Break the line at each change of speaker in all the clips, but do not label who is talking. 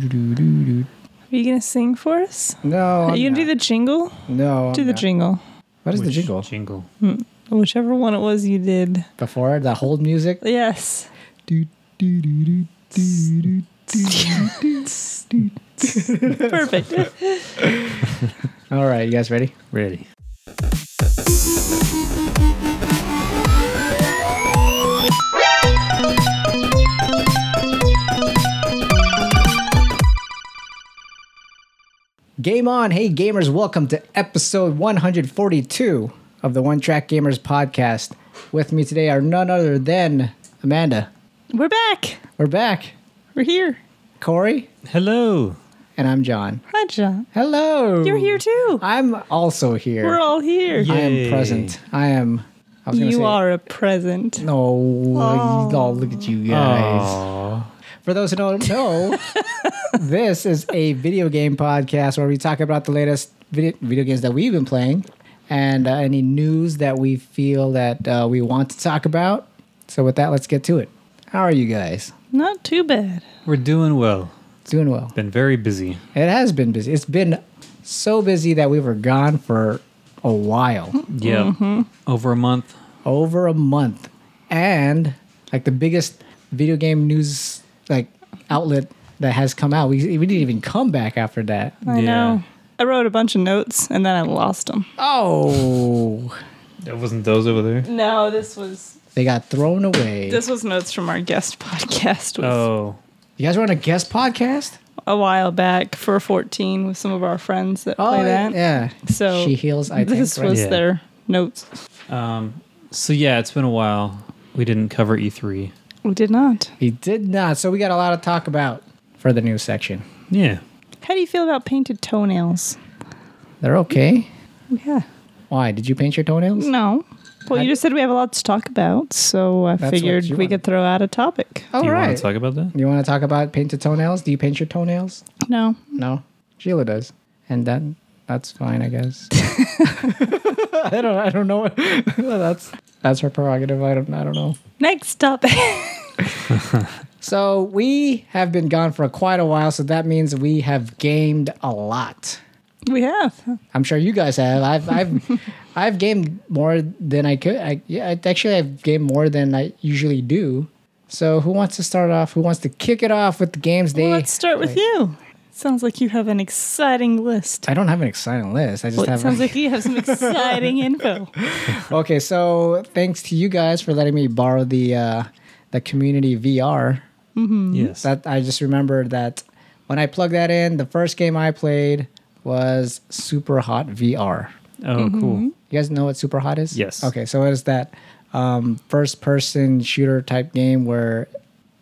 Are you gonna sing for us?
Oh, No.
Are
I'm
you gonna do the
not.
jingle?
No.
do
I'm
the
not.
jingle.
What is the
Which
jingle?
Jingle.
Whichever one it was you did.
Before the hold music?
Yes.
Do, do, do, do, do, do, do, do, do.
Perfect.
All right, you guys ready?
Ready.
Game on. Hey, gamers, welcome to episode 142 of the One Track Gamers podcast. With me today are none other than Amanda.
We're back.
We're back.
We're here.
Corey,
Hello.
and I'm John.
Hi, John.
Hello.
You're here too.
I'm also here.
We're all here.
I am
Yay.
present. I am. I was gonna
You
say-
are a present.
No, oh. look at you guys. For those who don't know, this is a video game podcast where we talk about the latest video, video games that we've been playing and uh, any news that we feel that uh, we want to talk about. So with that, let's get to it. How are you guys?
Not too bad.
We're doing well.
Doing well.
Been very busy.
It has been busy. It's been so busy that we were gone for a while,
Yeah. Mm-hmm. Over a month.
over a month. And like the biggest video game news like outlet that has come out. We, we didn't even come back after that.
I
Yeah.
know. I wrote a bunch of notes and then I lost them.
Oh,
That wasn't those over there.
No, this was
they got thrown away.
this was notes from our guest podcast. Was
Oh.
you guys were on a guest podcast?
a while back for 14 with some of our friends that play that.
Oh, yeah.
So
she heals. I
this
think. right?
was
Yeah.
their notes.
So yeah, it's been a while. We didn't cover E E3.
We did not.
He did not. So we got a lot to talk about for the news section.
Yeah.
How do you feel about painted toenails?
They're okay.
Yeah.
Why did you paint your toenails?
No. Well,
I-
you just said we have a lot to talk about, so I
That's what
figured we
you wanted.
could throw out a topic.
All
Do you
Oh, right.
want to talk about that?
You want to talk about painted toenails? Do you paint your toenails?
No.
No, Sheila does, and then that's fine, I guess. I don't. I don't know. that's that's her prerogative. I don't. I don't know.
Next topic.
So we have been gone for quite a while, so that means we have gamed a lot.
we have.
I'm sure you guys have. I've I've I've gamed more than I could. I, yeah, I, actually I've gamed more than I usually do. So who wants to start off? Who wants to kick it off with the games they?
Well, let's start with you. Sounds like you have an exciting list.
I don't have an exciting list. I just
Well, it
have.
sounds like you have some exciting info.
okay, so thanks to you guys for letting me borrow the uh, the community VR.
Yes.
Mm-hmm. That I just remembered that when I plugged that in, the first game I played was Super Hot VR.
oh, cool.
You guys know what Super Hot is?
Yes.
Okay, so it is that um, first person shooter type game where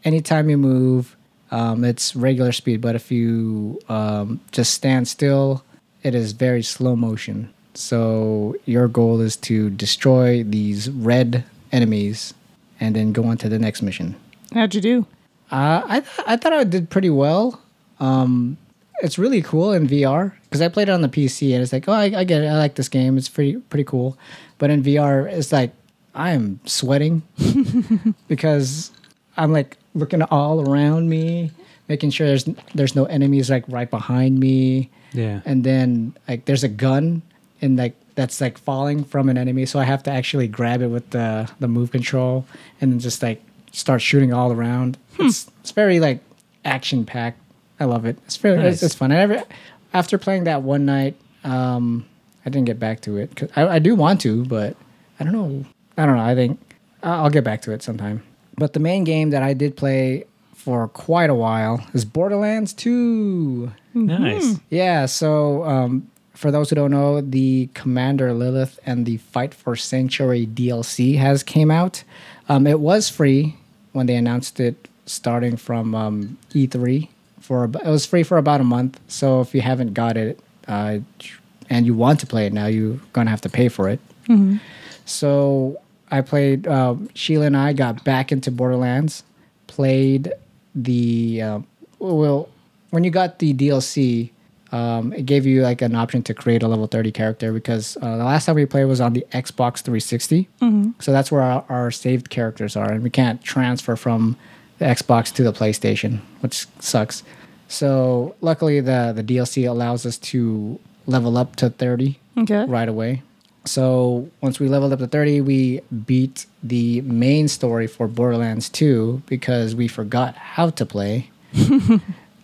anytime you move, um, it's regular speed, but if you um, just stand still, it is very slow motion. So your goal is to destroy these red enemies and then go on to the next mission.
How'd you do?
Uh, I th- I thought I did pretty well. Um, it's really cool in VR because I played it on the PC and it's like, oh, I, I get it. I like this game. It's pretty pretty cool. But in VR, it's like I am sweating because I'm like looking all around me, making sure there's there's no enemies like right behind me
Yeah.
and then like there's a gun and like that's like falling from an enemy so i have to actually grab it with the the move control and then just like start shooting all around it's it's very like action packed i love it it's very it's,
Nice.
it's fun I never, after playing that one night um i didn't get back to it 'Cause I, I do want to but i don't know i don't know i think I- i'll get back to it sometime but the main game that i did play for quite a while is borderlands 2 Mm-hmm.
Nice.
yeah, so um, for those who don't know, the Commander Lilith and the Fight for Sanctuary DLC has came out. Um, it was free when they announced it, starting from um, E3. For ab- it was free for about a month. So if you haven't got it, uh, and you want to play it now, you're gonna have to pay for it. So I played. Uh, Sheila and I got back into Borderlands. Played the uh, well when you got the DLC. Um, it gave you like an option to create a level 30 character because uh, the last time we played was on the Xbox 360. So that's where our, our saved characters are, and we can't transfer from the Xbox to the PlayStation, which sucks. So luckily, the the DLC allows us to level up to thirty
Okay.
right away. So once we leveled up to 30, we beat the main story for Borderlands 2 because we forgot how to play.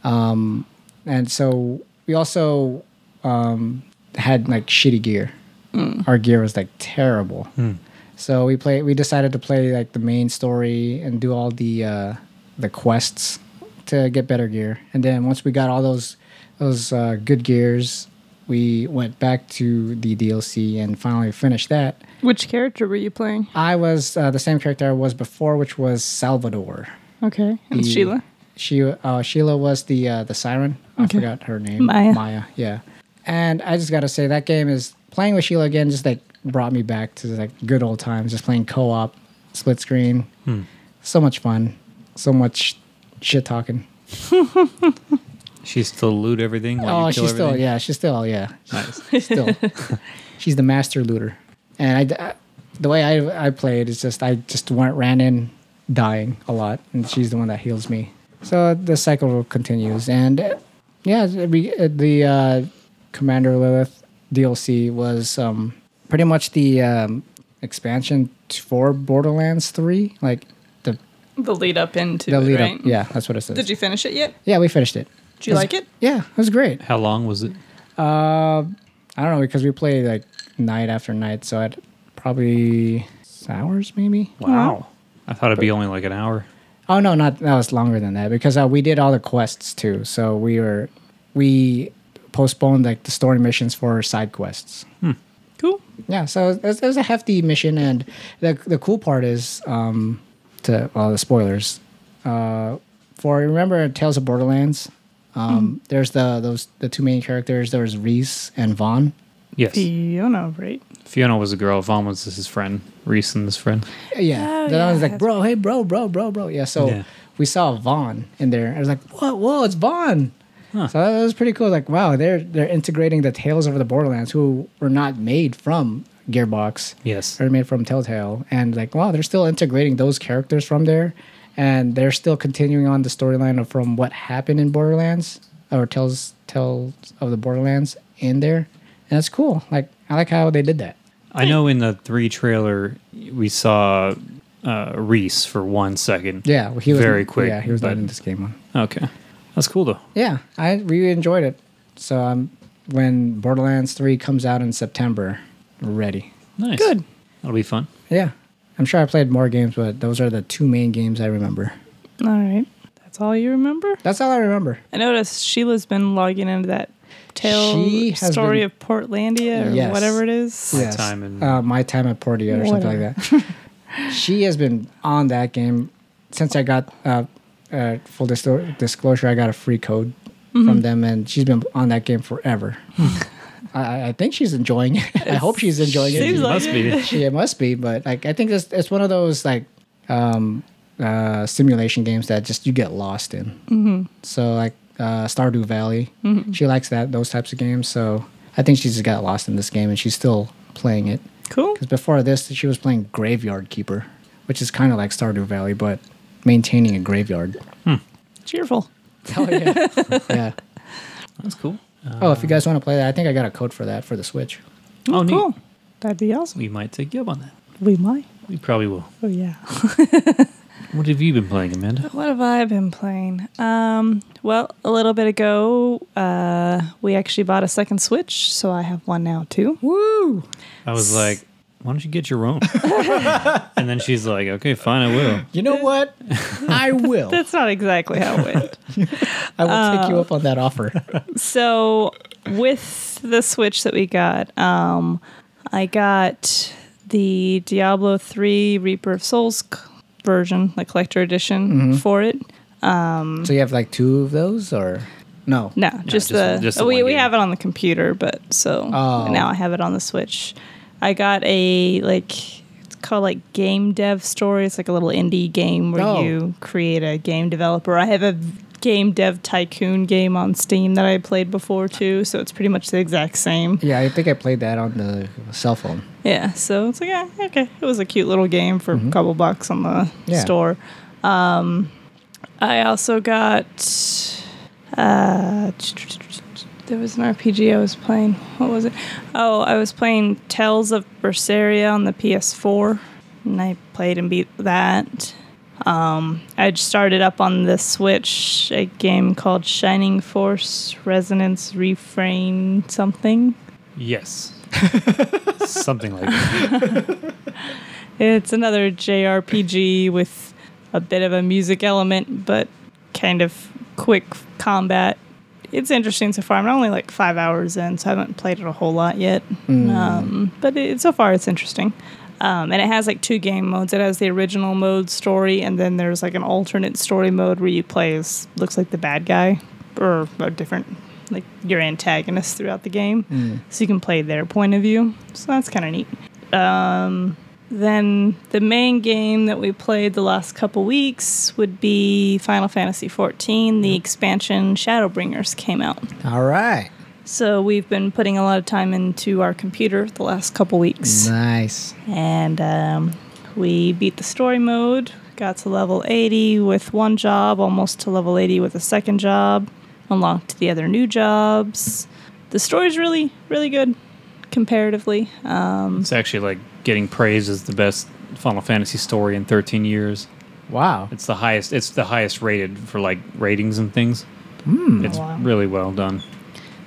um, and so we also um, had like shitty gear. Our gear was like terrible. So we play. We decided to play like the main story and do all the uh, the quests to get better gear. And then once we got all those those uh, good gears, we went back to the DLC and finally finished that.
Which character were you playing?
I was uh, the same character I was before, which was Salvador.
Okay. And
The-
Sheila.
She uh, Sheila was the uh, the siren. I
Okay.
forgot her name.
Maya.
Maya. Yeah. And I just gotta say that game is playing with Sheila again. Just like brought me back to like good old times. Just playing co-op, split screen. So much fun. So much shit talking.
She still loot everything. While
oh,
you kill
she's still
everything?
yeah. She's still oh, yeah.
Nice.
still. She's the master looter. And I d I the way I, I played is just I just went, ran in dying a lot, and she's the one that heals me. So the cycle continues, and uh, yeah, we, uh, the uh, Commander Lilith DLC was um, pretty much the um, expansion t- for Borderlands Three, like the
The lead up into
the
it,
lead up.
right?
Yeah, that's what it says.
Did you finish it yet?
yeah, we finished it.
Did you like it?
Yeah, it was great.
How long was it?
Uh, I don't know because we play like night after night, so I'd probably hours maybe.
Wow.
I thought it'd be only like an hour.
Oh no, not that was longer than that because uh, we did all the quests too. So we were we postponed like the story missions for side quests.
Cool.
Yeah, so it was, it was a hefty mission, and the the cool part is um to well the spoilers. Uh, for remember Tales of Borderlands. Um, there's the those the two main characters. There was Reese and Vaughn.
Yes.
Fiona, right?
Fiona was a girl. Vaughn was his friend. Reese and his friend.
Yeah.
Oh,
the
yeah,
other one's like,
that's
bro, hey, bro, bro, bro, bro. Yeah. So
Yeah.
we saw Vaughn in there. I was like, whoa, whoa, it's Vaughn. So that was pretty cool. Like, wow, they're they're integrating the Tales of the Borderlands, who were not made from Gearbox,
Yes.
or made from Telltale, and like, wow, they're still integrating those characters from there, and they're still continuing on the storyline of from what happened in Borderlands or Tales Tales of the Borderlands in there, and that's cool. Like, I like how they did that.
I know in the three trailer we saw uh, Reese for one second.
Yeah, he was
very quick.
Yeah, he was not
but-
in this game one.
Okay, that's cool though.
Yeah, I really enjoyed it. So um, when Borderlands Three comes out in September, we're ready.
Nice.
Good.
That'll be fun.
Yeah, I'm sure I played more games, but those are the two main games I remember.
All right. That's all you remember?
That's all I remember.
I noticed Sheila's been logging into that tale
She has
story
been-
of Portlandia or
Yes.
whatever it is.
Yeah. Time in-
uh, my time at Portia or something like that. she has been on that game since I got uh, uh, full disclo- disclosure. I got a free code from them, and she's been on that game forever. I- I, I think she's enjoying it. I hope she's enjoying it.
Seems
It
like
must be.
yeah, it must be. But like, I think it's it's one of those like um, uh, simulation games that just you get lost in. Mm-hmm. So like uh, Stardew Valley, she likes that those types of games. So I think she just got lost in this game, and she's still playing it.
Cool.
Because before this, she was playing Graveyard Keeper, which is kind of like Stardew Valley, but maintaining a graveyard.
Cheerful.
Oh yeah, yeah.
That's cool. Uh,
Oh, if you guys want to play that, I think I got a code for that for the Switch.
oh, neat.
Cool. That'd be awesome.
We might take you up on that.
We might.
We probably will.
Oh yeah.
What have you been playing, Amanda?
What have I been playing? Um, well, a little bit ago, uh, we actually bought a second Switch, so I have one now too.
Woo!
I was like, why don't you get your own? and then she's like, okay, fine, I will.
You know what? I will.
That's not exactly how it went.
I will take you up on that offer.
so with the Switch that we got, um, I got the Diablo 3 Reaper of Souls c- version, the collector edition
Mm-hmm.
for it.
So you have like two of those, or no?
No, just,
just-
the,
just the
we,
one
we
game.
have it on the computer, but so
Oh.
now I have it on the Switch. I got a like it's called like game dev story. It's like a little indie game where
Oh.
you create a game developer. I have a game dev tycoon game on Steam that I played before too, so it's pretty much the exact same.
Yeah, I think I played that on the cell phone.
Yeah, so it's like, yeah, okay. It was a cute little game for a couple bucks on the
Yeah.
store. Um, I also got. Uh, there was an RPG I was playing. What was it? Oh, I was playing Tales of Berseria on the PS4, and I played and beat that. Um, I just started up on the Switch a game called Shining Force Resonance Refrain something.
Yes. Something like that.
It's another JRPG with a bit of a music element, but kind of quick combat. It's interesting so far. I'm only like five hours in, so I haven't played it a whole lot yet. Um, but it, so far, it's interesting. Um, and it has like two game modes. It has the original mode story, and then there's like an alternate story mode where you play as looks like the bad guy or a different, like your antagonist throughout the game. So you can play their point of view. So that's kind of neat then the main game that we played the last couple weeks would be Final Fantasy XIV. The expansion Shadowbringers came out.
All right.
So we've been putting a lot of time into our computer the last couple weeks.
Nice.
And um, we beat the story mode, got to level 80 with one job, almost to level 80 with a second job, unlocked the other new jobs. The story's really, really good comparatively. Um,
It's actually like getting praised as the best Final Fantasy story in 13 years.
Wow.
It's the highest. It's the highest rated for like ratings and things. It's
Wow.
really well done.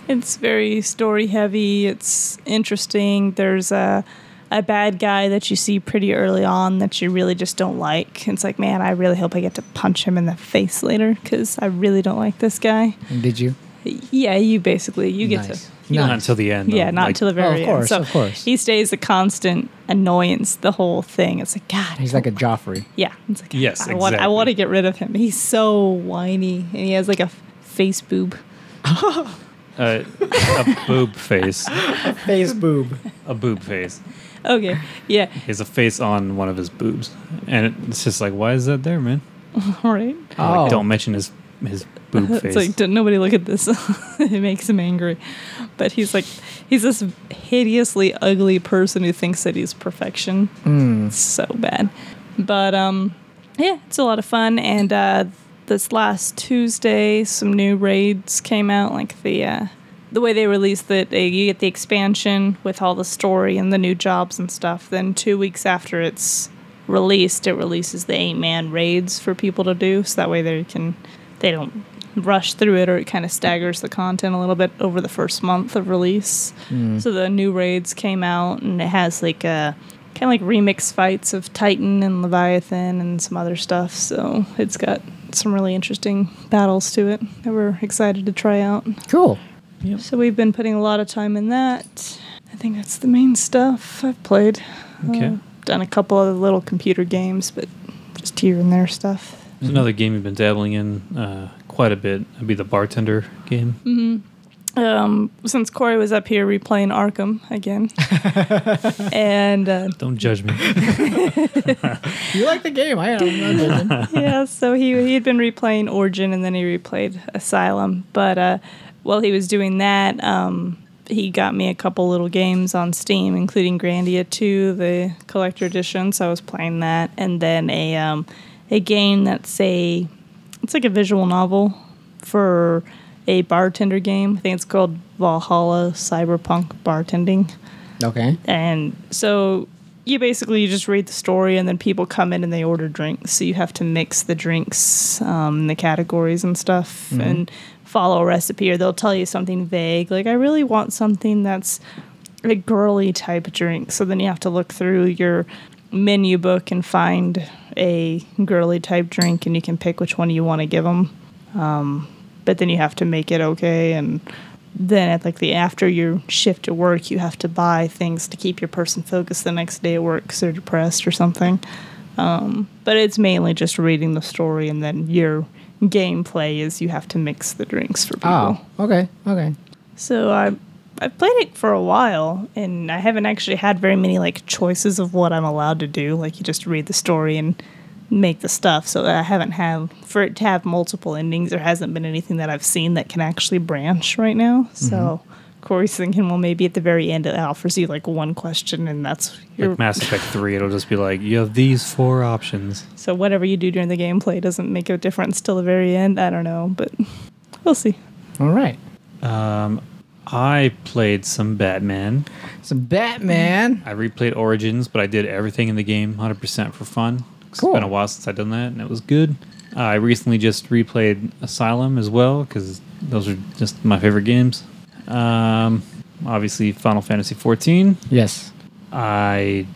It's very story heavy. It's interesting. There's a a bad guy that you see pretty early on that you really just don't like. It's like, man, I really hope I get to punch him in the face later because I really don't like this guy.
Did you?
Yeah, you basically you get
Nice.
to. you
Nice.
Not until the end.
Yeah,
though.
not
Like,
until the
Oh, of
very
course,
end.
of course.
he stays a constant annoyance the whole thing. It's like God.
He's like a Joffrey.
yeah. It's like
Yes,
I want. I
exactly.
want to get rid of him. He's so whiny, and he has like a f- face boob.
uh, a boob face.
Face boob.
A boob face.
Okay, yeah.
He has a face on one of his boobs, and it's just like, why is that there, man?
All right.
Like,
Oh.
don't mention his his boob face.
It's like, don't nobody look at this. it makes him angry. But he's like, he's this hideously ugly person who thinks that he's perfection. It's so bad. But um, yeah, it's a lot of fun. And uh, this last Tuesday, some new raids came out. Like the uh, the way they released it, uh, you get the expansion with all the story and the new jobs and stuff. Then two weeks after it's released, it releases the eight man raids for people to do. So that way they can they don't rush through it or it kind of staggers the content a little bit over the first month of release. So the new raids came out and it has like a kind of like remix fights of Titan and Leviathan and some other stuff. So it's got some really interesting battles to it that we're excited to try out.
Cool.
So we've been putting a lot of time in that. I think that's the main stuff I've played. Uh,
okay.
Done a couple of little computer games, but just here and there stuff.
There's another game you've been dabbling in uh, quite a bit. It'd be the bartender game.
Mm. um, since Corey was up here replaying Arkham again, and uh,
Don't judge me.
You like the game? I am.
yeah, so he he had been replaying Origin and then he replayed Asylum. But uh, while he was doing that, um, he got me a couple little games on Steam, including Grandia 2, the collector edition. So I was playing that, and then a um, a game that's a it's like a visual novel for a bartender game. I think it's called Valhalla Cyberpunk Bartending.
okay.
And so you basically you just read the story, and then people come in and they order drinks. So you have to mix the drinks, um, the categories and stuff, and follow a recipe. Or they'll tell you something vague, like I really want something that's a girly type drink. So then you have to look through your menu book and find a girly type drink, and you can pick which one you want to give them but then you have to make it okay and then at like the after your shift at work you have to buy things to keep your person focused the next day at work because they're depressed or something um, but it's mainly just reading the story and then your gameplay is you have to mix the drinks for people
Oh. Okay. Okay.
so I I've played it for a while and I haven't actually had very many like choices of what I'm allowed to do. Like you just read the story and make the stuff. So I haven't had for it to have multiple endings there hasn't been anything that I've seen that can actually branch right now. So Corey's thinking, well, maybe at the very end it offers you like one question, and that's your.
Like Mass Effect 3, it'll just be like, you have these four options.
so whatever you do during the gameplay doesn't make a difference till the very end. I don't know, but we'll see.
All right.
Um, I played some Batman.
So Batman.
I replayed Origins, but I did everything in the game 100% for fun. 'Cause
Cool.
It's been a while since I've done that, and it was good. Uh, I recently just replayed Asylum as well, because those are just my favorite games. Um, obviously, Final Fantasy 14.
Yes.
I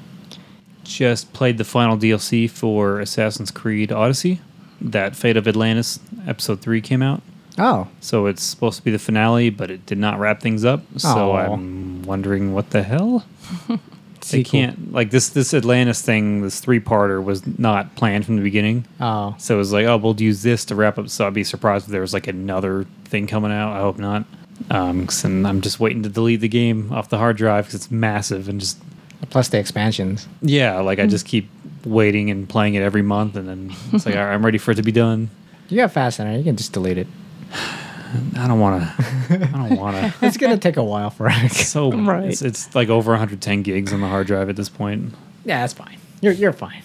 just played the final DLC for Assassin's Creed Odyssey. That Fate of Atlantis episode 3 came out.
Oh.
So it's supposed to be the finale, but it did not wrap things up. So
Aw.
I'm wondering what the hell? They
sequel.
can't like this this Atlantis thing, this three parter was not planned from the beginning.
Oh.
So it was like, oh, we'll use this to wrap up. So I'd be surprised if there was like another thing coming out. I hope not. Um, 'cause then I'm just waiting to delete the game off the hard drive because it's massive and just
Plus the expansions.
yeah, like I
Hmm.
just keep waiting and playing it every month, and then it's like, all right, I'm ready for it to be done.
You got fast enough. You can just delete it.
I don't want to. I don't want to.
It's gonna take a while for us.
So
Right.
it's, it's like over 110 gigs on the hard drive at this point.
yeah, that's fine. You're you're fine.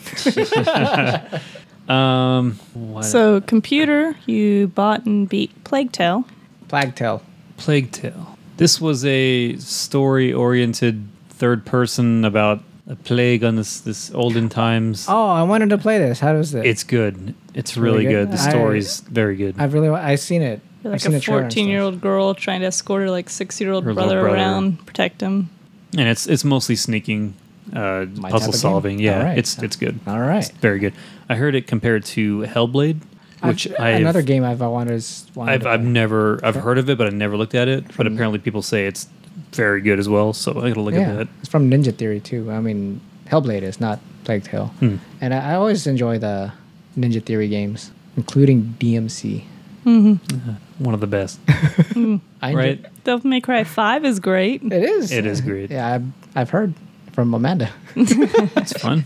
Um, what
So, computer, you bought and beat Plague Tale.
Plague Tale.
Plague Tale. This was a story-oriented third person about a plague on this this olden times.
Oh, I wanted to play this. How does it?
It's good. It's really,
Really good?
good. The
I-
story's very good.
I really wa- I seen it.
You're
I've
like
seen
a
the trailer and stuff.
14 year old girl trying to escort her like six year old
Her little
brother
brother.
around, protect him.
and it's it's mostly sneaking, uh,
My type
puzzle
of game?
solving. Yeah,
Alright.
it's it's good.
All right.
It's very good. I heard it compared to Hellblade, which
I've-
I've,
another game I've I wanted is wanted
I've
to
I've
play.
never I've heard of it, but I never looked at it.
Hmm.
But apparently, people say it's very good as well. So I gotta look at
yeah,
that.
it's from Ninja Theory too. I mean, Hellblade is not Plague Tale,
Hmm.
and I, I always enjoy the Ninja Theory games, including DMC.
One of the best,
I enjoy-
right?
Devil May Cry 5 is great.
It is.
It is great.
Yeah, I've, I've heard from Amanda.
It's fun.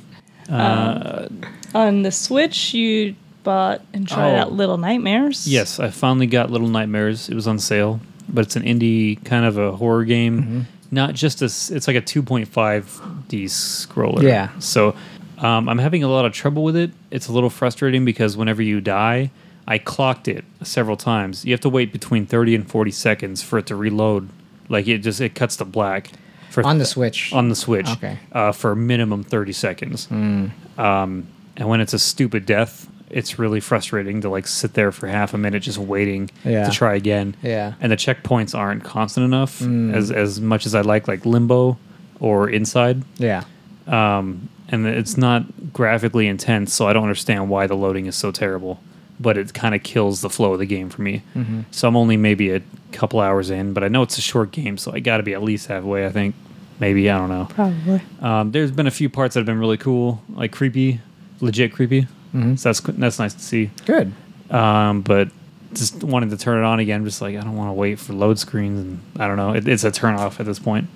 On the Switch, you bought and tried
Oh.
out Little Nightmares.
Yes, I finally got Little Nightmares. It was on sale, but it's an indie kind of a horror game.
Mm-hmm.
Not just a, s- it's like a 2.5D scroller.
Yeah.
So um, I'm having a lot of trouble with it. It's a little frustrating because whenever you die, I clocked it several times. You have to wait between 30 and 40 seconds for it to reload. Like it just it cuts to black for
On the Switch.
on the Switch
Okay. Hmm.
uh, for a minimum 30 seconds. Um, and when it's a stupid death, it's really frustrating to like sit there for half a minute just waiting
Yeah.
to try again.
Yeah. Mm.
And the checkpoints aren't constant enough as as much as I like like Limbo or Inside.
yeah.
Um, and it's not graphically intense, so I don't understand why the loading is so terrible. But it kind of kills the flow of the game for me.
Mm-hmm.
So I'm only maybe a couple hours in, but I know it's a short game, so I got to be at least halfway. I think maybe I don't know.
Probably.
Um, there's been a few parts that have been really cool, like creepy, legit creepy. So that's that's nice to see.
Good.
Um, but just wanted to turn it on again. Just like I don't want to wait for load screens, and I don't know. It, it's a turn off at this point.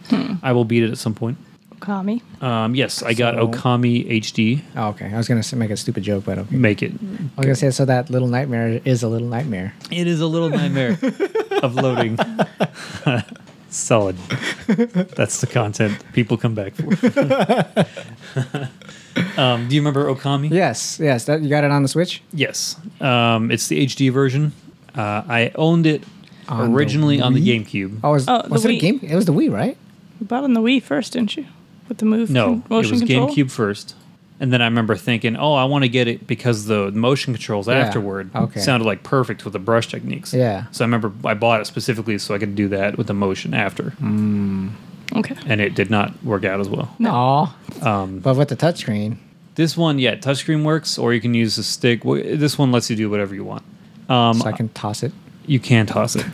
I will beat it at some point.
Okami.
Um, yes, I got
So-
Okami HD.
Oh, okay. I was going to make a stupid joke, but okay.
Make it.
I was going to say, so that Little Nightmare is a Little Nightmare.
It is a little nightmare of loading. Solid. That's the content people come back for. um, do you remember Okami?
Yes, yes. That You got it on the Switch?
Yes, um, it's the HD version. Uh, I owned it
On the
originally on the GameCube.
Oh, was,
Oh, the
was it a
Wii.
game? It was the Wii, right?
You bought on the Wii first, didn't you? With the move
no,
con- motion
it was
control?
GameCube first, and then I remember thinking, "Oh, I want to get it because the motion controls afterward
okay.
sounded like perfect with the brush techniques."
Yeah.
So I remember I bought it specifically so I could do that with the motion after,
Mm.
Okay.
and it did not work out as well.
No.
Um,
But with the touchscreen.
this one, yeah, touchscreen works, or you can use a stick. Wh- This one lets you do whatever you want. Um,
so I can toss it.
you can toss it.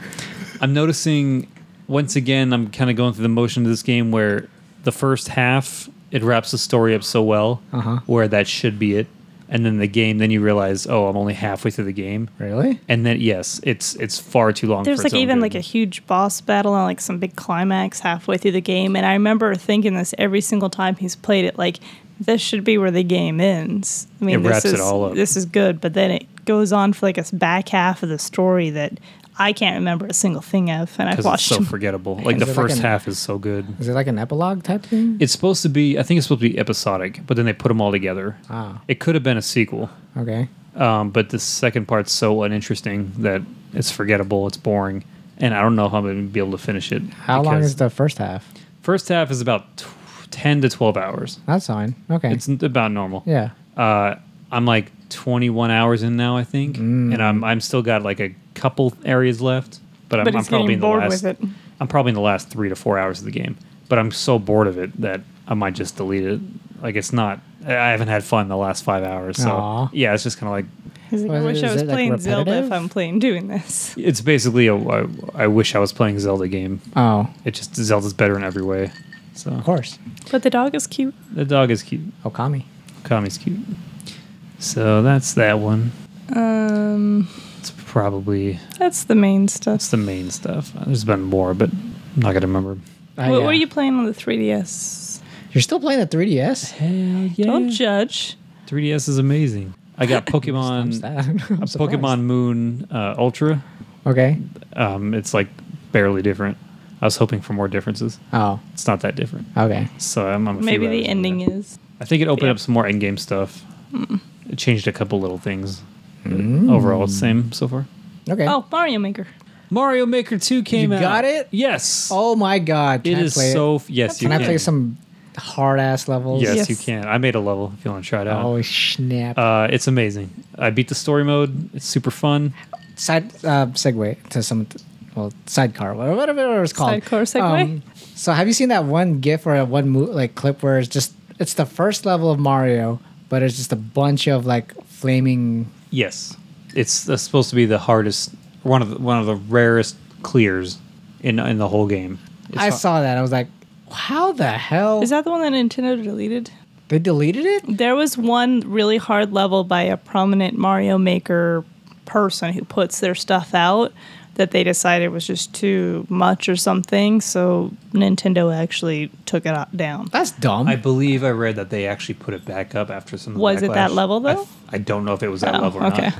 I'm noticing once again, I'm kind of going through the motion of this game where the first half it wraps the story up so well,
Uh-huh.
where that should be it, and then the game, then you realize, oh, I'm only halfway through the game,
Really?
and then yes, it's it's far too long.
There's
for its
like even
own
like a
good.
huge boss battle and like some big climax halfway through the game. And I remember thinking this every single time he's played it, like this should be where the game ends. I mean,
It wraps
this
it
is
all up.
this is good, but then it goes on for like a s- back half of the story that I can't remember a single thing of, and I've
because it's
watched
so
them.
forgettable. Like
Is
the
it like
first
an-
half is so good.
Is it like an epilogue type thing?
It's supposed to be. I think it's supposed to be episodic, but then they put them all together.
Ah,
It could have been a sequel,
okay.
um, but the second part's so uninteresting that it's forgettable. It's boring, and I don't know how I'm going to be able to finish it.
How long
because
is the first half?
first half? Is about tw- ten to twelve hours.
That's fine. Okay.
It's n- about normal.
yeah.
Uh, I'm like 21 hours in now, I think,
Mm.
and I'm I'm still got like a couple areas left, but I'm,
But
I'm
it's
probably
getting
in the
bored
last.
with it.
I'm probably in the last three to four hours of the game, but I'm so bored of it that I might just delete it. Like it's not. I haven't had fun the last five hours, so
Aw.
yeah, it's just kind of like
He's like, I
Was it-
wish
is
I was
it, like,
playing Zelda if
repetitive?
I'm playing doing this.
it's basically a. I, I wish I was playing Zelda game.
Oh,
It just Zelda's better in every way. So
of course.
But the dog is cute.
the dog is cute.
Okami.
Kami's cute. So that's that one.
Um,
It's probably
that's the main stuff.
That's the main stuff. There's been more, but I'm not gonna remember.
Ah,
what
yeah.
were you playing on the 3DS?
You're still playing the 3DS?
Hell yeah!
Don't judge.
3DS is amazing. I got
I'm
Pokemon, uh,
sta- I'm surprised.
Pokemon Moon uh, Ultra.
Okay.
Um, it's like barely different. I was hoping for more differences.
Oh,
It's not that different.
okay.
So I'm, I'm a few
Maybe
hours
the
in
ending
there.
is.
I think it opened
yeah. Hmm.
up some more end game stuff. It changed a couple little things. but
Hmm.
Overall, it's same so far.
Okay.
Oh, Mario Maker.
Mario Maker 2 came
You
out.
got it?
Yes.
Oh my god. Can
it
I
is
play
so. f- Yes,
It?
you
Can I
can.
play some hard ass levels?
Yes,
Yes.
you can. I made a level if you want to try it out.
Oh, snap.
Uh, it's amazing. I beat the story mode. It's super fun.
side uh, segue to some well sidecar wha- whatever it's called Um,
Sidecar segue?
so have you seen that one gif or one mo- like clip where it's just it's the first level of mario but it's just a bunch of like flaming
Yes, it's uh, supposed to be the hardest, one of the, one of the rarest clears in in the whole game. It's
i
fu-
saw that i was like how the hell
Is that the one that Nintendo deleted?
they deleted it
There was one really hard level by a prominent Mario Maker person who puts their stuff out that they decided was just too much or something. So Nintendo actually took it o- down.
that's dumb
I believe I read that they actually put it back up after some. of the
Was it that
backlash.
level,
I,
though?
I don't know if it was that
Oh,
level or
okay.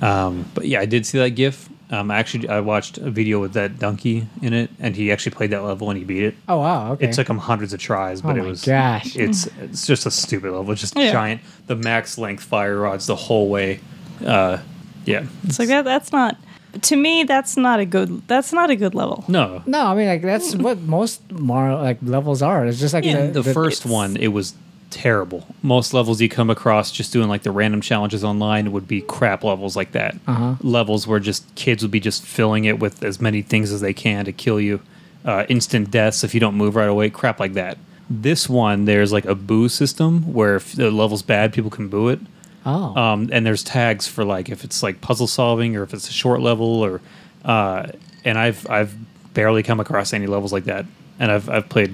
not. Um, but yeah, I did see that GIF. Um, I actually, I watched a video with that donkey in it, and he actually played that level and he beat it.
oh wow okay
It took him hundreds of tries, but
Oh
it
my
was
gosh.
It's it's just a stupid level. It's just
Yeah.
giant. The max length fire rods the whole way. Uh, yeah.
It's like that. That's not. To me, that's not a good. That's not a good level.
No,
no i mean like that's what most mario like levels are it's just like
Yeah.
the,
the first
it's-
one it was terrible. Most levels you come across just doing like the random challenges online would be crap levels like that.
Uh-huh.
Levels where just kids would be just filling it with as many things as they can to kill you. Uh, instant deaths if you don't move right away. Crap like that. This one there's like a boo system where if the level's bad, people can boo it.
oh
um, and there's tags for like if it's like puzzle solving or if it's a short level or uh, and I've I've barely come across any levels like that and I've I've played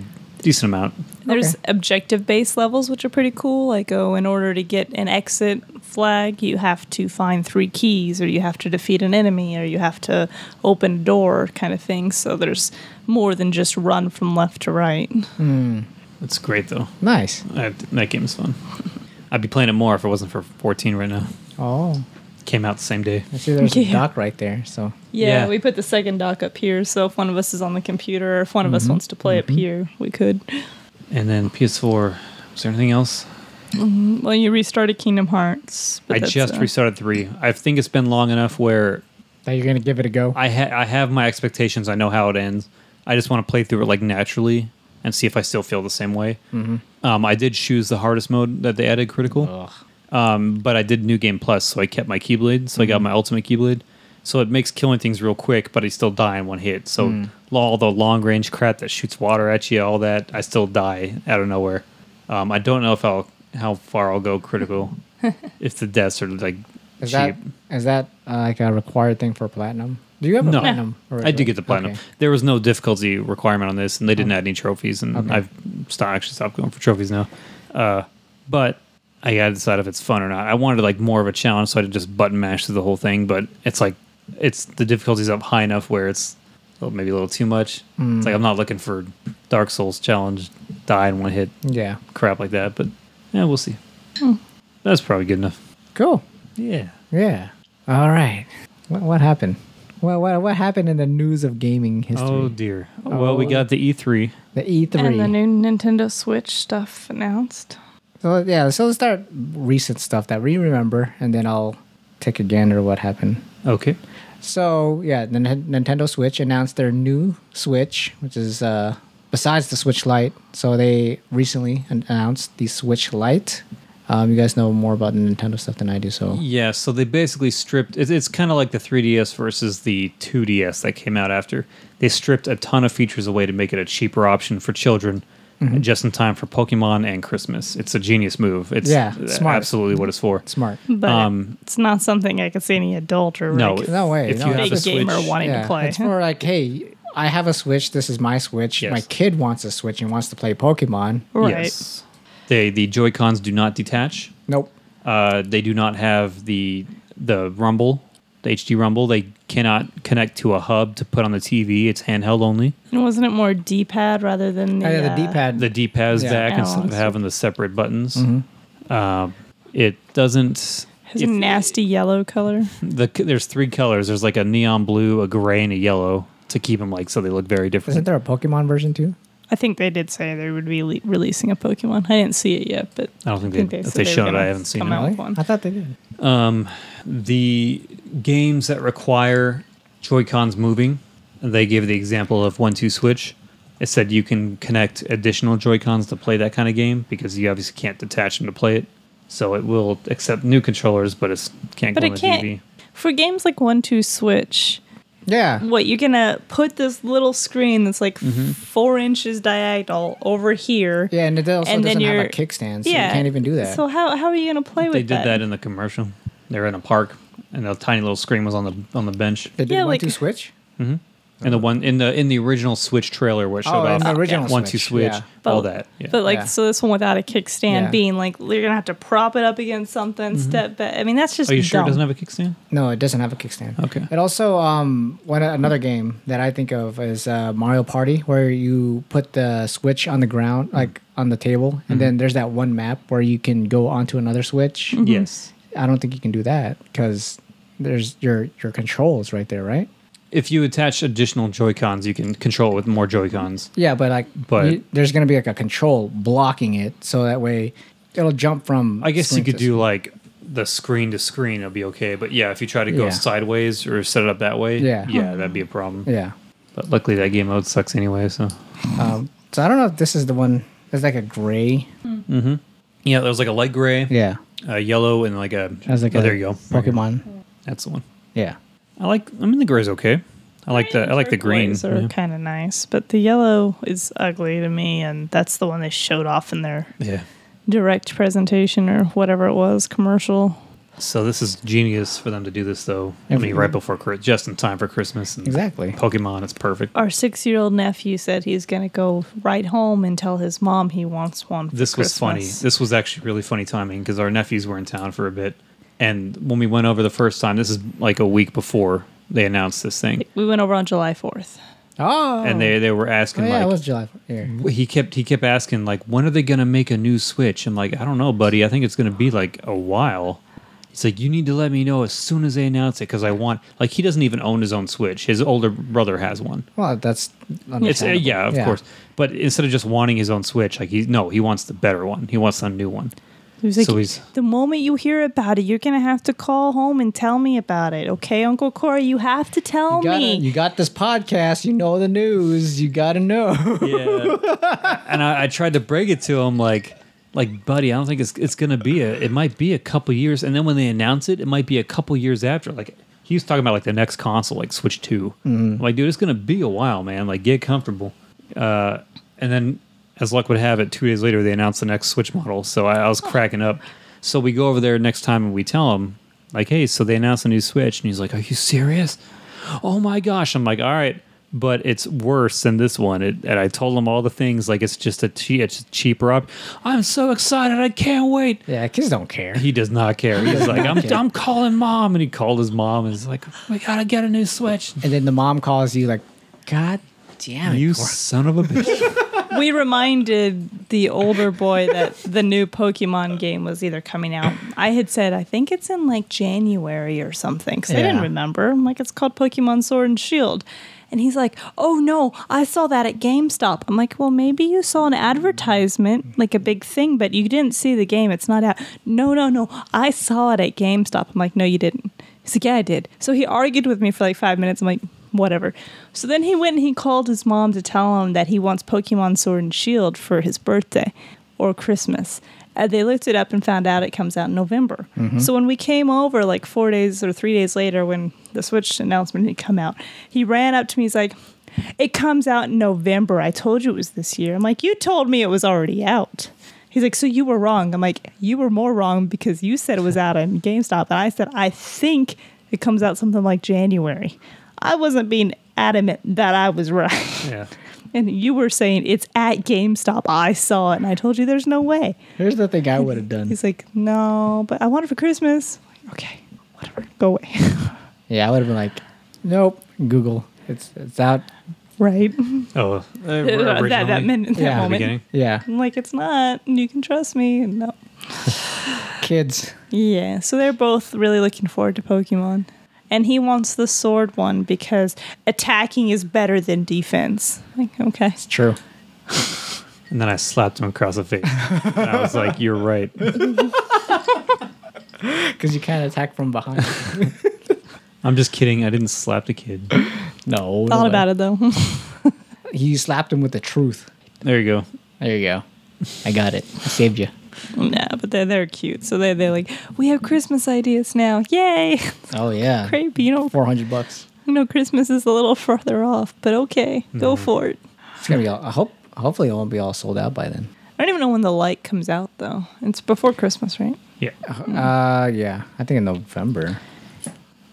decent amount.
There's objective based levels, which are pretty cool. Like, oh, in order to get an exit flag, you have to find three keys, or you have to defeat an enemy, or you have to open a door, kind of thing. So there's more than just run from left to right.
It's great though.
nice
I, that game is fun. I'd be playing it more if it wasn't for 14 right now.
oh
Came out the same day.
i see there's
Yeah.
a dock right there so
Yeah,
Yeah.
we put the second dock up here. So if one of us is on the computer, or if one of
Mm-hmm.
us wants to play up here, we could.
And then PS4. Is there anything else?
Well, you restarted Kingdom Hearts. but
I
that's,
just
uh,
restarted three. I think it's been long enough where
now you're gonna give it a go
I ha- I have my expectations. I know how it ends. I just want to play through it like naturally and see if I still feel the same way.
Mm-hmm.
Um, I did choose the hardest mode that they added critical,
Ugh.
um, but I did New Game Plus, so I kept my Keyblade, so I got my Ultimate Keyblade. So it makes killing things real quick, but I still die in one hit. So all the long range crap that shoots water at you, all that, I still die out of nowhere. Um, I don't know if I'll how far I'll go critical if the deaths are like
Is that
cheap.
is that uh, like a required thing for platinum? Do you have a
No.
platinum?
I do get the platinum.
Okay. Oh.
There was no difficulty requirement on this, and they didn't add any trophies. And
Okay.
I've stopped, actually stopped going for trophies now. Uh, but I gotta decide if it's fun or not. I wanted like more of a challenge, so I did just button mash through the whole thing. But it's like it's the difficulty's up high enough where it's well, maybe a little too much.
Hmm.
It's like I'm not looking for Dark Souls challenge, die in one hit,
Yeah.
crap like that. But yeah, we'll see.
Hmm.
That's probably good enough.
Cool.
Yeah.
Yeah. All right. What, what happened? Well, what what happened in the news of gaming history?
Oh dear. Well, we
Oh.
got the E E3.
the E E3.
And the new Nintendo Switch stuff announced.
so yeah, so let's start recent stuff that we remember, and then I'll take a gander what happened.
Okay.
So yeah, the Nin- Nintendo Switch announced their new Switch, which is uh, besides the Switch Lite. So they recently an- announced the Switch Lite. Um, you guys know more about the Nintendo stuff than I do, so
Yeah, so they basically stripped. It's, it's kind of like the 3DS versus the 2DS that came out after. They stripped a ton of features away to make it a cheaper option for children,
Mm-hmm.
and just in time for Pokemon and Christmas. It's a genius move. It's
Yeah, smart.
absolutely what it's for.
smart.
But
Um,
it's not something I could see any adult or
No,
like,
No way.
If
No,
you
it's
have
big
a Switch,
gamer wanting to play.
It's more like, hey, I have a Switch. This is my Switch.
Yes.
My kid wants a Switch and wants to play Pokemon.
right.
yes, they the Joy Cons do not detach.
Nope.
Uh, they do not have the the Rumble, the HD Rumble. They cannot connect to a hub to put on the TV. It's handheld only.
And wasn't it more D pad rather than the,
Oh, yeah, the
uh,
D-pad.
the D pads
Yeah.
back
Oh,
instead of
awesome.
having the separate buttons. Um, it doesn't.
Has
if-
a nasty yellow color.
the, there's three colors. There's like a neon blue, a gray, and a yellow to keep them like so they look very
Isn't
different.
there a Pokemon version too?
I think they did say they would be le- releasing a Pokemon. I didn't see it yet, but
I don't think
I think
they,
they said
if they
they were
showed it. I
gonna
haven't seen
come
it.
out.
Really?
one.
I thought they did.
The games that require Joy Cons moving, they give the example of One Two Switch. It said you can connect additional Joy Cons to play that kind of game because you obviously can't detach them to play it. So it will accept new controllers, but it can't
but
go on
it
the TV.
can't for games like One Two Switch.
Yeah.
What you're gonna put this little screen that's like four inches diagonal over here?
Mm-hmm. Yeah, and it also
And then
doesn't have a
you're-
kickstand, so you can't even do that.
So how how are you gonna play
They
with
did that in the commercial. They were in a park, and a tiny little screen was on the on the bench.
they did
Yeah,
one
like-
two switch.
And the one in the in the original Switch trailer where it showed
Oh, in
off
the original
one two
Switch,
Switch,
yeah.
all
But-
that. Yeah.
But like,
Yeah.
so this one without a kickstand
Yeah. Mm-hmm.
being like, you're gonna have to prop it up against something, step back. I mean, that's just
Are you sure
dumb.
it doesn't have a kickstand?
No, it doesn't have a kickstand.
Okay.
It also um one another game that I think of is uh, Mario Party, where you put the switch on the ground, like on the table, and then there's that one map where you can go onto another switch.
Yes.
I don't think you can do that because there's your your controls right there, right?
If you attach additional Joy Cons, you can control it with more Joy Cons.
Yeah, but like,
But-
you- there's gonna be like a control blocking it, so that way it'll jump from.
I guess you
screen
could
to
do like the screen to screen, it'll be okay. But yeah, if you try to go
Yeah.
sideways or set it up that way,
Yeah.
yeah, that'd be a problem.
Yeah.
But luckily, that game mode sucks anyway. So
Um, so I don't know if this is the one. It's like a gray.
yeah, there was like a light gray,
Yeah.
a yellow, and like a.
As like
oh,
a
there you go. Right here.
Pokemon.
That's the one.
Yeah.
I like. I mean, the gray's okay. I like the. I like the green.
Turquoise are
Yeah.
kind of nice, but the yellow is ugly to me, and that's the one they showed off in their
Yeah.
direct presentation or whatever it was commercial.
So this is genius for them to do this, though. I
If-
mean, right before Chri- just in time for Christmas. And
Exactly.
Pokemon, it's perfect.
Our six-year-old nephew said he's gonna go right home and tell his mom he wants one. For
This was funny.
Christmas.
This was actually really funny timing because our nephews were in town for a bit, and when we went over the first time, this is like a week before they announced this thing,
we went over on July fourth.
Oh.
and they they were
Oh,
asking
yeah, it
like.
was July. Yeah.
he kept he kept asking like when are they gonna make a new switch i'm like i don't know buddy i think it's gonna be like a while he's like you need to let me know as soon as they announce it because i want like he doesn't even own his own switch his older brother has one
Well, that's.
it's uh,
understandable.
yeah of course but instead of just wanting his own switch like he no he wants the better one he wants a new one
He was like,
So he's-
the moment you hear about it, you're gonna have to call home and tell me about it, okay, Uncle Corey? You have to tell
You, gotta,
me.
you got this podcast. You know the news. You gotta know.
yeah and I, I tried to break it to him like like buddy i don't think it's it's gonna be a it might be a couple years and then when they announce it it might be a couple years after like he was talking about like the next console like switch 2 I'm like dude it's gonna be a while man like get comfortable uh and then as luck would have it two days later they announced the next switch model so i, I was cracking up so we go over there next time and we tell him like hey so they announced a new switch and he's like are you serious oh my gosh i'm like all right but it's worse than this one it, and i told him all the things like it's just a, che- it's cheaper up i'm so excited i can't wait
yeah, kids don't care.
he does not care he's like I'm, I'm calling mom and he called his mom and he's like we gotta get a new switch
And then the mom calls you like, God damn it.
you
Cor-
son of a bitch
we reminded the older boy that the new Pokemon game was either coming out. I had said, I think it's in like January or something, because I
Yeah.
didn't remember. I'm like, it's called Pokemon Sword and Shield. And he's like, oh no, I saw that at GameStop. I'm like, well, maybe you saw an advertisement, like a big thing, but you didn't see the game. It's not out. No, no, no. I saw it at GameStop. I'm like, no, you didn't. He's like, yeah, I did. So he argued with me for like five minutes. I'm like, whatever. So then he went and he called his mom to tell him that he wants Pokemon Sword and Shield for his birthday or Christmas. And Uh, they looked it up and found out it comes out in November. So when we came over, like four days or three days later, when the Switch announcement had come out, he ran up to me. He's like, It comes out in November. I told you it was this year. I'm like, You told me it was already out. He's like, So you were wrong. I'm like, You were more wrong because you said it was out in GameStop. And I said, I think it comes out something like January. I wasn't being adamant that I was right.
Yeah.
And you were saying it's at GameStop. I saw it and I told you there's no way.
Here's the thing I would have done.
He's like, No, but I want it for Christmas. I'm like, okay, whatever. Go away.
Yeah, I would have been like, nope, Google. It's it's out.
right.
Oh, uh,
that,
originally,
that minute, that
Yeah.
moment.
beginning.
Yeah,
I'm like, it's not. and You can trust me. And no.
kids.
Yeah. So they're both really looking forward to Pokemon. And he wants the sword one because attacking is better than defense. Like, okay.
True.
And then I slapped him across the face. and I was like, "You're right."
Because you can't attack from behind.
I'm just kidding. I didn't slap the kid.
no.
Thought about it though.
it. He slapped him with the truth.
There you go.
There you go. I got it. I saved you.
no, but they're, they're cute. So they, they're like, we have Christmas ideas now. Yay.
Oh yeah.
Creepy. You know,
Four hundred bucks.
you know, Christmas is a little further off, but okay. Go for it.
It's gonna be. All, I hope. Hopefully, it won't be all sold out by then.
I don't even know when the light comes out though. It's before Christmas, right?
Yeah.
Uh, yeah. I think in November.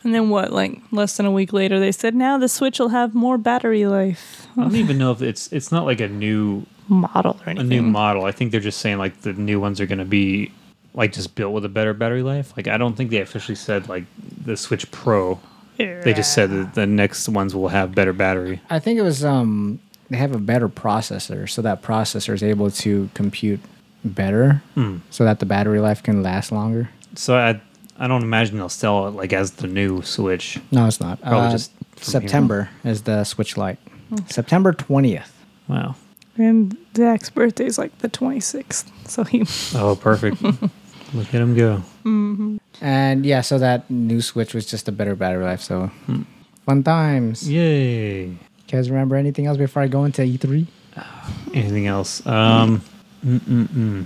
And then what, like less than a week later, they said now the Switch will have more battery life
I don't even know if it's it's not like a new
model or
a
anything.
new model. I think they're just saying like the new ones are going to be like just built with a better battery life. Like I don't think they officially said like the Switch Pro. They just said that the next ones will have better battery.
I think it was. Um, they have a better processor, so that processor is able to compute better, so that the battery life can last longer.
So I I don't imagine they'll sell it like as the new Switch.
No, it's not.
Probably
Uh,
just from here on.
September is the Switch Lite. September twentieth.
Wow.
And Zach's birthday's like the 26th. So he.
Oh, perfect. Look at him go.
And yeah, so that new Switch was just a better battery life. So fun times.
Yay.
You guys remember anything else before I go into E E3?
Anything else? Um mm-mm-mm.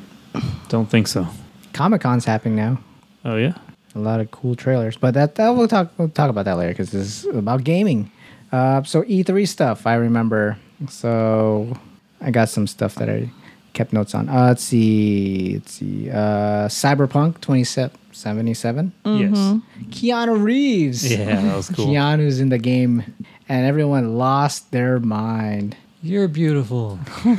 Don't think so.
Comic Con's happening now.
Oh yeah.
A lot of cool trailers, but that, that we'll talk we'll talk about that later because this is about gaming. Uh, so E3 stuff I remember. So I got some stuff that I kept notes on. Uh, let's see, let's see. Uh, Cyberpunk 2077.
Mm-hmm.
Keanu Reeves.
Yes. Yeah, that was cool.
Keanu's in the game, and everyone lost their mind.
You're beautiful. no,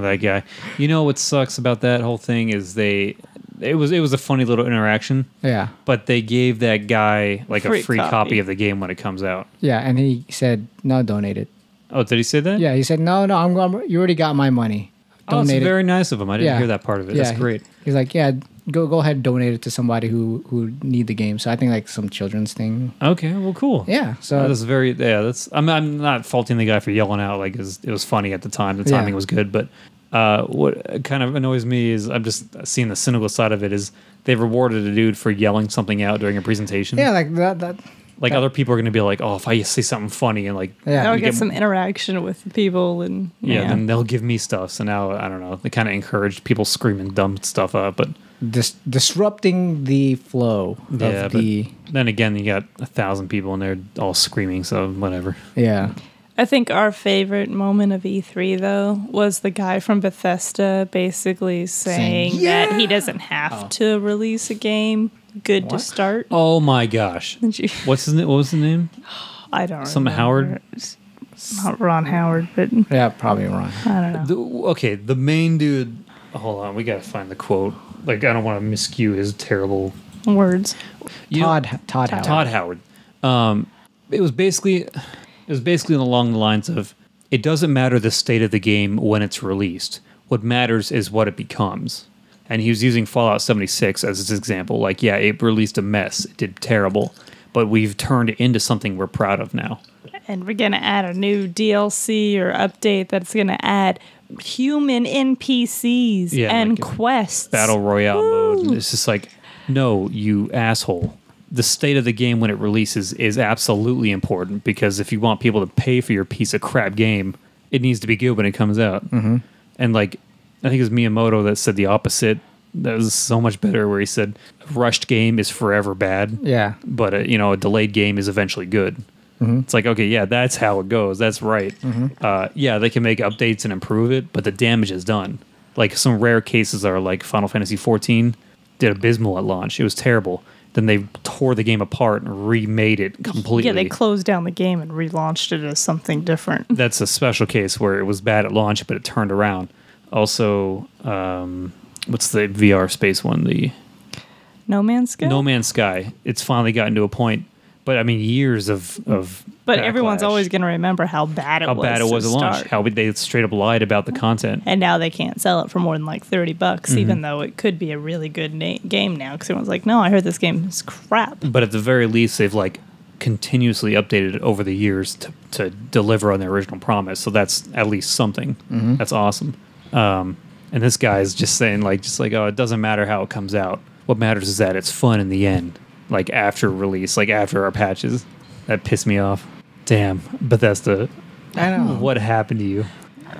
that guy. You know what sucks about that whole thing is they. It was it was a funny little interaction,
Yeah,
but they gave that guy like
Free
a free copy.
copy
of the game when it comes out.
yeah, and he said no, donate it.
Oh, did he say that?
Yeah, he said no, no, I'm going. You already got my money.
Oh, it's
Donate it.
very nice of him. I didn't
Yeah.
hear that part of it.
Yeah,
That's
he-
great.
He's like, yeah, go go ahead, and donate it to somebody who who need the game. So I think like some children's thing.
Okay, well, cool.
Yeah. So
that's very. Yeah, that's. I'm. I'm not faulting the guy for yelling out. Like, it was, it was funny at the time. The
Yeah.
timing was good, but uh, what kind of annoys me is I'm just seeing the cynical side of it. Is they rewarded a dude for yelling something out during a presentation?
yeah, like that. that
like other people are gonna be like, oh, if I say something funny and like,
Yeah.
Now we
you
get
get-
some interaction with the people and.
yeah, then they'll give me stuff. So now I don't know. They kind of encouraged people screaming dumb stuff up, but
dis- disrupting the flow of
yeah,
the
but then again, you got a thousand people and they're all screaming. So whatever.
yeah.
I think our favorite moment of E3 though was the guy from Bethesda basically saying that he doesn't have to release a game good to
What?
start.
Oh my gosh,
Did you-
what's his name? What was the name?
I don't
Some
remember.
Howard?
It's Not Ron Howard, but
Yeah, probably wrong.
I don't know.
The, okay, the main dude. Hold on, we gotta find the quote. Like I don't want to miscue his terrible.
Words.
You know-
Todd Todd Howard.
Todd Howard. Um, it was basically it was basically along the lines of it doesn't matter the state of the game when it's released. What matters is what it becomes. And he was using Fallout 76 as his example. Like, yeah, it released a mess, it did terrible, but we've turned it into something we're proud of now.
and we're going to add a new DLC or update that's going to add human NPCs
Yeah,
and
like a
quests.
Battle Royale
Woo!
mode. It's just like, no, you asshole. The state of the game when it releases is absolutely important because if you want people to pay for your piece of crap game, it needs to be good when it comes out. Mm-hmm. And like, I think it was Miyamoto that said the opposite. That was so much better, where he said, a rushed game is forever bad
Yeah.
but uh, you know a delayed game is eventually good. It's like okay, yeah, that's how it goes. That's right. Uh, yeah, they can make updates and improve it, but the damage is done. Like some rare cases are like Final Fantasy XIV did abysmal at launch. It was terrible. Then they tore the game apart and remade it completely.
Yeah, they closed down the game and relaunched it as something different.
that's a special case where it was bad at launch, but it turned around. Also, um, what's the VR space one? The
No Man's Sky.
No Man's Sky. It's finally gotten to a point, but I mean, years of of.
but everyone's
backlash.
always going to remember how bad it
how
was.
bad it was
to
at launch.
start.
How they straight up lied about the content.
and now they can't sell it for more than like 30 bucks,
Mm-hmm.
even though it could be a really good na- game now because everyone's like, no, I heard this game is crap.
But at the very least, they've like continuously updated it over the years to, to deliver on their original promise. So that's at least something. That's awesome. Um, and this guy is just saying like, just like, oh, it doesn't matter how it comes out. What matters is that it's fun in the end. Like after release, like after our patches, that pissed me off. Damn, Bethesda,
I know.
what happened to you?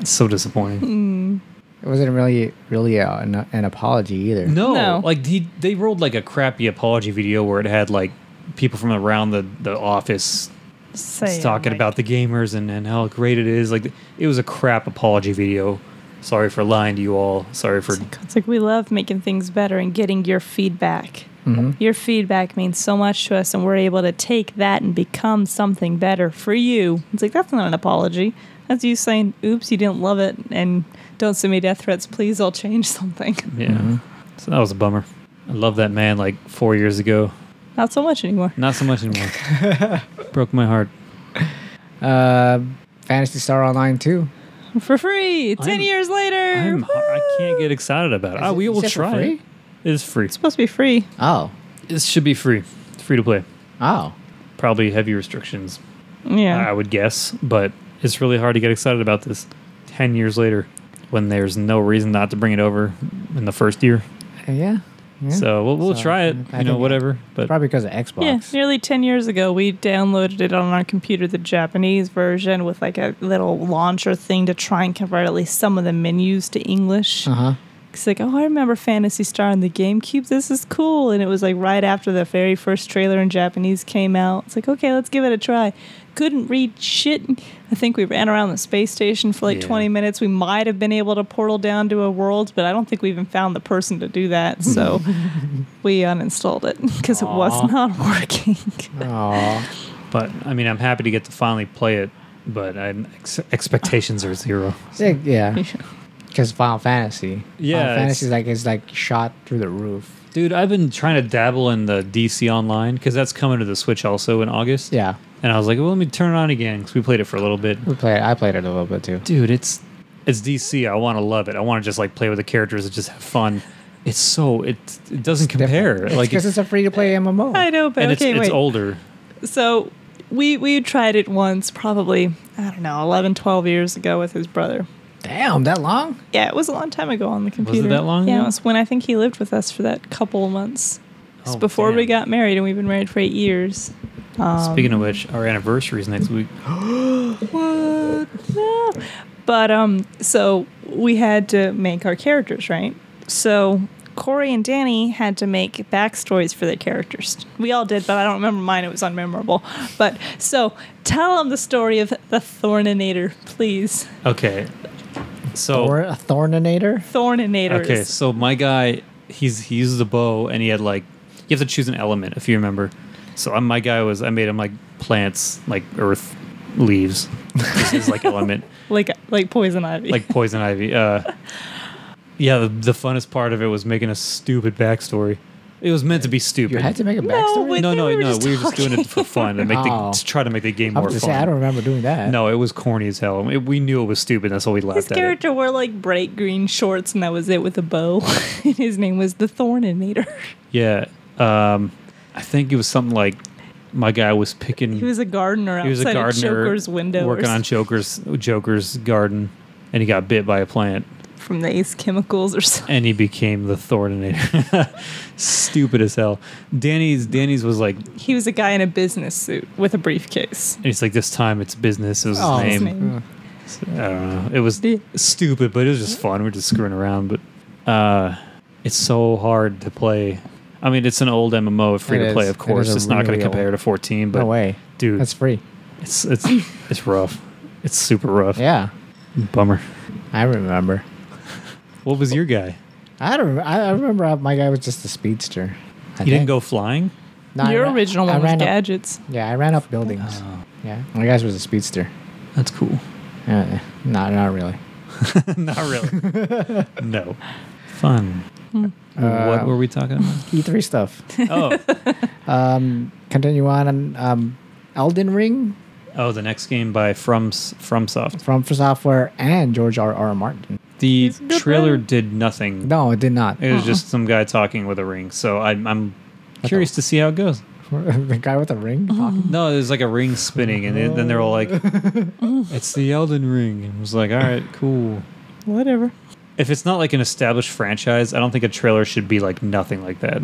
It's so disappointing.
It wasn't really, really uh, an, an apology either.
No,
No.
like he, they rolled like a crappy apology video where it had like people from around the, the office
Saying,
talking
like,
about the gamers and, and how great it is. Like it was a crap apology video. Sorry for lying to you all. Sorry for
It's like we love making things better and getting your feedback.
Mm-hmm.
Your feedback means so much to us, and we're able to take that and become something better for you. It's like that's not an apology. That's you saying, "Oops, you didn't love it," and "Don't send me death threats, please. I'll change something."
yeah.
Mm-hmm.
So that was a bummer. I love that man like four years ago.
Not so much anymore.
Not so much anymore. Broke my heart.
Uh, Fantasy Star Online 2.
For free, 10
Hmm. I'm-
years later.
I'm, I can't
Woo!
get excited about it.
Is
Ah,
it-
we
is
will
it for
try. it.
free?
It is free.
It's supposed to be free.
Oh.
It should be free. It's free to play.
Oh.
Probably heavy restrictions, I
Yeah.
would guess, but it's really hard to get excited about this 10 years later when there's no reason not to bring it over in the first year.
Uh, yeah. yeah.
So we'll, we'll
So,
try it,
I
you know,
think-
whatever. But
Probably because of
yeah,
Xbox.
nearly 10 years ago, we downloaded it on our computer, the Japanese version, with like a little launcher thing to try and convert at least some of the menus to English.
Uh-huh.
Uh huh.
It's like, oh, I remember Fantasy Star on the GameCube. This is cool. And it was like right after the very first trailer in Japanese came out. It's like, okay, let's give it a try. Couldn't read shit. I think we ran around the space station for like
Yeah.
20 minutes. We might have been able to portal down to a world, but I don't think we even found the person to do that. So we uninstalled it because it was
Aw.
not working.
Oh.
but I mean, I'm happy to get to finally play it, but I'm, ex- expectations are zero.
yeah. Because Final Fantasy.
Yeah,
Final
it's-
Fantasy is like, is like shot through the roof.
Dude, I've been trying to dabble in the DC Online because that's coming to the Switch also in August.
Yeah.
And I was like, well, let me turn it on again because we played it for a little bit.
We played, I played it a little bit too.
dude, it's it's DC. I want to love it. I want to just like play with the characters and just have fun. It's so it it doesn't compare. like
because it's
it's,
a free to play MMO.
I know, but
and
okay,
it's,
wait.
it's older.
so we we tried it once probably i don't know 11 12 years ago with his brother
Damn, that long?
yeah it was a long time ago on the computer
that long
yeah
ago?
it was when i think he lived with us for that couple of months It's
Oh,
before we
damn.
got married and we've been married for eight years
Speaking of which, our anniversary is next week.
but um so we had to make our characters right so corey and danny had to make backstories for their characters we all did but i don't remember mine it was unmemorable but so tell them the story of the thorninator please
Okay, so
Or a Thorninator?
thorninators
Okay, so my guy, he's he uses a bow, and he had like you have to choose an element if you remember. So I'm, my guy was I made him like plants, like earth, leaves. This is like element.
like like poison ivy.
like poison ivy. Uh, yeah, the, the funnest part of it was making a stupid backstory. It was meant to be stupid.
You had to make a
No,
backstory.
we-
no,
I
no,
think we Oh, were
no.
just
we were just doing it for fun to make the,
Oh.
to try to make the game
I
more
was
fun.
gonna say I don't remember doing that.
no, it was corny as hell. It- we knew it was stupid. That's why we
His
laughed at it.
character wore like bright green shorts, and that was it with a bow. and his name was the Thorninator.
Yeah, um, I think it was something like my guy was picking.
He was a gardener
he was
outside of Joker's window, or
working on Joker's Joker's garden, and he got bit by a plant,
something from the Ace Chemicals or something.
and he became the Thorninator. Stupid as hell. Danny's Danny's was like, and
He was a guy in a business suit with a briefcase.
he's like, this time it's business. It was
Oh.
his
His
name.
name.
I don't know. It was
Yeah.
stupid, but it was just fun. We're just screwing around, but uh, it's so hard to play. I mean, it's an old MMO, free
It
to play,
is.
of
It
course.
is a
It's not going
really
to compare to 14, but
no way,
dude,
That's free.
it's it's it's rough. It's super rough.
Yeah,
Bummer.
I remember.
What was your guy?
I don't. Remember. I I remember how my guy was just a speedster. I
You didn't
think.
go flying?
No, I
Your
ran-
original
I
one was Oh.
ran up-
gadgets.
yeah, I ran up buildings. Yeah, my guy was a speedster.
That's cool.
Uh, not, not really.
not really. no. Fun. what were we talking about?
E3 E stuff.
Uh, Oh,
um, continue on. and, Um, Elden Ring
oh, the next game by From FromSoft.
from For Software and George R. R. Martin.
The
He's a good
trailer
player.
did nothing.
No, it did not.
It was just some guy talking with a ring. So I, I'm curious to see how it goes.
Hmm. the guy with the ring.
No, there's like a ring spinning, and then- then they're all like, "It's the Elden Ring." And I was like, "All right, cool."
Whatever.
If it's not like an established franchise, I don't think a trailer should be like nothing like that.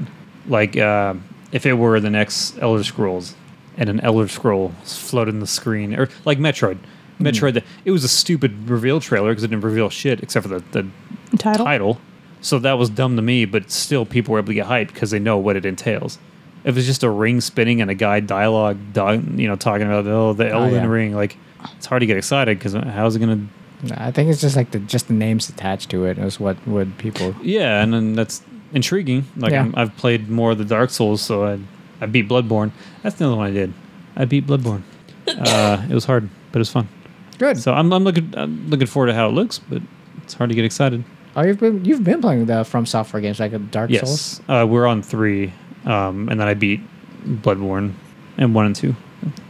Like uh, if it were the next Elder Scrolls, and an Elder Scroll floated in the screen, or like Metroid. Metroid. The, it was a stupid reveal trailer because it didn't reveal shit except for the, the
Title.
title. So that was dumb to me, but still people were able to get hyped because they know what it entails. If it's just a ring spinning and a guy dialogue, di- you know, talking about oh the Elden
yeah.
Ring, like it's hard to get excited because how's it gonna?
I think it's just like the just the names attached to it is what would people.
Yeah, and then that's intriguing. Like
Yeah.
I'm, I've played more of the Dark Souls, so I I beat Bloodborne. That's the other one I did. I beat Bloodborne. uh, it was hard, but it was fun.
Good.
So I'm, I'm looking I'm looking forward to how it looks, but it's hard to get excited.
Oh, you've been you've been playing the From Software games like Dark Souls.
Yes, uh, we're on three, um, and then I beat Bloodborne and one and two.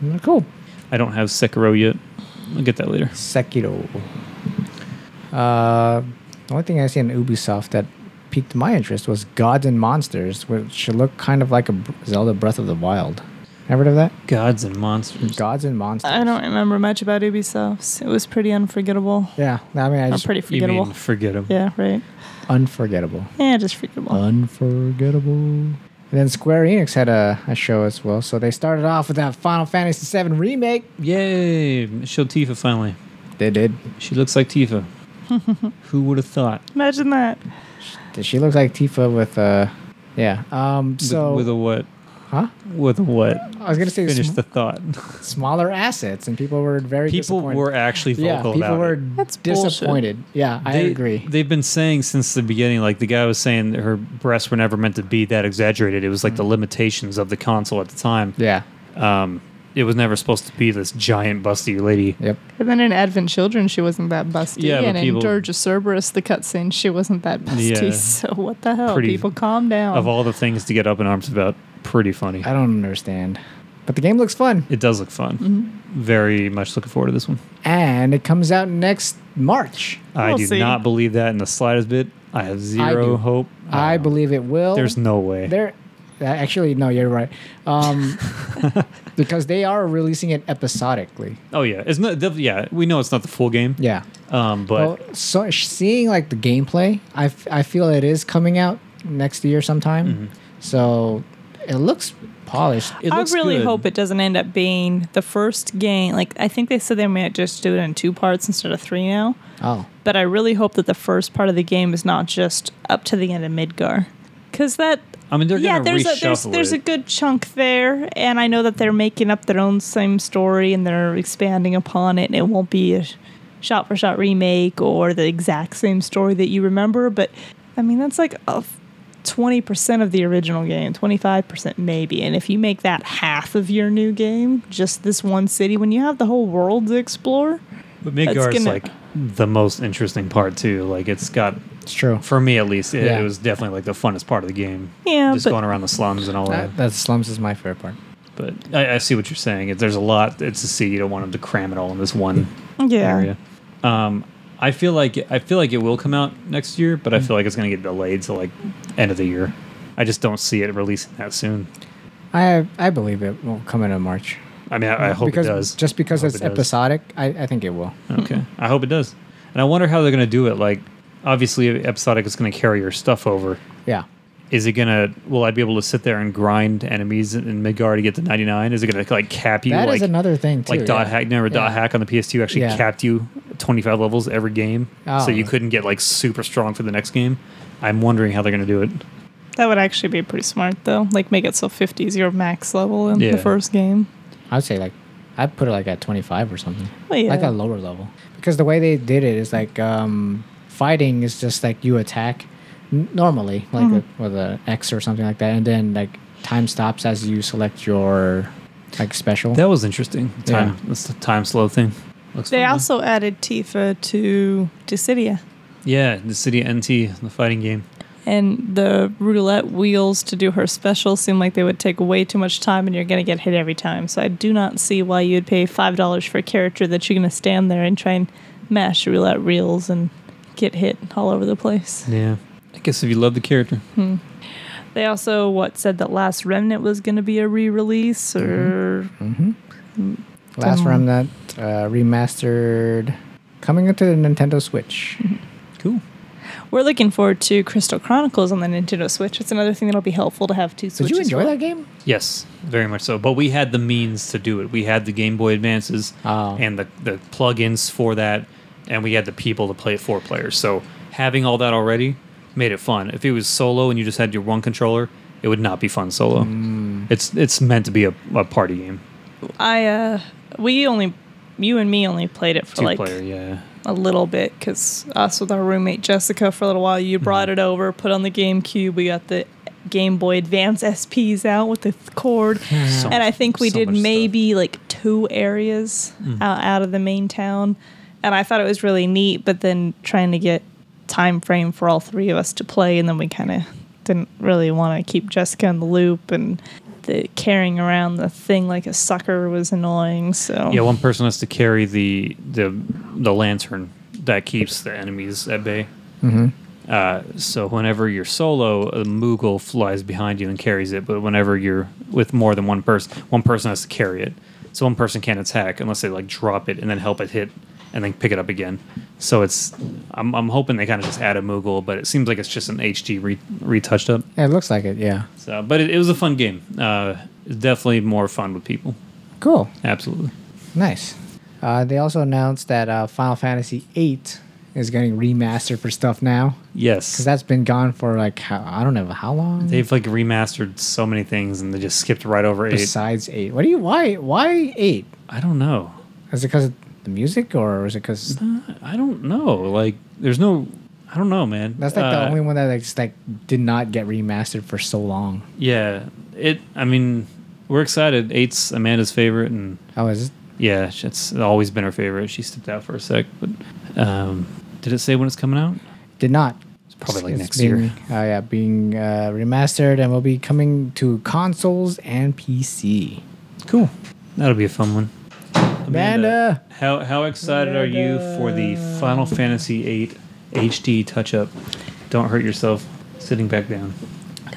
Mm, Cool.
I don't have Sekiro yet. I'll get that later.
Sekiro. Uh, the only thing I see in Ubisoft that piqued my interest was Gods and Monsters, which looked kind of like a Br- Zelda Breath of the Wild. Ever heard of that?
Gods and monsters.
Gods and Monsters.
I don't remember much about Ubisoft. It was pretty unforgettable.
Yeah, I mean, I
Or
just
pretty
You mean
forgettable.
forget them?
Yeah, right.
unforgettable.
Yeah, just forgettable.
Uh, Unforgettable. And then Square Enix had a, a show as well, so they started off with that Final Fantasy VII remake.
Yay! it Showed Tifa finally.
They did.
She looks like Tifa. Who would have thought?
Imagine that.
She looks like Tifa with uh, yeah. Um,
With-
so
with, a what?
huh?
With a what?
I was gonna say
Finish
sm-
the thought.
smaller assets, and people were very
People
disappointed.
were actually vocal
yeah, people
about
were
it.
That's bullshit.
disappointed. Yeah, I
They-
agree.
They've been saying since the beginning, like the guy was saying, that her breasts were never meant to be that exaggerated. It was like the
Mm.
limitations of the console at the time.
yeah,
um, it was never supposed to be this giant busty lady.
yep.
And then in Advent Children, she wasn't that busty.
Yeah, but
and
people-
in Dirge of Cerberus, the cutscene, she wasn't that busty.
Yeah.
So what the hell?
Pretty-
people, calm down.
Of all the things to get up in arms about, pretty funny.
Um, I don't understand, but the game looks fun,
It does look fun.
Mm-hmm.
Very much looking forward to this one.
and it comes out next March.
I
We'll
do
see.
not believe that in the slightest bit. I have zero
do.
hope.
I
Uh,
believe it will.
there's no way.
there. uh, Actually, no, you're right. Um, because they are releasing it episodically.
oh yeah, it's not. the- Yeah, we know it's not the full game.
Yeah.
Um,
Well,
but
so seeing like the gameplay, I, f- I feel it is coming out next year sometime.
Mm-hmm.
So it looks polished.
it
I
looks
really
good.
hope it doesn't end up being the first game. Like, I think they said they might just do it in two parts instead of three now.
Oh,
but I really hope that the first part of the game is not just up to the end of Midgar, because that
I mean, they're
yeah,
gonna
there's
reshuffle
a there's, there's a
it.
good chunk there, and I know that they're making up their own same story and they're expanding upon it, and it won't be a shot for shot remake or the exact same story that you remember, but I mean that's like a. 20% of the original game, 25% maybe. And if you make that half of your new game, just this one city, when you have the whole world to explore,
But
that's
Midgar's
gonna-
like the most interesting part too. Like it's got
It's true.
for me at least, it,
Yeah.
it was definitely like the funnest part of the game.
Yeah,
just
but-
going around the slums and all that.
That, that slums is my favorite part.
But I, I see what you're saying. It- There's a lot. It's to see. You don't want them to cram it all in this one
Yeah.
area. Um, I feel like I feel like it will come out next year, but I feel like it's going to get delayed to like end of the year. I just don't see it releasing that soon.
I I believe it will come in in March.
I mean, I, I hope
because
it does.
Just because
I hope
it's
it does.
episodic, I, I think it will.
Okay, I hope it does. And I wonder how they're going to do it. Like, obviously, episodic is going to carry your stuff over.
Yeah.
Is it gonna? Will I be able to sit there and grind enemies in Midgar to get to ninety nine? Is it gonna like cap you?
That is
like,
another thing too.
like dot
yeah.
hack. Remember dot
Yeah.
hack on the PS2 actually
Yeah.
capped you twenty five levels every game,
Oh.
so you couldn't get like super strong for the next game. I'm wondering how they're gonna do it.
That would actually be pretty smart, though. Like, make it so 50 is your max level in
Yeah.
the first game.
I'd say like I'd put it like at 25 or something.
Well, yeah.
Like a lower level. Because the way they did it is like um, fighting is just like you attack n- normally, like a, with an X or something like that, and then like time stops as you select your like special.
That was interesting. Time,
Yeah.
that's the time slow thing. Looks
They
fun, though.
also added Tifa to Dissidia
yeah, the city NT, the fighting game.
and the roulette wheels to do her special seem like they would take way too much time and you're going to get hit every time. So I do not see why you'd pay $5 for a character that you're going to stand there and try and mash roulette reels and get hit all over the place.
Yeah, I guess if you love the character,
They also what said that Last Remnant was going to be a re-release or
Mm-hmm. Mm. Last
Um,
Remnant uh, remastered, coming into the Nintendo Switch.
cool.
Mm-hmm.
we're looking forward to Crystal Chronicles on the Nintendo Switch. It's another thing that'll be helpful to have two
Did
Switches.
you enjoy
for.
that game?
Yes, very much so. But we had the means to do it. We had the Game Boy Advances
Oh.
and the, the plugins for that, and we had the people to play it four players. So having all that already made it fun. If it was solo and you just had your one controller, it would not be fun solo. It's it's meant to be a, a party game,
I uh, we only you and me only played it for
two
like
player. Yeah,
a little bit because us with our roommate Jessica for a little while. You brought
Mm-hmm.
it over, put on the GameCube. We got the Game Boy Advance SPs out with the th- cord,
So
and I
much-
think we
so
did
much stuff. Mm-hmm.
maybe like two areas out, out of the main town, and I thought it was really neat. But then trying to get time frame for all three of us to play, and then we kind of didn't really want to keep Jessica in the loop and. The carrying around the thing like a sucker was annoying. So
yeah. One person has to carry the the the lantern that keeps the enemies at bay. Uh, so whenever you're solo, a Moogle flies behind you and carries it. But whenever you're with more than one person, one person has to carry it. So one person can't attack unless they like drop it and then help it hit and then pick it up again. So it's I'm, I'm hoping they kind of just add a Moogle, but it seems like it's just an HD re- retouched up.
Yeah, it looks like it. Yeah.
So, but it, it was a fun game. Uh, it's definitely more fun with people.
Cool.
Absolutely.
Nice. Uh, they also announced that uh, Final Fantasy VIII is getting remastered for stuff now
Yes.
because that's been gone for like how, I don't know how long.
They've like remastered so many things and they just skipped right over eight.
Besides eight, what do you why why eight?
I don't know.
Is it because of the music or is it because
I don't know. Like, there's no. I don't know, man.
that's like
Uh,
the only one that like, just like did not get remastered for so long?
Yeah. It. I mean, we're excited. Eight's Amanda's favorite, and
Oh, is it?
yeah, it's always been her favorite. She stepped out for a sec, but um, did it say when it's coming out?
did not. It's
probably like next
being,
year.
Uh, yeah, being uh, remastered and will be coming to consoles and PC.
Cool. That'll be a fun one.
Amanda.
how how excited are you for the Final Fantasy VIII HD touch up? Don't hurt yourself sitting back down.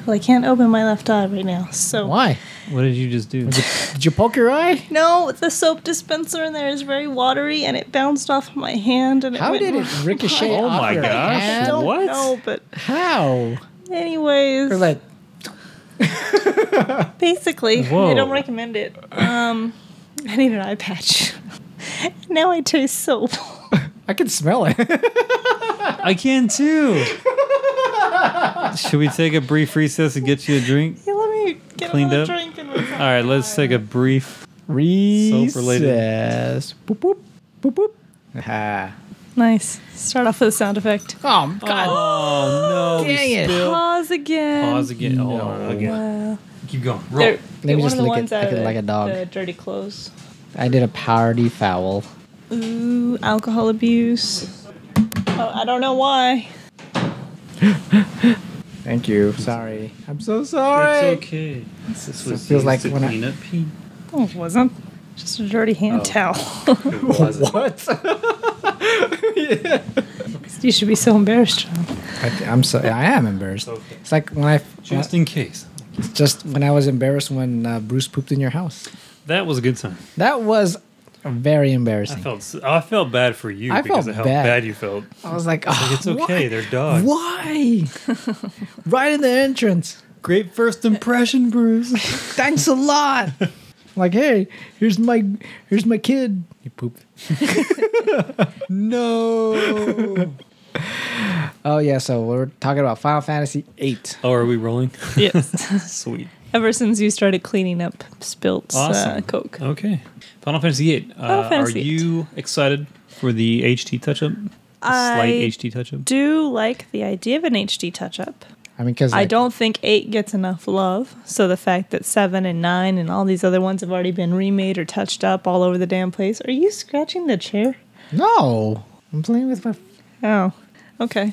Well, I can't open my left eye right now. So
Why?
What did you just do?
Did you poke your eye?
No, the soap dispenser in there is very watery, and it bounced off my hand. And it
How
went
did it ricochet?
Oh
off
my
your
gosh.
I
hand?
don't
What?
know, but
How?
anyways,
They're like,
basically,
Whoa.
I don't recommend it. Um, I need an eye patch. now I taste soap.
I can smell it.
I can too. Should we take a brief recess and get you a drink?
Hey, let me get
Cleaned
another
up?
drink and.
All right, let's take a brief.
Recess.
related.
Boop boop boop boop. Ah.
Nice. Start off with a sound effect.
Oh God!
Oh no! we
Dang it.
spilled.
Pause again.
Pause again.
No.
Oh, again.
Wow.
Keep going. Roll.
There,
me
get one
just
of the
lick it-
ones out
lick
of
it
the-
like a dog.
the dirty clothes.
I did a party foul.
Ooh, alcohol abuse. Oh, I don't know why.
Thank you. Sorry. I'm so sorry.
It's okay. This
It
was
feels
feels
like
like
when I-
peanut pea.
Oh, it wasn't. Just a dirty hand
Oh.
towel.
It wasn't.
What?
you should be so embarrassed, John.
I, am so. I am embarrassed.
Okay.
It's like when I
Just in case.
it's just when I was embarrassed when uh, Bruce pooped in your house.
That was a good time.
That was very
I
embarrassing. I,
felt s- I felt bad for you
I
because
felt
of how
bad.
bad. you felt.
was like, oh,
It's okay.
Why?
They're dogs.
Why? right in the entrance.
Great first impression, Bruce.
Thanks a lot. like, hey, here's my here's my kid. He pooped.
no.
Oh yeah, so we're talking about Final Fantasy VIII.
Oh, are we rolling?
Yes.
Sweet.
Ever since you started cleaning up spilt uh,
Awesome.
Coke.
Okay. Final Fantasy VIII.
Final
Uh,
Fantasy
are
VIII.
you excited for the HD touch up?
I
Slight HD touch up.
do like the idea of an HD touch up.
I mean, because
I don't think 8 gets enough love. So the fact that 7 and 9 and all these other ones have already been remade or touched up all over the damn place. Are you scratching the chair?
No, I'm playing with my.
Oh, okay.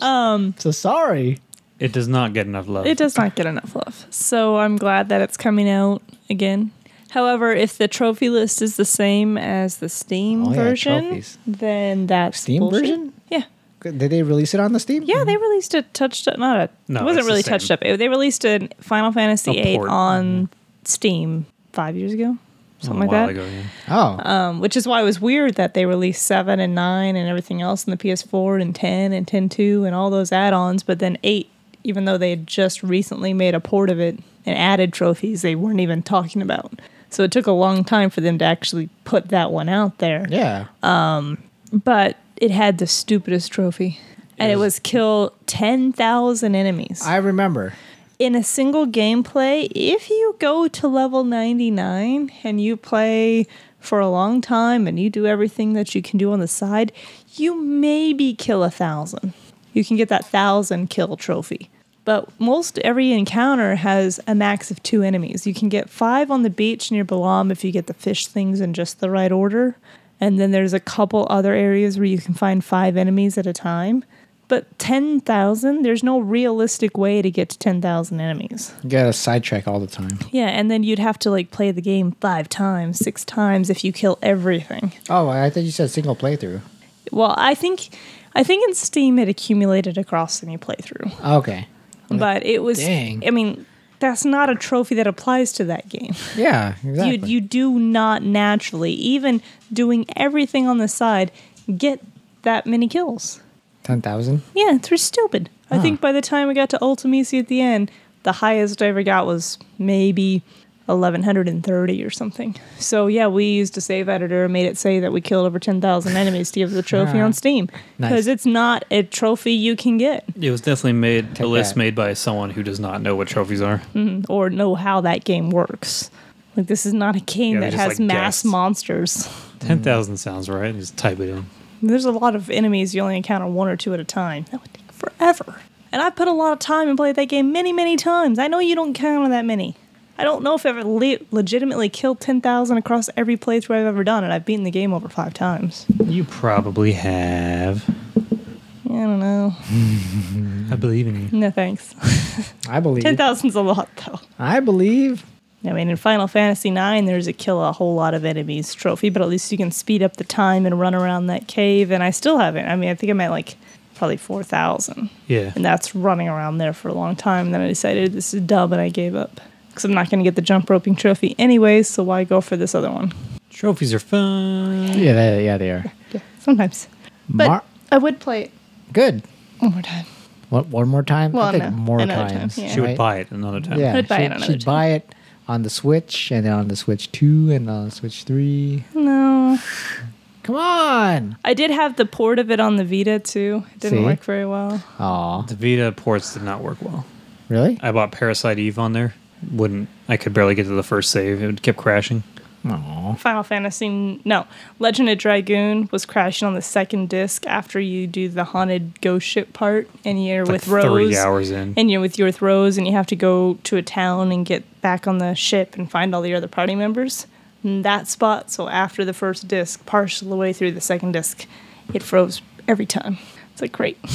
So sorry.
It does not get enough love.
It does not get enough love. So I'm glad that it's coming out again. However, if the trophy list is the same as the Steam
Oh, yeah,
version,
trophies.
then that's
Steam
bullshit.
version?
Yeah.
Did they release it on the Steam?
Yeah, they released a touched up. Not a.
Mm-hmm. No,
it wasn't
it's the
really
same.
touched up. It- they released a Final Fantasy
A
VIII
port. Mm-hmm.
on Steam five years ago, something
a
like
while
that.
ago. Yeah.
Oh,
Um, which is why it was weird that they released seven and nine and everything else in the PS4 and ten and ten two and all those add-ons, but then eight, even though they had just recently made a port of it and added trophies, they weren't even talking about. So it took a long time for them to actually put that one out there
yeah.
uh, but it had the stupidest trophy. And it was kill 10,000 enemies.
I remember.
In a single gameplay, if you go to level 99 and you play for a long time and you do everything that you can do on the side, you maybe kill a thousand. You can get that thousand kill trophy. But most every encounter has a max of two enemies. You can get five on the beach near Balam if you get the fish things in just the right order. And then there's a couple other areas where you can find five enemies at a time. But 10,000, there's no realistic way to get to 10,000 enemies.
You gotta sidetrack all the time.
Yeah, and then you'd have to like play the game five times, six times if you kill everything.
Oh, I thought you said single playthrough.
Well, I think I think in Steam it accumulated across any playthrough.
Okay.
But it was
Dang.
I mean, that's not a trophy that applies to that game.
Yeah, exactly.
You you do not naturally, even doing everything on the side, get that many kills.
Ten thousand.
Yeah, it's really stupid. I
Huh.
think by the time we got to Ultimisi at the end, the highest I ever got was maybe 1130 or something. So yeah, we used a save editor and made it say that we killed over 10,000 enemies to give the trophy on Steam
Nice.
because it's not a trophy you can get
It was definitely made
Take
a list
that.
made by someone who does not know what trophies are.
Mm. or know how that game works. Like this is not a game
Yeah, they
that
just,
has
like,
mass
guessed.
monsters.
Ten thousand sounds right. Just type it in.
There's a lot of enemies you only encounter one or two at a time. That would take forever. And I put a lot of time and played that game many, many times. I know you don't count that many. I don't know if I've ever le- legitimately killed 10,000 across every playthrough I've ever done, and I've beaten the game over five times.
You probably have.
I don't know.
I believe in you.
No thanks.
I believe.
10,000's a lot, though.
I believe.
I mean, in Final Fantasy IX, there's a kill a whole lot of enemies trophy, but at least you can speed up the time and run around that cave, and I still haven't. I mean, I think I'm at like probably 4,000.
Yeah.
and that's running around there for a long time. And then I decided this is dumb, and I gave up because I'm not going to get the jump roping trophy anyways. So why go for this other one?
Trophies are fun.
Yeah, they, yeah, they are.
Yeah, sometimes. But
Mar-
I would play it
good.
one more time.
One, one more time.
Well,
I think
no,
more
another time,
times.
yeah.
She would
right?
buy it another time.
Yeah,
I'd buy
she,
it another
she'd
time.
buy it on the Switch, and then on the Switch Two, and on the Switch Three.
No,
Come on.
I did have the port of it on the Vita too. It didn't
See?
work very well.
Aw,
The Vita ports did not work well.
really?
I bought Parasite Eve on there. Wouldn't I could barely get to the first save. It kept crashing.
Aww.
Final Fantasy, no, Legend of Dragoon was crashing on the second disc after you do the haunted ghost ship part, and you're
Like
with Rose.
three hours in.
And you're with you're with Rose, and you have to go to a town and get back on the ship and find all the other party members. And that spot, so after the first disc, partial of the way through the second disc, it froze every time. It's like great.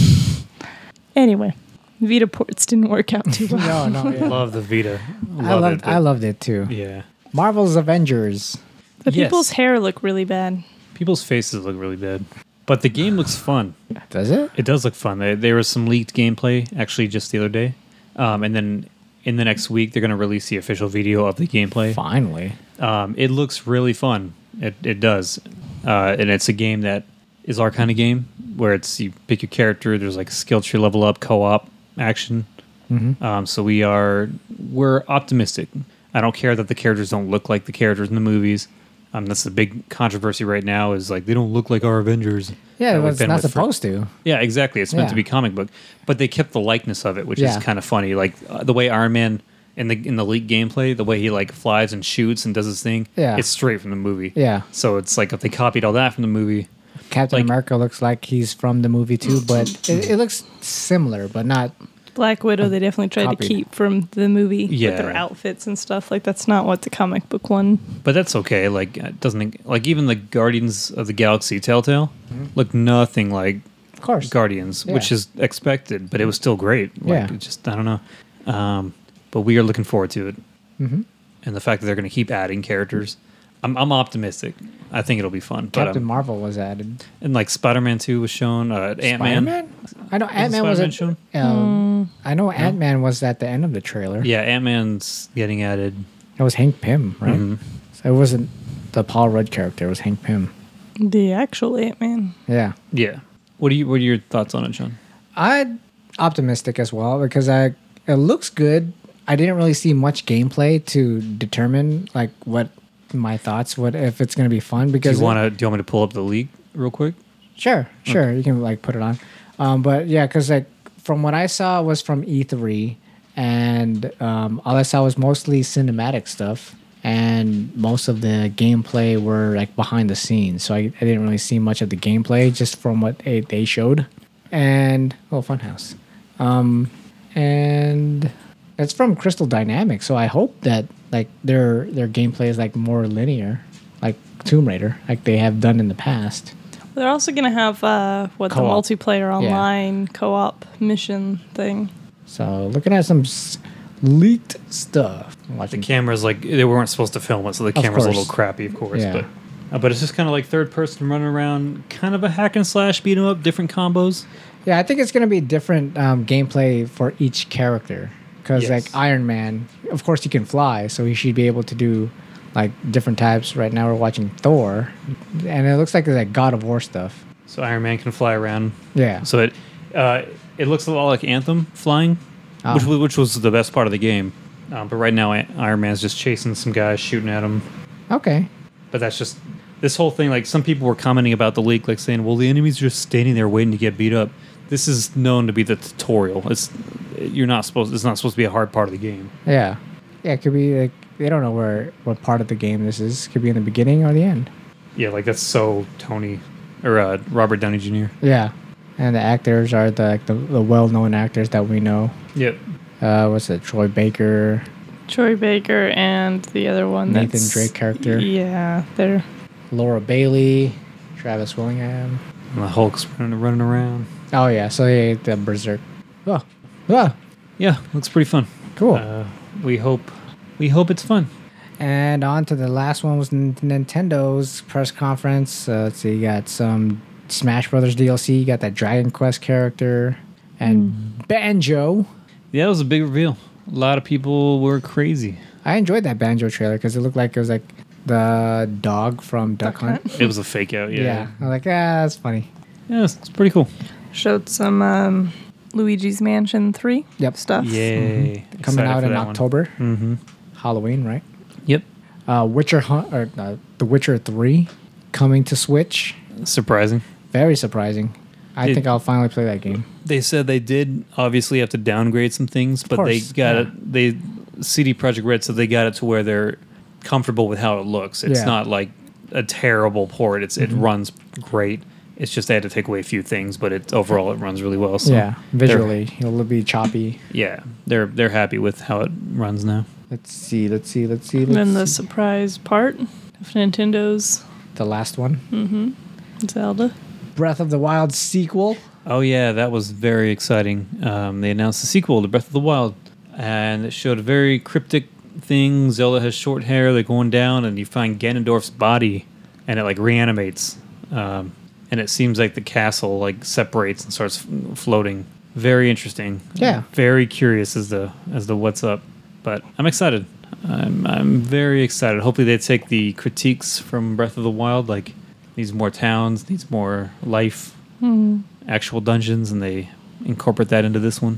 anyway, Vita ports didn't work out too well.
No, no. Yeah.
Love the Vita. Love
I loved
it, but-
I loved it too.
Yeah.
Marvel's Avengers.
But
Yes.
people's hair look really bad.
People's faces look really bad. But the game looks fun.
Does it?
It does look fun. There, there was some leaked gameplay actually just the other day, um, and then in the next week they're going to release the official video of the gameplay.
Finally.
Um, it looks really fun. It it does, uh, and it's a game that is our kind of game where it's you pick your character. There's like skill tree level up co op action.
Mm-hmm.
Um, so we are we're optimistic. I don't care that the characters don't look like the characters in the movies. Um, that's the big controversy right now is like they don't look like our Avengers.
Yeah,
that
it
we've
was
been
not
with for-
supposed to.
yeah, exactly. It's meant
Yeah.
to be comic book, but they kept the likeness of it, which
Yeah.
is kind of funny. Like uh, the way Iron Man in the in the leak gameplay, the way he like flies and shoots and does his thing,
Yeah.
it's straight from the movie.
Yeah.
So it's like if they copied all that from the movie,
Captain
Like-
America looks like he's from the movie too, but it, it looks similar, but not.
Black Widow, they definitely tried
Copied.
to keep from the movie with their
Yeah.
outfits and stuff. Like that's not what the comic book one.
but that's okay. Like it doesn't like even the Guardians of the Galaxy Telltale
Mm-hmm.
look nothing like
Of course.
Guardians,
Yeah.
which is expected, but it was still great. Like,
Yeah.
it just I don't know, um, but we are looking forward to it, mm-hmm. and the fact that they're going to keep adding characters, I'm, I'm optimistic. I think it'll be fun. But
Captain
um,
Marvel was added.
and like Spider-Man Two was shown, uh, Ant-Man.
Spider-Man? I know Ant Man
Spider-Man
was.
shown?
Um, I know Ant Man was at the end of the trailer.
Yeah, Ant-Man's getting added.
It was Hank Pym, right?
Mm-hmm.
So it wasn't the Paul Rudd character. It was Hank Pym.
The actual Ant Man.
Yeah.
Yeah. What are you? What are your thoughts on it, Sean?
I'm optimistic as well because I it looks good. I didn't really see much gameplay to determine like what my thoughts would if it's going to be fun
Do
because
you want to? Do you want me to pull up the leak real quick?
Sure, sure. You can like put it on. Um, but yeah, because like from what I saw was from E3, and um, all I saw was mostly cinematic stuff, and most of the gameplay were like behind the scenes. So I, I didn't really see much of the gameplay just from what they, they showed, and oh, Funhouse, um, and it's from Crystal Dynamics. So I hope that like their their gameplay is like more linear, like Tomb Raider, like they have done in the past.
They're also gonna have uh, what
Co-op.
the multiplayer
Yeah.
online co-op mission thing.
So looking at some s- leaked stuff.
The
Watching
camera's like they weren't supposed to film it, so the camera's a little
course.
crappy, of course.
Yeah.
But uh, but it's just kind of like third person running around, kind of a hack and slash beat 'em up, different combos.
yeah, I think it's gonna be different um, gameplay for each character because
Yes.
like Iron Man, of course he can fly, so he should be able to do like different types. Right now we're watching Thor, and it looks like it's like God of War stuff.
So Iron Man can fly around.
Yeah.
So it uh, it looks a lot like Anthem flying,
Ah.
which wa- which was the best part of the game. Um, but right now I- Iron Man's just chasing some guys, shooting at him.
Okay.
But that's just this whole thing. Like some people were commenting about the leak, like saying, "Well, the enemy's just standing there waiting to get beat up." This is known to be the tutorial. It's you're not supposed. It's not supposed to be a hard part of the game.
Yeah. Yeah, it could be like they don't know where what part of the game this is. Could be in the beginning or the end.
Yeah, like that's so Tony or uh, Robert Downey Jr.
Yeah. And the actors are the the, the well known actors that we know.
Yep.
Uh, what's it? Troy Baker.
Troy Baker and the other one.
Nathan
that's-
Drake character.
Yeah, they're
Laura Bailey, Travis Willingham.
And the Hulk's running, running around.
Oh yeah, so yeah, the Berserk. Oh, oh,
Yeah, looks pretty fun.
cool.
Uh, we hope we hope it's fun.
and on to the last one was N- Nintendo's press conference. Uh, let's see, you got some Smash Brothers DLC. You got that Dragon Quest character and Banjo.
Yeah, it was a big reveal. A lot of people were crazy.
I enjoyed that Banjo trailer because it looked like it was like the dog from Duck, Hunt.
It was a fake out.
Yeah.
Yeah,
I was like, ah, that's funny.
yeah, it's, it's pretty cool.
showed some um, Luigi's Mansion three
Yep.
stuff.
Yay!
Coming
Excited
out
for
in
that one.
October,
Mhm.
Halloween, right?
Yep.
uh, Witcher Hunt or uh, The Witcher Three coming to Switch.
Surprising.
Very surprising. I
Dude.
think I'll finally play that game.
They said they did obviously have to downgrade some things, but they
course,
got
yeah.
it. They CD Project Red said they got it to where they're comfortable with how it looks. It's
Yeah. Mm-hmm.
not like a terrible port. It's it runs great. It's just they had to take away a few things, but it overall it runs really well. So
yeah,
they're-
visually it'll be choppy.
yeah, they're they're happy with how it runs now.
Let's see, let's see, let's see.
And
Let's
then the
see.
surprise part of Nintendo's
the last one,
Zelda.
Breath of the Wild sequel.
Oh yeah, that was very exciting. Um, they announced the sequel to Breath of the Wild, and it showed a very cryptic thing. Zelda has short hair. They're going down, and you find Ganondorf's body, and it like reanimates, um, and it seems like the castle like separates and starts f- floating. Very interesting.
Yeah.
Very curious as to as to what's up, but I'm excited. I'm I'm very excited. Hopefully they take the critiques from Breath of the Wild, like needs more towns, needs more life actual dungeons and they incorporate that into this one.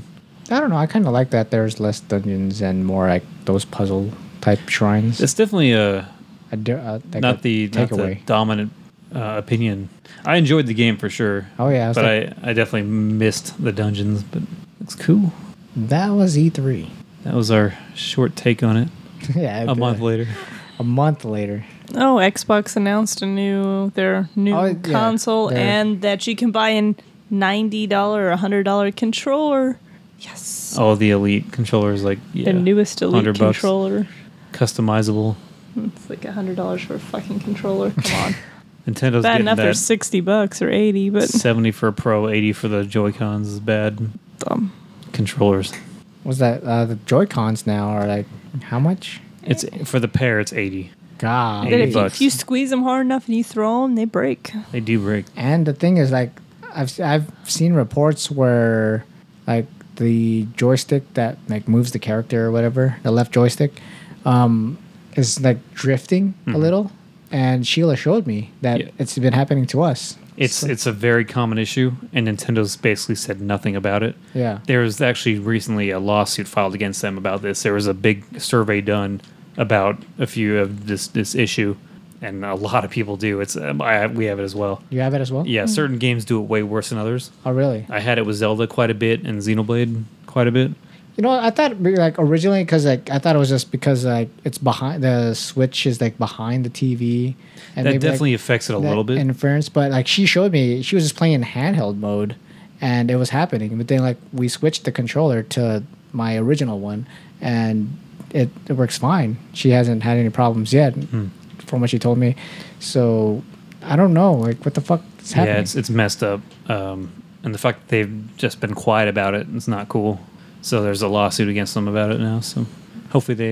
I don't know. I kind of like that. There's less dungeons and more like those puzzle type shrines.
It's definitely a
I do- uh, like
not
a
the not the
takeaway.
dominant uh, opinion. I enjoyed the game for sure.
Oh, yeah, I was
but
like-
I I definitely missed the dungeons. But it's cool.
that was E E3.
That was our short take on it.
yeah,
A month later,
A month later.
Oh, Xbox announced a new their new
Oh, yeah,
console
their-
and that you can buy an ninety dollar or hundred dollar
Oh,
controller. Yes.
all the elite controllers like yeah,
the newest elite
100 bucks.
controller.
customizable.
It's like hundred dollars for a fucking controller. Come on.
Nintendo's
Bad
getting
enough
that
there's sixty bucks or eighty, but
seventy for a pro, eighty for the Joy Cons is bad.
um,
Controllers.
Was that uh, the Joy Cons now are like how much?
It's for the pair. It's eighty.
God.
but if,
80
you,
bucks.
if you squeeze them hard enough and you throw them, they break.
They do break.
And the thing is, like, I've s- I've seen reports where like the joystick that like moves the character or whatever, the left joystick, um, is like drifting a little. And Sheila showed me that
Mm-hmm. Yeah.
it's been happening to us.
It's
So-
it's a very common issue, and Nintendo's basically said nothing about it.
yeah.
There was actually recently a lawsuit filed against them about this. There was a big survey done about a few of this this issue, and a lot of people do. It's um, I, we have it as well.
You have it as well.
Yeah, certain games do it way worse than others.
Oh really?
I had it with Zelda quite a bit and Xenoblade quite a bit.
You know, I thought we- like originally because like I thought it was just because like it's behind the switch is like behind the TV, and maybe,
that
like,
definitely affects it a
that
little bit.
interference. But like she showed me, she was just playing in handheld mode, and it was happening. But then like we switched the controller to my original one, and it, it works fine. She hasn't had any problems yet,
Hmm.
from what she told me. So I don't know, like what the fuck is happening?
Yeah, it's it's messed up. Um, and the fact that they've just been quiet about it, it's not cool. So there's a lawsuit against them about it now. So hopefully they,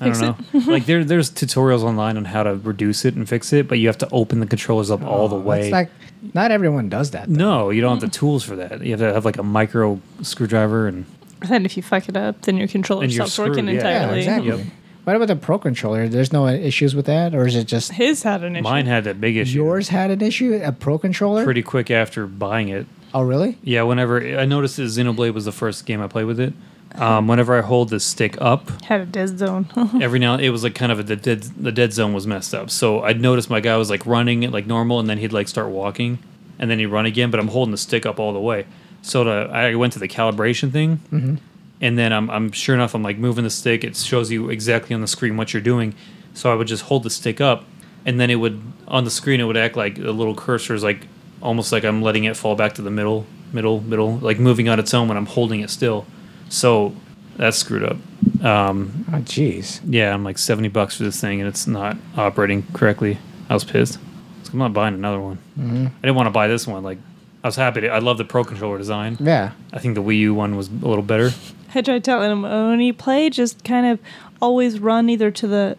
I
Fix
don't know. like there there's tutorials online on how to reduce it and fix it, but you have to open the controllers up all the
It's
way.
like Oh, not everyone does that. though.
no, you don't have the tools for that. You have to have like a micro screwdriver and
Then if you fuck it up, then your controller
Then you're
stops working
screwed, yeah.
Yeah,
entirely.
exactly.
Yep.
What about the pro controller? There's no issues with that, or is it just
His had an issue.
mine had that big issue.
yours had an issue? A pro controller?
pretty quick after buying it.
oh, really?
Yeah, whenever I noticed that Xenoblade was the first game I played with it. Um, whenever I hold the stick up,
had a dead zone.
every now it was like kind of a, the dead the dead zone was messed up. So I'd notice my guy was like running like normal, and then he'd like start walking, and then he'd run again. But I'm holding the stick up all the way. So to, I went to the calibration thing, and then I'm, I'm sure enough I'm like moving the stick. It shows you exactly on the screen what you're doing. So I would just hold the stick up, and then it would on the screen it would act like the little cursor is like almost like I'm letting it fall back to the middle, middle, middle, like moving on its own when I'm holding it still. So that's screwed up. Um,
Oh, jeez.
yeah, I'm like 70 bucks for this thing and it's not operating correctly. I was pissed. So I'm not buying another one. I didn't want to buy this one. Like, I was happy. To, I love the Pro Controller design.
Yeah.
I think the Wii U one was a little better.
I tried telling him "Oh, when you play, just kind of always run either to the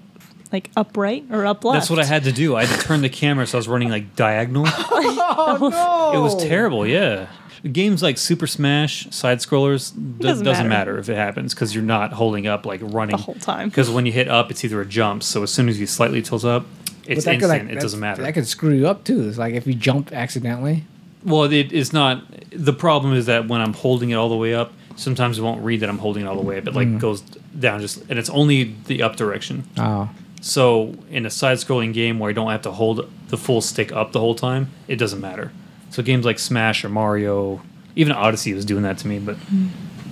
like upright or up left.
That's what I had to do. I had to turn the camera so I was running like diagonal.
Oh no!
It was terrible, yeah. Games like Super Smash, side scrollers, does,
Doesn't
doesn't matter.
matter.
if it happens because you're not holding up like running
The whole time.
Because when you hit up, it's either a jump. So as soon as you slightly tilt up, it's instant. it doesn't matter.
That could screw you up too. It's like if you jump accidentally.
Well, it is not. The problem is that when I'm holding it all the way up, sometimes it won't read that I'm holding it all the way up. It like goes down just, and it's only the up direction.
Oh,
So in a side-scrolling game where I don't have to hold the full stick up the whole time, it doesn't matter. So games like Smash or Mario, even Odyssey was doing that to me, but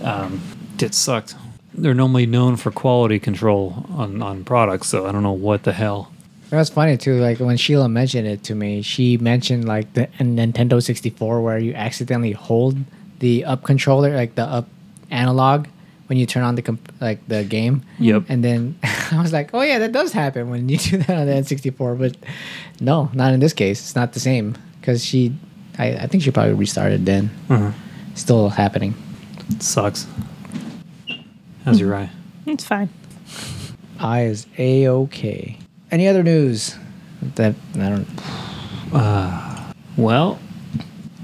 um, it sucked. they're normally known for quality control on, on products, so I don't know what the hell.
That was funny too. Like when Sheila mentioned it to me, she mentioned like the a Nintendo 64 where you accidentally hold the up controller, like the up analog, when you turn on the comp- like the game.
Yep.
And then I was like, oh yeah, that does happen when you do that on the N64, but no, not in this case. It's not the same because she, I, I think she probably restarted then.
Uh-huh.
Still happening.
It sucks. How's your eye?
It's fine.
I is a okay. Any other news? That I don't
Well,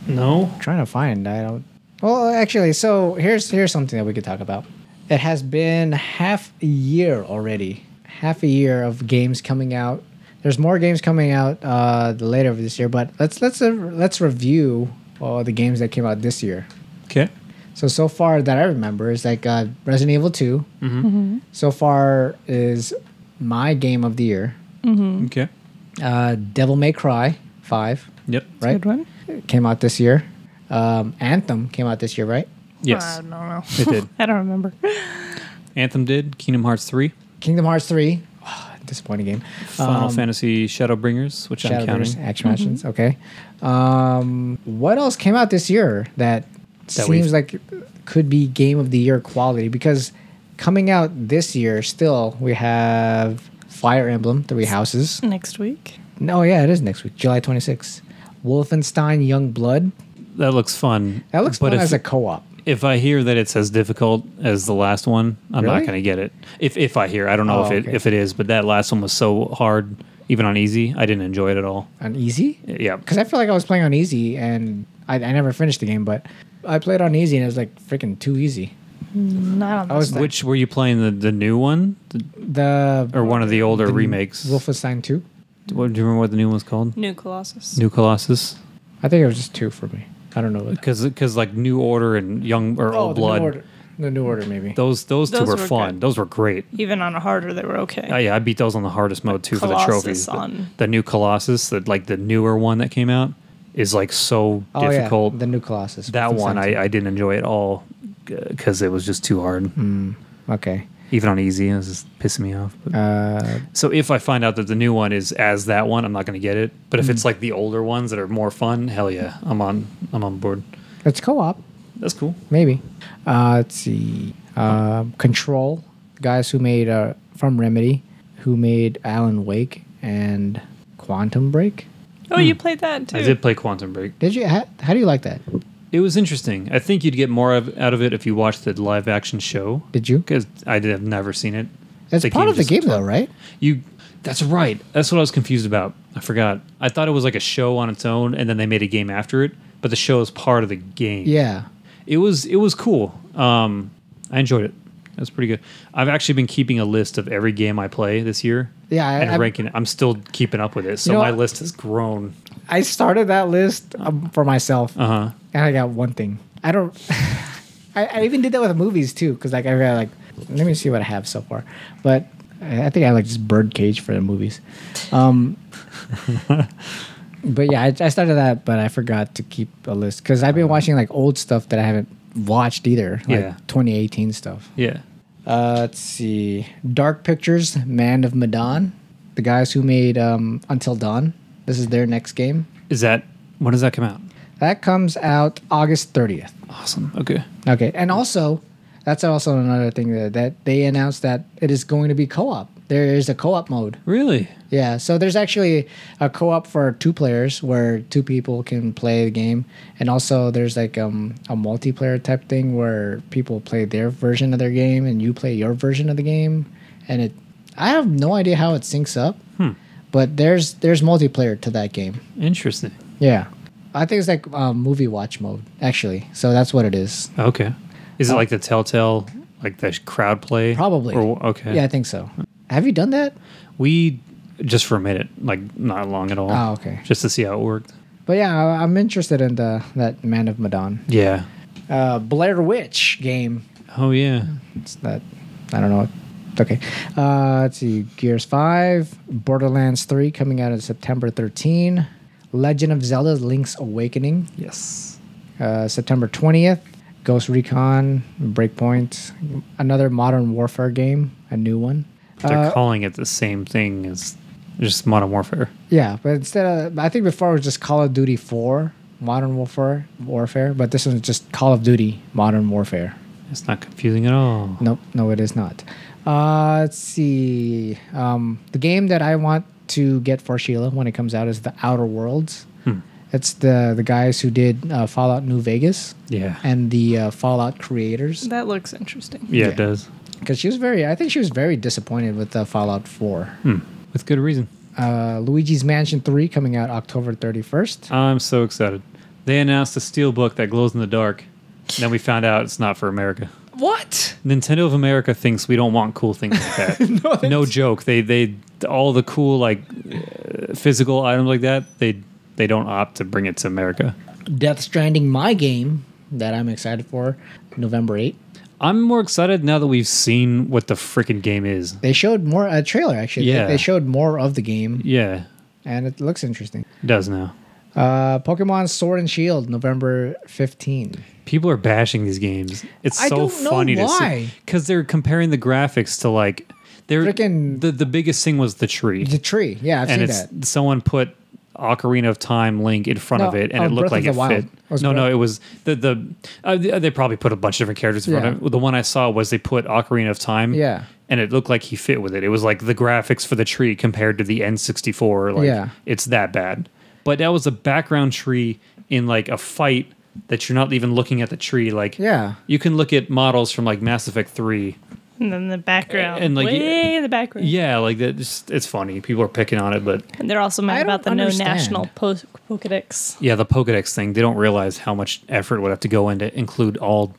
no.
trying to find. I don't. Well, actually, so here's here's something that we could talk about. It has been half a year already. Half a year of games coming out. There's more games coming out uh, the later of this year, but let's let's uh, let's review all the games that came out this year.
Okay.
So so far that I remember is like uh, Resident Evil 2 So far is my game of the year.
Okay.
Uh, Devil May Cry Five,
Yep.
right?
Good one.
Came out this year. Um, Anthem came out this year, right?
Yes.
I don't know.
It did.
I don't remember.
Anthem did. Kingdom Hearts 3.
Kingdom Hearts 3. disappointing game. Um,
Final Fantasy Shadowbringers, which I'm
Shadowverse,
counting.
Action
Mm-hmm.
Actions. Okay. Um, what else came out this year that,
we've-
seems like could be game of the year quality? Because coming out this year, still, we have Fire Emblem Three Houses.
Next week.
No, yeah, it is next week, July 26th. Wolfenstein Young Blood.
That looks fun.
That looks
but
fun
if,
as a co op.
if I hear that it's as difficult as the last one, I'm
Really?
not going to get it. If if I hear, I don't know
Oh,
if it
okay.
if it is, but that last one was so hard, even on easy, I didn't enjoy it at all.
On easy?
Yeah.
Because I feel like I was playing on easy and I, I never finished the game, but I played on easy and it was like freaking too easy.
Not on
I was
this.
like,
Which were you playing the, the new one The-
the
or one of the older remakes?
Wolfenstein 2.
What, do you remember what the new one's called?
New Colossus.
New Colossus.
I think it was just two for me. I don't know. What
Because like New Order and Young or Old
Oh, the
Blood.
New order. The new order, maybe.
Those those two
Those
were,
were
fun.
good.
Those were great.
Even on a harder, they were okay.
Oh, yeah, I beat those on the hardest mode too for the
Colossus
trophies. but
on-
The new Colossus, that like the newer one that came out, is like so difficult.
Oh, the new Colossus.
that one
Wolfenstein
I, I didn't enjoy at all because it was just too hard.
2. okay.
Even on easy, it was just pissing me off. But-
Uh,
so if I find out that the new one is as that one, I'm not going to get it. But if it's like the older ones that are more fun, hell yeah, I'm on. I'm on board.
it's co-op,
That's cool.
maybe. Uh, let's see. Um, Control guys who made uh, from Remedy, who made Alan Wake and Quantum Break.
Oh, you
Hmm.
played that too.
I did play Quantum Break.
Did you? How, how do you like that?
It was interesting. I think you'd get more of, out of it if you watched the live action show.
Did you?
Because I did, have never seen it.
It's
Like,
part
you
of the
just
game,
play-
though, right?
You. That's right. That's what I was confused about. I forgot. I thought it was like a show on its own, and then they made a game after it. But the show is part of the game.
Yeah.
It was. It was cool. Um, I enjoyed it. It was pretty good. I've actually been keeping a list of every game I play this year.
Yeah, I-
and
I've-
ranking it. I'm still keeping up with it. So
know,
my list has grown.
I started that list um, for myself.
Uh huh.
and I got one thing. I don't. I, I even did that with movies too, because like I got like, let me see what I have so far. But I I think I have, like just Birdcage for the movies. Um, but yeah, I, I started that, but I forgot to keep a list because I've been watching like old stuff that I haven't watched either, like
Yeah.
2018 stuff.
Yeah.
Uh, let's see, Dark Pictures, Man of Medan, the guys who made um, Until Dawn. This is their next game.
Is that when does that come out?
That comes out August 30th.
Awesome. Okay.
Okay, and also that's also another thing that, that they announced that it is going to be co-op. There is a co-op mode.
Really?
Yeah, so there's actually a co-op for two players where two people can play the game, and also there's like um, a multiplayer type thing where people play their version of their game and you play your version of the game, and it. I have no idea how it syncs up,
Hmm.
but there's there's multiplayer to that game.
Interesting.
Yeah, I think it's like um, movie watch mode actually. So that's what it is.
Okay. Is it like the Telltale, like the crowd play?
Oh. Probably.
Or, okay.
Yeah, I think so. Have you done that?
We just for a minute, like not long at all.
Oh, okay.
Just to see how it worked.
But yeah, I, I'm interested in the that Man of Medan,
Yeah.
uh, Blair Witch game.
Oh yeah.
It's that I don't know. It's okay. Uh, let's see, Gears Five, Borderlands Three coming out on September 13. Legend of Zelda: Link's Awakening,
Yes.
uh, September 20th. Ghost Recon, Breakpoint, another Modern Warfare game, a new one.
They're
Uh,
calling it the same thing as just Modern Warfare.
Yeah, but instead of I think before it was just Call of Duty Four, Modern Warfare, Warfare, but this one's just Call of Duty Modern Warfare.
It's not confusing at all.
Nope, no, it is not. Uh, let's see. Um, the game that I want to get for Sheila when it comes out is The Outer Worlds.
Hmm.
It's the the guys who did uh, Fallout New Vegas
Yeah.
and the uh, Fallout creators.
That looks interesting.
yeah,
yeah.
it does.
Because she was very, I think she was very disappointed with uh, Fallout Four.
Hmm. With good reason.
Uh, Luigi's Mansion Three coming out October thirty first.
I'm so excited. They announced a steel book that glows in the dark. and Then we found out it's not for America.
What?
Nintendo of America thinks we don't want cool things like that. no, joke. They they all the cool like uh, physical items like that. They they don't opt to bring it to America.
Death Stranding, my game that I'm excited for, November 8th.
I'm more excited now that we've seen what the freaking game is.
They showed more a trailer actually. They-
Yeah.
They showed more of the game,
Yeah,
and it looks interesting.
it does now.
Uh, Pokemon Sword and Shield, November 15.
People are bashing these games. It's
I
so
don't know
funny to
why.
see because they're comparing the graphics to like they're
Frickin-
the the biggest thing was the tree
The tree, yeah, I've
and
seen
it's
that.
someone put Ocarina of Time Link in front
No,
of it and
oh,
it looked
Breath of
like
the Wild.
it fit.
Was
no, no,
Breath-
it was the the uh, th- they probably put a bunch of different characters in front
Yeah.
of it. The one I saw was they put Ocarina of Time.
Yeah.
And it looked like he fit with it. It was like the graphics for the tree compared to the N64 like
Yeah.
it's that bad. But that was a background tree in like a fight that you're not even looking at the tree like
Yeah.
You can look at models from like Mass Effect 3
And then the background,
And, like,
way in the background.
yeah, like that. Just, it's funny. People are picking on it, but
And they're also
I
mad about the
don't
no
understand.
national po- Pokedex.
Yeah, the Pokedex thing. They don't realize how much effort would have to go in to include all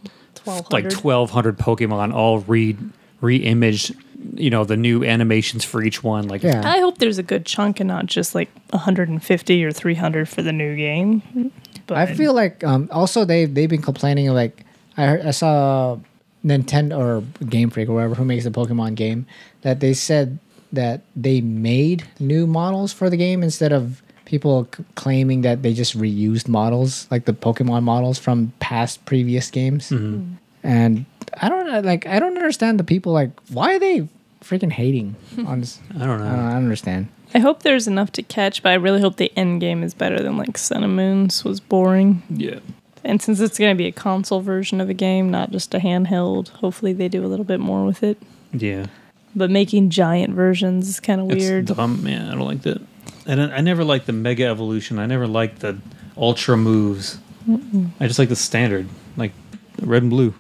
like
1,200.
1,200 Pokemon, all re re-imaged. You know, the new animations for each one. Like,
Yeah.
I hope there's a good chunk and not just like 150 or 300 for the new game. But
I feel like um, also they they've been complaining like I heard, I saw Nintendo or Game Freak or whatever who makes the Pokemon game that they said that they made new models for the game instead of people c- claiming that they just reused models like the Pokemon models from past previous games.
Mm-hmm.
And I don't know, like I don't understand the people like why are they freaking hating on this.
I don't know.
I don't understand.
I hope there's enough to catch, but I really hope the end game is better than like Sun and Moon's was boring.
yeah.
And since it's going to be a console version of a game, not just a handheld, hopefully they do a little bit more with it.
Yeah.
But making giant versions is kind of weird.
It's dumb, man. I don't like that. And I, I never liked the Mega Evolution. I never liked the Ultra moves. I just like the standard, like red and blue.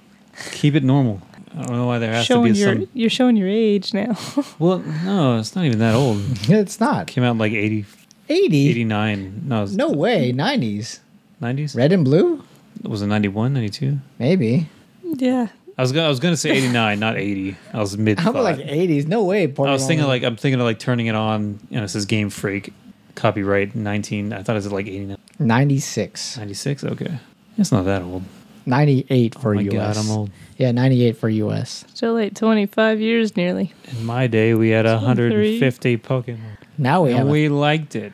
Keep it normal. I don't know why there has
showing
to be
your
some.
you're showing your age now.
Well, no, it's not even that old.
It's not
Came out in like 80,
80.
89. No, it was
No way, 90s.
90s.
Red and blue?
Was it 91, 92?
Maybe.
yeah.
I was gonna, I was gonna say 89, not 80. I was mid.
I'm like
I
80s. No way. Pokemon
was thinking like I'm thinking of like turning it on. You know, it says Game Freak, copyright 19. I thought it was like 89,
96,
96. Okay, it's not that old.
98 for
Oh my
US.
God, I'm old.
Yeah, 98 for US.
Still like 25 years nearly.
In my day, we had 150 Pokemon,
Now we have.
and
a-
we liked it.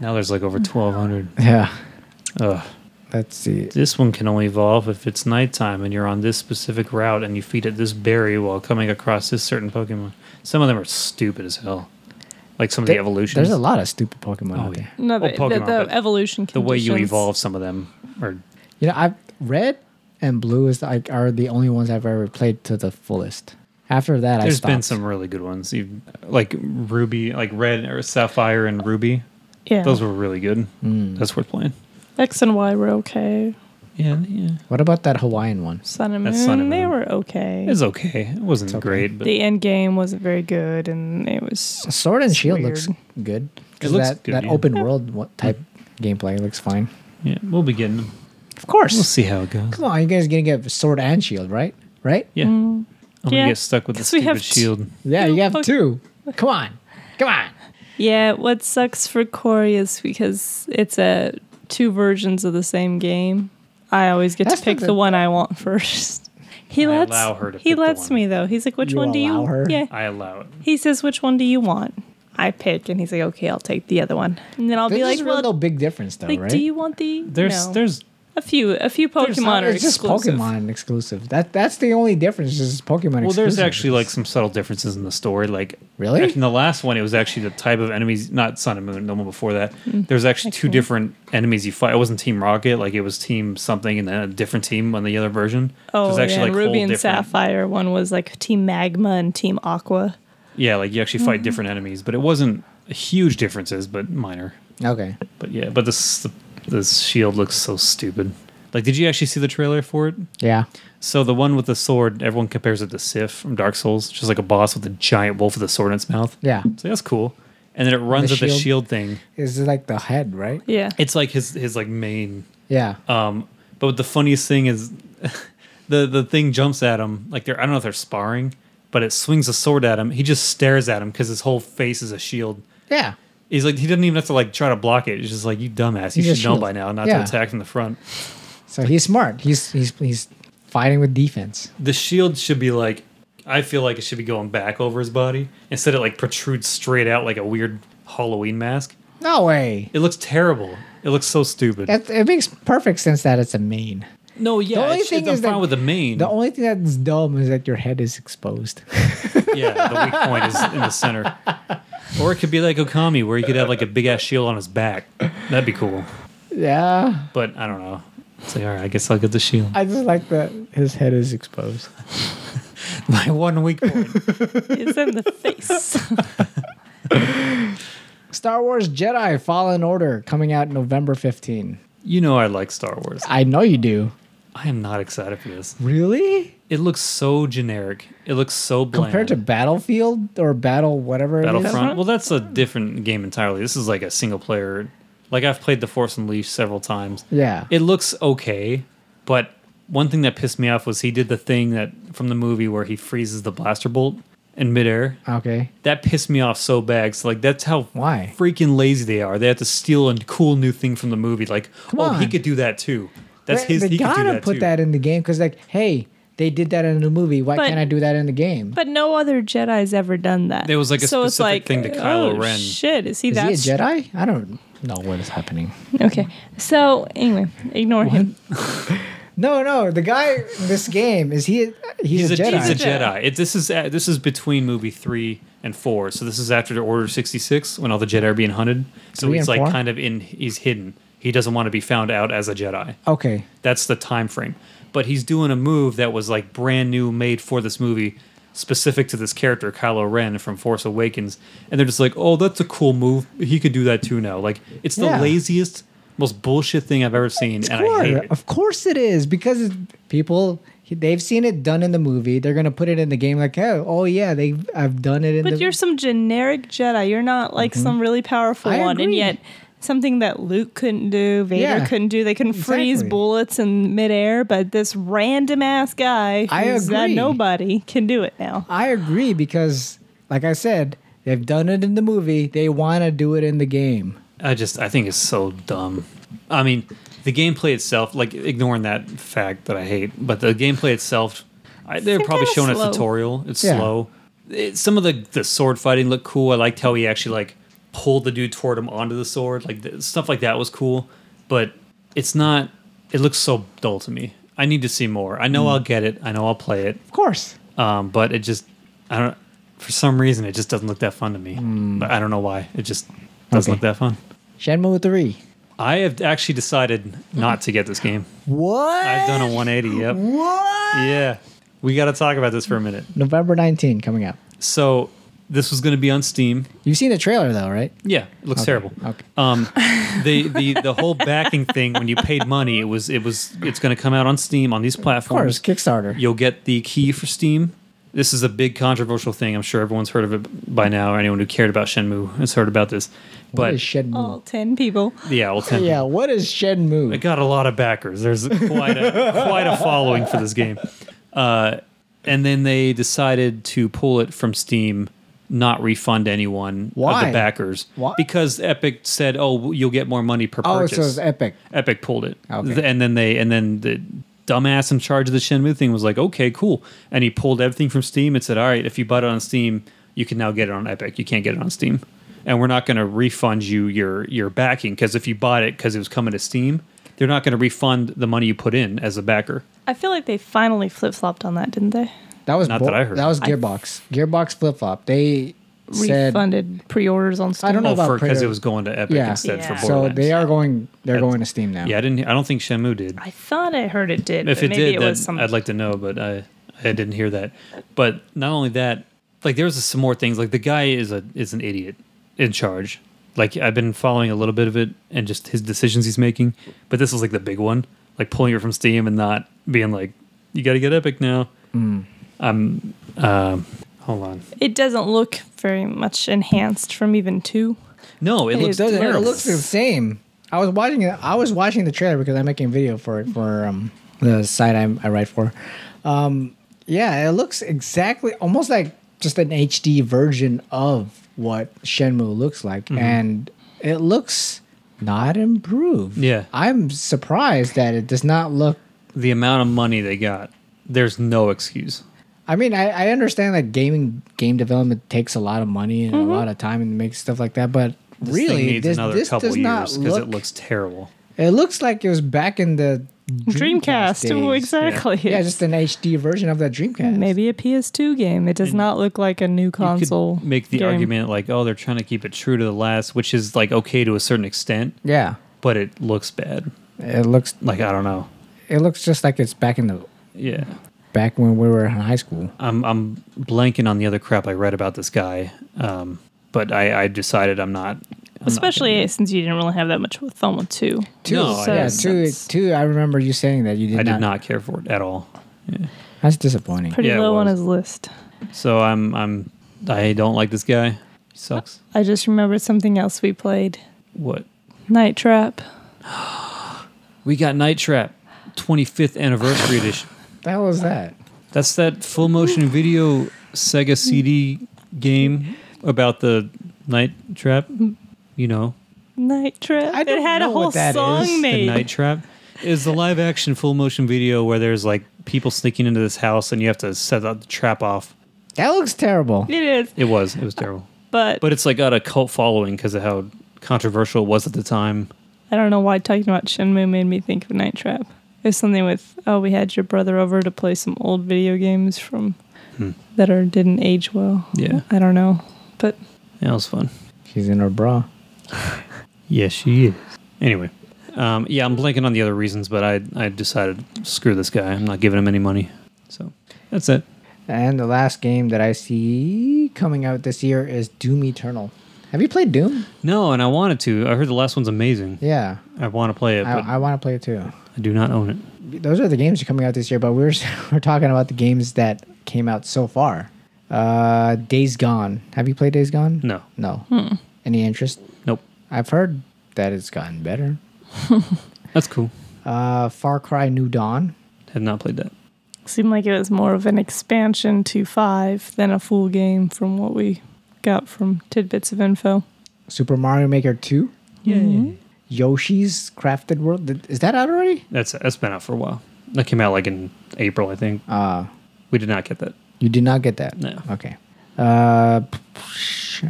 now there's like over 1,200.
yeah.
Ugh.
Let's see.
This one can only evolve if it's nighttime and you're on this specific route and you feed it this berry while coming across this certain Pokemon. Some of them are stupid as hell. Like some of the
There-
evolutions.
There's a lot of stupid Pokemon
Oh,
out there.
No,
Well,
the, the,
Pokemon,
the
but
evolution
the way you
conditions.
evolve some of them or
You know, I've red and blue is like are the only ones I've ever played to the fullest. After that, I
there's
stopped.
been some really good ones you like ruby like red or sapphire and ruby
Yeah.
those were really good that's worth playing
X and Y were okay.
yeah yeah
What about that Hawaiian one?
Sun and Moon,
That's Sun and
they
Moon.
were okay.
it was okay it wasn't
It's okay.
great but
the end game wasn't very good, and it was
Sword and Shield
weird.
looks good. 'Cause
It looks
that,
good,
that
yeah.
open world wo- type gameplay looks fine.
yeah we'll be getting them
Of course.
we'll see how it goes
Come on, you guys gonna get Sword and Shield, right? Right?
yeah i'm gonna
Yeah,
get stuck with the
'cause we
stupid
have t-
shield
Yeah, you have
fuck-
two. Come on. Come on.
Yeah, what sucks for Corey is because it's a two versions of the same game. I always get
That's
to pick
not
the
good.
one I want first. He
I
lets
allow her to
he
pick the
lets
one.
me though. He's like, which
You
one do you?
allow her?
Yeah,
i allow it
he says, which one do you want? I pick, and he's like, okay, I'll take the other one, and then I'll
There's
be like,
really no
well,
big difference though,
like,
right?
do you want the?
there's
no.
there's
a few a few
There's
Pokemon
not-
are
it's just
exclusive.
Pokemon exclusive. That that's the only difference. Is Pokemon.
Well, there's
exclusive.
actually like some subtle differences in the story. Like
Really?
in the last one, it was actually the type of enemies, not Sun and Moon, the one before that.
Mm.
There's actually two different enemies you fight. It wasn't Team Rocket, like it was Team something, and then a different team on the other version. So
Oh,
it's
yeah,
actually
and
like
Ruby
whole
and
different-
Sapphire. One was like Team Magma and Team Aqua.
Yeah, like you actually
Mm-hmm.
fight different enemies, but it wasn't huge differences, but minor.
okay.
But yeah, but this this shield looks so stupid. Like, did you actually see the trailer for it?
Yeah.
So the one with the sword, everyone compares it to Sif from Dark Souls, just like a boss with a giant wolf with a sword in its mouth.
Yeah.
So that's cool. And then it runs
The
at the
shield.
shield thing.
Is it like the head, right?
Yeah.
It's like his his like main.
Yeah.
Uh.
Um, but the funniest thing is, the the thing jumps at him like they're I don't know if they're sparring, but it swings a sword at him. He just stares at him because his whole face is a shield.
yeah.
He's like he doesn't even have to like try to block it. It's just like you dumbass. You
He's a
should know
shield.
by now not to
Yeah.
attack from the front.
So he's smart. He's he's he's fighting with defense.
the shield should be like I feel like it should be going back over his body instead it like protrudes straight out like a weird Halloween mask.
No way.
It looks terrible. It looks so stupid.
That it makes perfect sense that it's a main.
no, yeah,
only
it's,
thing
it's, I'm
is that-
fine with the main.
The only thing that's dumb is that your head is exposed.
yeah, the weak point is in the center. Or it could be like Okami, where he could have like a big ass shield on his back. That'd be cool.
yeah.
But I don't know. It's like all right, I guess I'll get the shield.
I just like that his head is exposed.
My one weak point.
it's in the face.
Star Wars Jedi Fallen Order coming out November 15.
You know I like Star Wars.
I know you do.
I am not excited for this.
Really?
It looks so generic. It looks so bland.
Compared to Battlefield or Battle whatever it is?
Battlefront.
Battlefront?
Well, that's a different game entirely. This is like a single player. Like I've played The Force Unleashed several times.
Yeah.
It looks okay, but one thing that pissed me off was he did the thing that from the movie where he freezes the blaster bolt in midair.
okay.
That pissed me off so bad. So like that's how
Why?
freaking lazy they are. They have to steal a cool new thing from the movie. Like, oh, he
on.
could do that too. That's
They-
his.
They
he could do
gotta
that
put
too.
that in the game because, like, hey, they did that in the movie. Why
But-
can't I do that in the game?
but no other Jedi's ever done that.
There was, like, a
so it's
specific
like,
thing to Kylo
oh,
Ren.
Shit, is he
is
that
he a Jedi? I don't know what is happening.
Okay. So anyway, ignore him.
No, no. The guy in this game is he? He's,
He's
a, Jedi.
He's a
He's a Jedi.
Jedi. It, this is uh, this is between movie three and four. So this is after Order sixty six when all the Jedi are being hunted. So
Three and
he's like
four?
kind of in. He's hidden. He doesn't want to be found out as a Jedi.
okay.
That's the time frame. But he's doing a move that was like brand new, made for this movie, specific to this character Kylo Ren from Force Awakens. And they're just like, oh, that's a cool move. He could do that too now. Like it's the
Yeah.
laziest, most bullshit thing I've ever seen, and I hate
Sure.
it.
Of course it is because it- people they've seen it done in the movie. They're gonna put it in the game. Like, oh, oh yeah, they I've done it in
But
the. Mm-hmm.
you're some generic Jedi. You're not like some really powerful
I
one, and
agree.
yet something that Luke couldn't do, Vader
Yeah.
couldn't do. They can freeze
Exactly.
bullets in midair, but this random ass guy
I
who's that
agree.
nobody can do it now.
I agree because, like I said, they've done it in the movie. They want to do it in the game.
I just I think it's so dumb. I mean, the gameplay itself, like ignoring that fact that I hate, but the gameplay itself, I, they're
They're
probably
kinda
showing a
slow.
tutorial. It's
Yeah.
slow. It, some of the the sword fighting looked cool. I liked how he actually like pulled the dude toward him onto the sword. Like th- stuff like that was cool, but it's not. It looks so dull to me. I need to see more. I
Mm.
know I'll get it. I know I'll play it.
Of course.
Um, but it just I don't. For some reason, it just doesn't look that fun to me. But I don't know why. It just doesn't
Mm. Okay.
look that fun.
Shenmue three.
I have actually decided not to get this game.
What?
I've done a 180. Yep.
What?
Yeah. We got to talk about this for a minute.
November 19 coming out.
So, this was going to be on Steam.
You've seen the trailer though, right?
Yeah, it looks terrible.
Okay.
Um, the the the whole backing thing when you paid money, it was it was it's going to come out on Steam on these
Of course,
platforms.
Kickstarter.
You'll get the key for Steam. This is a big controversial thing. I'm sure everyone's heard of it by now. Or anyone who cared about Shenmue has heard about this.
what
But
is Shenmue?
All ten people.
yeah, I'll tell you.
Yeah, what is Shenmue?
It Oh. got a lot of backers. There's quite a quite a following for this game. Uh, and then they decided to pull it from Steam, not refund anyone of
Why?
the backers.
Why?
Because Epic said, "Oh, you'll get more money per
oh,
purchase."
so it's Epic.
Epic pulled it.
Okay.
Th- And then they and then the dumbass in charge of the Shenmue thing was like, "Okay, cool." And he pulled everything from Steam and said, "All right, if you bought it on Steam, you can now get it on Epic. You can't get it on Steam." And we're not going to refund you your your backing because if you bought it because it was coming to Steam, they're not going to refund the money you put in as a backer.
I feel like they finally flip flopped on that, didn't they?
That was
Not that I heard.
That was
I-
Gearbox. Gearbox flip flop. They said
Refunded pre-orders on Steam.
I don't know
Oh,
about
for because
pre-order.
it was going to Epic
Yeah.
instead
Yeah.
for
so
Borderlands.
they are going. They're
That's-
going to Steam now.
yeah, I didn't. I don't think Shamu did.
I thought I heard it did.
If
but
it
maybe
did,
it
then
was some.
I'd like to know, but I I didn't hear that. But not only that, like there was some more things. Like the guy is a is an idiot in charge. Like I've been following a little bit of it and just his decisions he's making. But this was like the big one, like pulling it from Steam and not being like, you got to get Epic now.
Hmm.
Um, um, hold on.
it doesn't look very much enhanced from even two.
No, it
Hey,
looks
it doesn't-
It
terrible.
looks the same. I was watching it. I was watching the trailer because I'm making a video for it for um, the site I'm, I write for. Um, yeah, it looks exactly almost like just an HD version of what Shenmue looks like,
Mm-hmm.
and it looks not improved.
Yeah.
I'm surprised that it does not look.
the amount of money they got. There's no excuse.
I mean, I, I understand that gaming game development takes a lot of money
Mm-hmm.
and a lot of time and makes stuff like that, but
This
really,
thing needs
this,
another
this
couple
does not
years because
look
it looks terrible.
It looks like it was back in the
Dreamcast.
days.
Oh, exactly.
Yeah, just an HD version of that Dreamcast.
Maybe a PS2 game. It does not look like a new
you could
console.
make the
game.
argument like oh they're trying to keep it true to the last which is like okay to a certain extent
Yeah,
but it looks bad
it looks
like i don't know
it looks just like it's back in the
yeah
back when we were in high school.
i'm i'm blanking on the other crap i read about this guy um but i i decided i'm not I'm not
Especially since you didn't really have that much with fun with two.
Two,
No,
yeah,
I didn't.
two,
That's
two. I remember you saying that you did.
gonna-
not,
i did not care for it at all
That's disappointing.
pretty
Yeah, it
low on
was.
his list.
so i'm i'm i don't like this guy he sucks
I just remembered something else we played.
what
Night Trap.
we got night trap 25th anniversary edition
The hell was that?
That's that full motion video Sega CD game about the night trap. You know,
Night Trap.
I don't
it had a
know what
whole
that
song
is. The
made.
the night trap is the live action full motion video where there's like people sneaking into this house and you have to set out the trap off.
That looks terrible.
It is.
It was it was terrible,
But,
but it's like got a cult following because of how controversial it was at the time.
I don't know why talking about Shenmue made me think of Night Trap. It's something with oh, we had your brother over to play some old video games from that are didn't age well.
Hmm. Yeah.
I don't know, but
That was fun.
She's in her bra.
Yes, she is. Anyway, um, yeah, I'm blanking on the other reasons, but I I decided screw this guy. I'm not giving him any money. So that's it.
And the last game that I see coming out this year is Doom Eternal. Have you played Doom?
No, and I wanted to. I heard the last one's amazing.
Yeah,
I want to play it,
I,
but I,
I want to play it too.
do not own it.
those are the games that are coming out this year. But we're we're talking about the games that came out so far. Uh, Days Gone. Have you played Days Gone?
No.
No. Any interest?
Nope.
I've heard that it's gotten better.
That's cool.
Uh, Far Cry New Dawn.
Have not played that.
seemed like it was more of an expansion to five than a full game from what we got from tidbits of info.
Super Mario Maker Two.
Yeah.
Mm-hmm. Yoshi's Crafted World. Th- Is that out already?
That's that's been out for a while. That came out like in April, I think.
Uh,
We did not get that.
you did not get that.
No.
Okay. Uh, p- sh-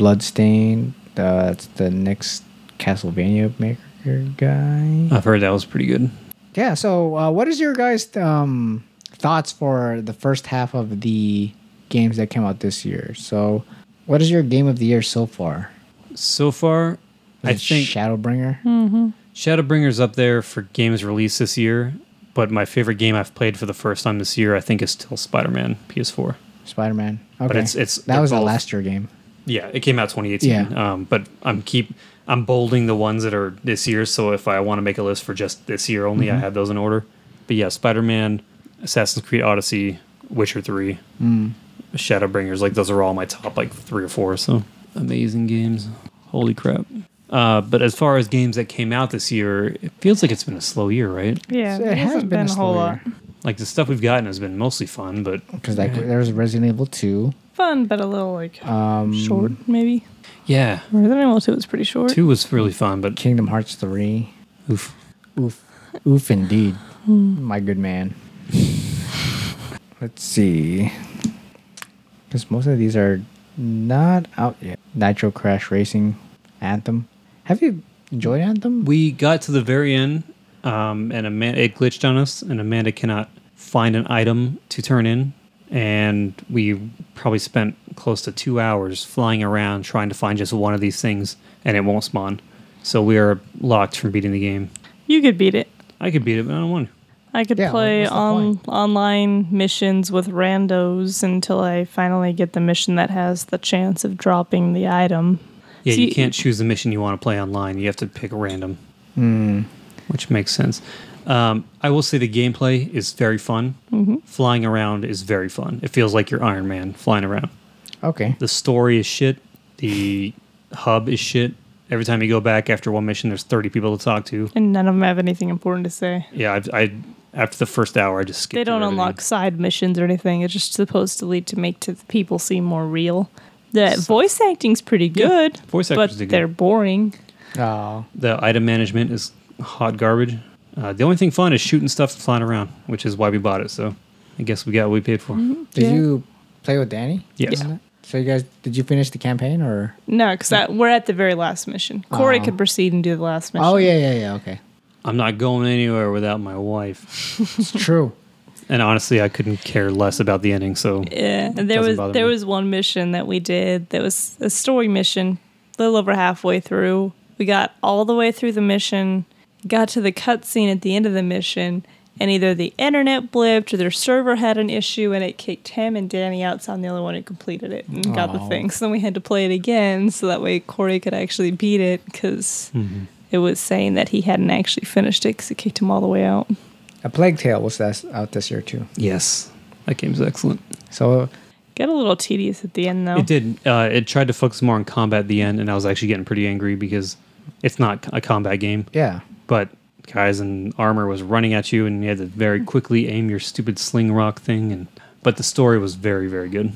Bloodstain. Uh, that's the next Castlevania Maker guy.
I've heard that was pretty good.
Yeah. So, uh, what is your guys' um, thoughts for the first half of the games that came out this year? So, what is your game of the year so far?
So far,
Is
I
it
think
Shadowbringer.
Shadowbringer's up there for games released this year. But my favorite game I've played for the first time this year, I think, is still Spider-Man PS4.
Spider Man. Okay.
it's- it's-
that
they're
was the
both-
last year game.
Yeah, it came out 2018.
Yeah.
Um, but I'm keep I'm bolding the ones that are this year. So if I want to make a list for just this year only,
Mm-hmm.
I have those in order. But yeah, Spider Man, Assassin's Creed Odyssey, Witcher Three,
Mm.
Shadowbringers. Like those are all my top like three or four. So amazing games. Holy crap. Uh, but as far as games that came out this year, it feels like it's been a slow year, right?
Yeah,
So it has been a slow year.
Like the stuff we've gotten has been mostly fun, but
Because like there was Resident Evil Two.
Fun, but a little like
Um,
short, maybe.
yeah,
Resident Evil 2 was pretty short.
two was really fun, but
Kingdom Hearts Three.
oof.
Oof. Oof indeed. My good man. Let's see. Because most of these are not out yet. Nitro Crash Racing, Anthem. Have you enjoyed Anthem?
We got to the very end, um, and Amanda, it glitched on us, and Amanda cannot find an item to turn in. And we probably spent close to two hours flying around trying to find just one of these things, and it won't spawn. So we are locked from beating the game.
You could beat it.
I could beat it, but I don't want to.
I could
Yeah,
play
what's the
on
point?
online missions with randos until I finally get the mission that has the chance of dropping the item.
Yeah,
So
you
you-
can't choose the mission you want to play online. You have to pick random, which makes sense. Um, I will say the gameplay is very fun. Flying around is very fun. It feels like you're Iron Man flying around.
Okay.
The story is shit. The hub is shit. Every time you go back after one mission, there's 30 people to talk to.
And none of them have anything important to say.
Yeah, I've, I after the first hour, I just skipped.
They don't
through everything.
unlock side missions or anything. It's just supposed to lead to make to the people seem more real. The voice acting's pretty
Yeah,
good,
voice
but
actors do good.
they're boring.
Oh,
The item management is hot garbage. Uh, the only thing fun is shooting stuff and flying around, which is why we bought it. So I guess we got what we paid for.
did
Yeah.
you play with Danny?
Yes.
on that? So you guys, did you finish the campaign or?
No, because we're at the very last mission. Corey
Oh.
could proceed and do the last mission.
Oh yeah, yeah, yeah. Okay,
I'm not going anywhere without my wife.
it's true.
And honestly, I couldn't care less about the ending. So
Yeah, and there
Doesn't
was
bother
there
me.
was one mission that we did that was a story mission. A little over halfway through, we got all the way through the mission, got to the cutscene at the end of the mission, and either the internet blipped or their server had an issue, and it kicked him and Danny out. So I'm the only one who completed it and got the
Aw.
thing. So then we had to play it again, so that way Corey could actually beat it because
Mm-hmm.
it was saying that he hadn't actually finished it because it kicked him all the way out.
A Plague Tale was this, out this year too.
yes, that game's excellent.
So
Got a little tedious at the end though.
It did. Uh, it tried to focus more on combat at the end, and I was actually getting pretty angry because it's not a combat game.
yeah,
But guys in armor was running at you, and you had to
Mm-hmm.
very quickly aim your stupid sling rock thing. And but the story was very, very good.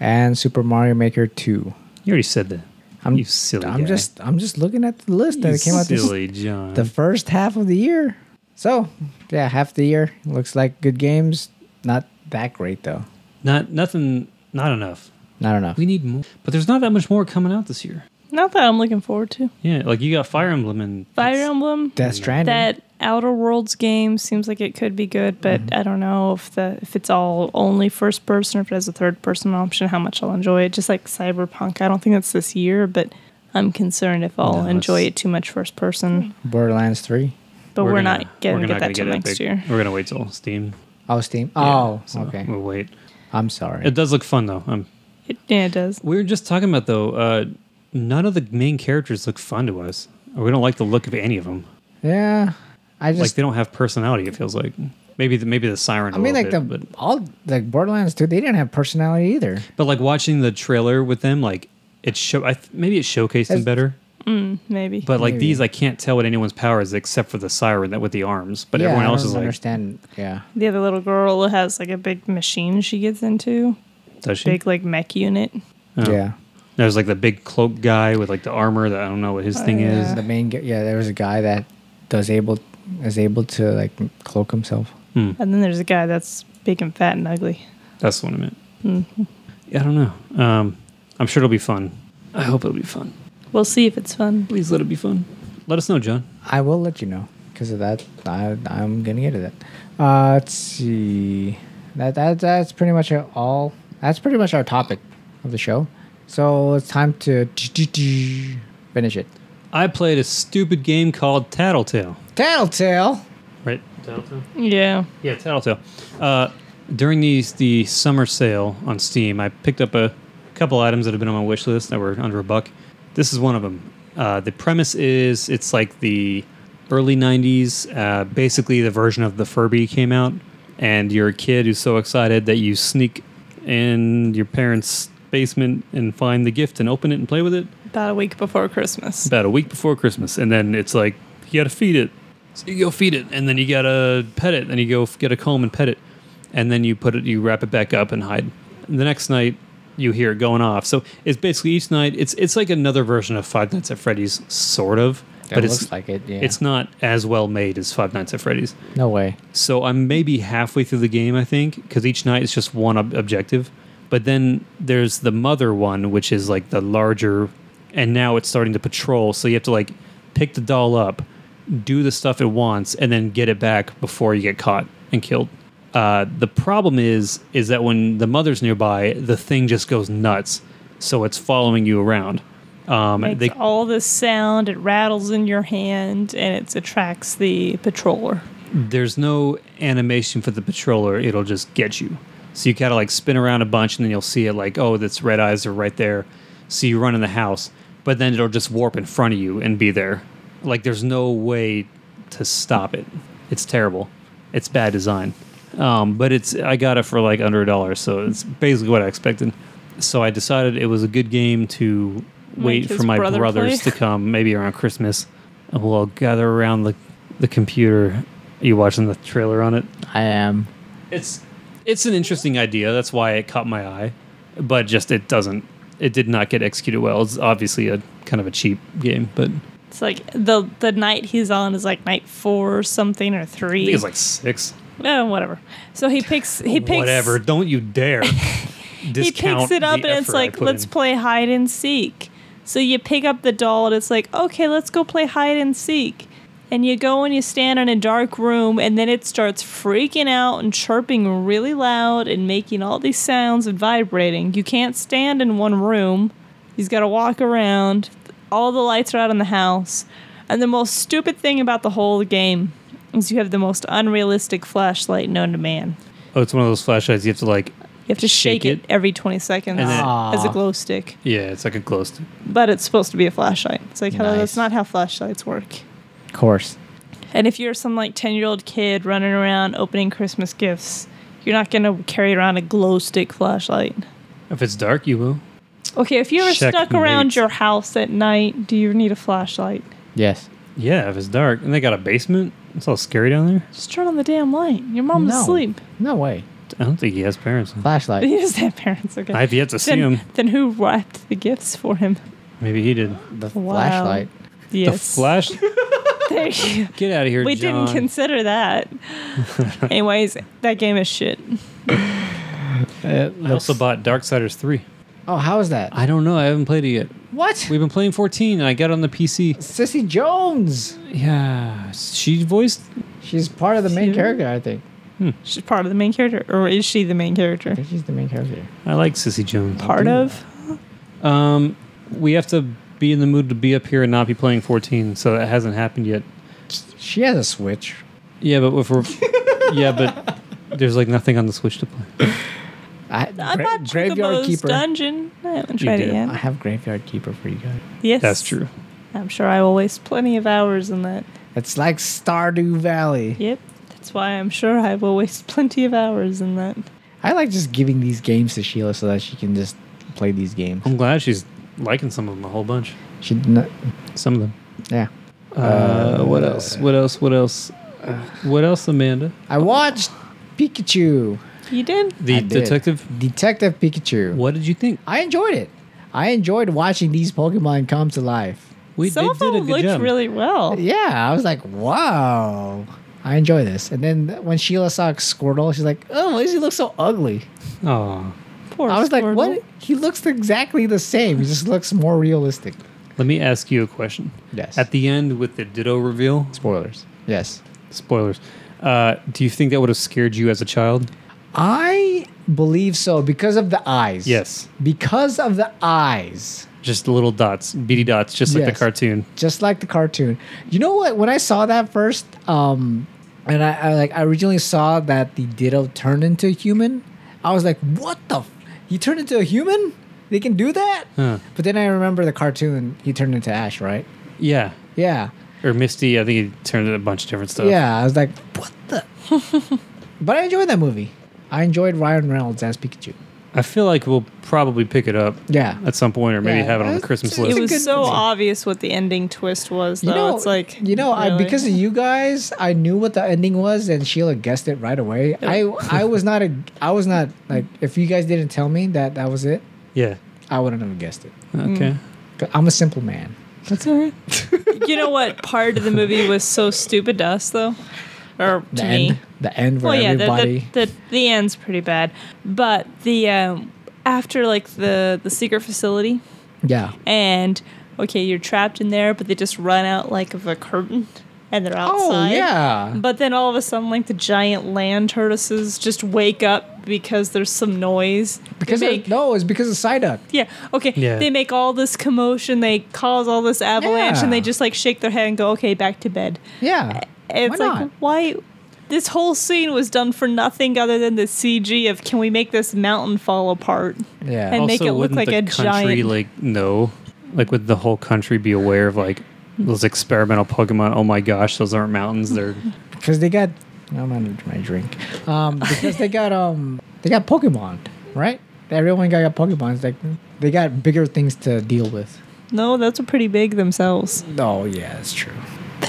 and Super Mario Maker Two.
You already said that.
I'm
you silly.
I'm
guy.
just I'm just looking at the list that
You
it came out this,
silly John.
the first half of the year. So yeah, half the year looks like good games. Not that great though.
not nothing. Not enough.
Not enough.
We need more. But there's not that much more coming out this year.
Not that I'm looking forward to.
Yeah, like you got Fire Emblem and
Fire
it's-
Emblem.
Death Stranding.
that Outer Worlds game seems like it could be good, but
Mm-hmm.
I don't know if the if it's all only first person or if it has a third person option, how much I'll enjoy it. Just like Cyberpunk, I don't think that's this year, but I'm concerned if I'll
No,
enjoy
it's-
it too much first person.
Borderlands Three.
But we're,
gonna-
not getting
we're
get
not
that till
gonna get
next
big-
year.
We're gonna wait till Steam.
Oh, Steam.
Yeah,
Oh,
so
okay.
We'll wait.
I'm sorry.
It does look fun though. Um,
It, yeah, it does.
we were just talking about though. Uh, none of the main characters look fun to us. Or we don't like the look of any of them.
yeah, I
Like
just.
they don't have personality. It feels like maybe the, maybe the siren. I
I mean, like the
bit, but,
all like Borderlands Two, they didn't have personality either.
but like watching the trailer with them, like it show. I th- maybe it showcased them
As-
better.
Maybe.
But like
Maybe.
these, I can't tell what anyone's power is except for the siren that with the arms. But
Yeah,
everyone
I
else
don't
is like,
understand. Yeah,
the other little girl has like a big machine she gets into.
does she?
Big like mech unit.
Oh.
yeah.
There's like the big cloak guy with like the armor that I don't know what his thing
yeah.
is.
The main gu- yeah, there was a guy that does able is able to like cloak himself.
Hmm,
And then there's a guy that's big and fat and ugly.
that's the one I meant. mm-hmm. Yeah, I don't know. Um, I'm sure it'll be fun. I hope it'll be fun.
We'll see if it's fun.
Please let it be fun. Let us know, John.
I will let you know because of that. I I'm gonna get to that. Uh, let's see. That that that's pretty much all. That's pretty much our topic of the show. So it's time to finish it.
I played a stupid game called Tattletale.
Tattletale.
Right? Tattletale?
Yeah.
Yeah, Tattletale. Uh, during these the summer sale on Steam, I picked up a couple items that have been on my wish list that were under a buck. This is one of them. Uh, the premise is it's like the early '90s. Uh, basically, the version of the Furby came out, and you're a kid who's so excited that you sneak in your parents' basement and find the gift and open it and play with it
About a week before Christmas.
about a week before Christmas, and then it's like you gotta feed it. So you go feed it, and then you gotta pet it. Then you go f- get a comb and pet it, and then you put it, you wrap it back up and hide. And the next night, you hear it going off. So it's basically each night. It's it's like another version of Five Nights at Freddy's, sort of,
That
but
looks
it's
like it. Yeah.
it's not as well made as Five Nights at Freddy's.
no way.
So I'm maybe halfway through the game, I think, because each night it's just one ob- objective. But then there's the mother one, which is like the larger, and now it's starting to patrol. So you have to like pick the doll up, do the stuff it wants, and then get it back before you get caught and killed. Uh, the problem is is that when the mother's nearby, the thing just goes nuts, so it's following you around. Um,
Makes
they
all this sound. It rattles in your hand, and it attracts the patroller.
there's no animation for the patroller it'll just get you so you gotta like spin around a bunch and then you'll see it like oh that's red eyes are right there so you run in the house but then it'll just warp in front of you and be there like there's no way to stop it it's terrible it's bad design um, but it's i got it for like under a dollar so it's basically what i expected so i decided it was a good game to wait
his
for my
brother
brothers
play.
to come maybe around christmas and we'll all gather around the, the computer you watching the trailer on it
I am.
it's it's an interesting idea that's why it caught my eye but just it doesn't it did not get executed well it's obviously a kind of a cheap game but i
It's like the the night he's on is like night four or something or three.
think it's like six
oh, whatever. So he picks he picks
whatever don't you dare
he picks it up and it's like let's play hide and seek so you pick up the doll and it's like okay let's go play hide and seek and you go and you stand in a dark room and then it starts freaking out and chirping really loud and making all these sounds and vibrating you can't stand in one room he's got to walk around all the lights are out in the house and the most stupid thing about the whole game is you have the most unrealistic flashlight known to man
oh it's one of those flashlights you have to like
you have to shake,
Shake
it.
it.
every 20 seconds
And then-
as a glow stick.
yeah it's like a glow stick
But it's supposed to be a flashlight. It's like, hello, that's
Nice.
not how flashlights work.
Of course.
And if you're some like 10 year old kid running around opening Christmas gifts, you're not going to carry around a glow stick flashlight.
if it's dark you will
Okay, if you were stuck around
Checkmate.
your house at night, do you need a flashlight?
Yes.
yeah if it's dark and they got a basement it's all scary down there
Just turn on the damn light. Your mom's
No.
asleep.
No way.
i don't think he has parents
Flashlight.
You just have parents, okay?
i've yet to see
then,
him
then who wrapped the gifts for him?
maybe he did
The
Wow.
flashlight.
Yes.
the flash
Thank you.
Get out of here,
We
John.
didn't consider that. Anyways, that game is shit.
I also bought Darksiders 3.
Oh, how is that?
I don't know. I haven't played it yet.
What?
We've been playing 14, and I got it on the PC.
Sissy Jones.
Yeah. She voiced.
She's part of the main
She-
character, I think.
She's part of the main character, or is she the main
I
character?
think she's the main character.
I like Sissy Jones.
Part of?
Um, we have to be in the mood to be up here and not be playing 14, so that hasn't happened yet.
She has a Switch.
Yeah, but if we're. yeah, but there's like nothing on the Switch to play.
I,
I
Gra-
bought Graveyard Keeper. Dungeon. I haven't
You
tried it
did.
I
yet.
have Graveyard Keeper for you guys.
Yes,
That's true.
I'm sure I will waste plenty of hours in that.
It's like Stardew Valley.
Yep, that's why I'm sure I will waste plenty of hours in that.
I like just giving these games to Sheila so that she can just play these games.
I'm glad she's liking some of them a whole bunch.
She not,
Some of them.
yeah.
Uh, what else? What else? What else? What else, Amanda?
I watched Pikachu,
You did?
I
The
did.
detective.
Detective Pikachu.
What did you think?
I enjoyed it. I enjoyed watching these Pokemon come to life.
We
Some
they
of them looked really well.
Yeah, I was like, wow. I enjoy this. And then when Sheila saw Squirtle, she's like, oh, why does he look so ugly?
Oh,
Poor
I was like,
Squirtle.
what? He looks exactly the same. He just looks more realistic.
let me ask you a question.
Yes.
At the end with the Ditto reveal,
Spoilers. Yes.
spoilers. Uh, do you think that would have scared you as a child?
I believe so because of the eyes.
Yes.
Because of the eyes.
Just little dots, beady dots, just like
Yes.
the cartoon.
just like the cartoon. You know what? When I saw that first, um, and I, I like I originally saw that the Ditto turned into a human, I was like, "What the? F- he turned into a human? They can do that?"
Huh.
But then I remember the cartoon. He turned into Ash, right?
Yeah.
Yeah,
Or Misty, I think he turned it a bunch of different stuff.
yeah. I was like, "What the?" but I enjoyed that movie. I enjoyed Ryan Reynolds as Pikachu.
I feel like we'll probably pick it up
Yeah.
at some point or maybe
Yeah,
have it on the
that's-
Christmas
it
list.
It
a
was
good
so
movie.
obvious what the ending twist was, though.
you know,
it's like
you know, I,
really?
because of you guys, I knew what the ending was, and Sheila guessed it right away. I, I was not a, I was not like, if you guys didn't tell me that that was it,
yeah.
I wouldn't have guessed it.
Okay.
Mm.
'Cause I'm a simple man.
That's all right. you know what part of the movie was so stupid to us, though? Or
The
to
end,
me?
the end where
the-
everybody.
The, the, the end's pretty bad, but the um, after like the the secret facility
yeah,
and okay, you're trapped in there, but they just run out like of a curtain and they're outside.
Oh yeah.
But then all of a sudden, like the giant land tortoises just wake up because there's some noise. They
Because they're-
make-
no, it's because of Psyduck.
yeah, okay.
Yeah.
They make all this commotion. They cause all this avalanche,
Yeah.
and they just like shake their head and go, "Okay, back to bed."
Yeah.
And it's
Why
like
not?
why this whole scene was done for nothing other than the CG of can we make this mountain fall apart?
Yeah.
And make it look
wouldn't
like
the
a
country,
giant-
Like no, like would the whole country be aware of like those experimental Pokemon? Oh my gosh, those aren't mountains. They're
because they got I'm under my drink. Um, because they got um they got Pokemon, right? Everyone got, got Pokemon. It's like they got bigger things to deal with.
No, those are pretty big themselves.
Oh yeah, that's true.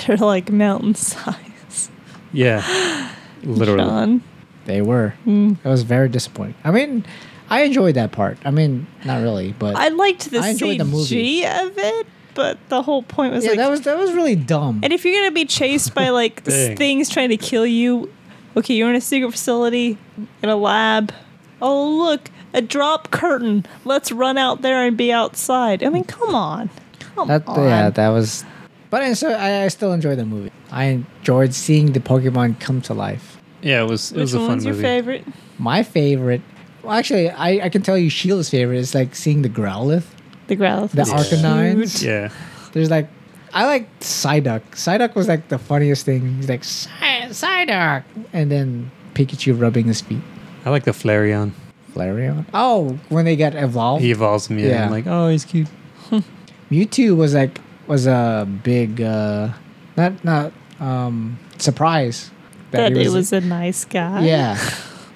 They're like mountain size.
yeah, literally.
John.
They were.
Hmm.
Mm. It was very disappointing. I mean, I enjoyed that part. I mean, not really, but
I liked the
I
CG
enjoyed the movie.
of it, but the whole point was
yeah,
like
that was that was really dumb.
And if you're gonna be chased by like s-
Dang.
things trying to kill you, okay, you're in a secret facility, in a lab. Oh look, a drop curtain. Let's run out there and be outside. I mean, come on, come
That
on.
yeah, that was. But I, so I, I still enjoyed the movie. I enjoyed seeing the Pokemon come to life.
Yeah, it was. It
Which
was a fun
one's your
movie.
favorite?
My favorite, well, actually, I, I can tell you Sheila's favorite is like seeing the Growlithe,
The Growlithe.
the
was
Arcanines.
Yeah,
There's like, I like Psyduck. Psyduck was like the funniest thing. He's like "Psy- Psyduck, and then Pikachu rubbing his feet.
I like the Flareon.
Flareon. Oh, when they got evolved,
He evolves him. Yeah,
Yeah.
I'm like oh, he's cute.
Mewtwo was like was a big, uh not not um surprise
That
he
it was a nice guy.
yeah,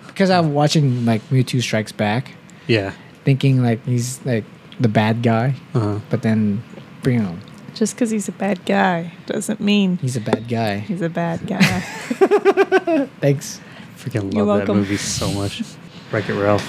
because I'm watching like Mewtwo Strikes Back,
Yeah.
thinking like he's like the bad guy,
Uh-huh.
but then, you know,
Just because he's a bad guy doesn't mean
he's a bad guy.
he's a bad guy.
Thanks.
Freaking
You're
love that
welcome.
movie so much. Wreck It Ralph.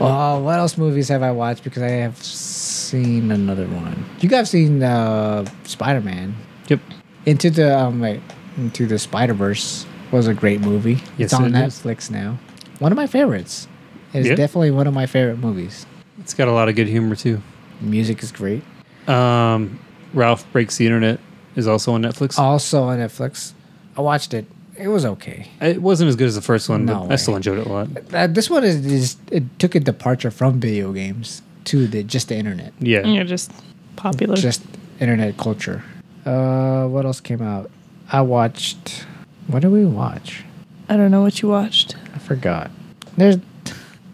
Oh, what else movies have I watched? Because I have seen another one. You guys seen uh, Spider Man?
Yep.
Into the um, like, Into the Spider Verse was a great movie.
Yes,
it's on
it is.
Netflix now. One of my favorites. It's
Yeah.
definitely one of my favorite movies.
It's got a lot of good humor too.
Music is great.
Um, Ralph Breaks the Internet is also on Netflix.
Also on Netflix. I watched it. It was okay.
It wasn't as good as the first one,
No
but
way.
I still enjoyed it a lot.
Uh, this one is, is it took a departure from video games to the just the internet.
Yeah.
you're just popular.
just internet culture. Uh, what else came out? I watched. What did we watch?
I don't know what you watched.
I forgot. There's.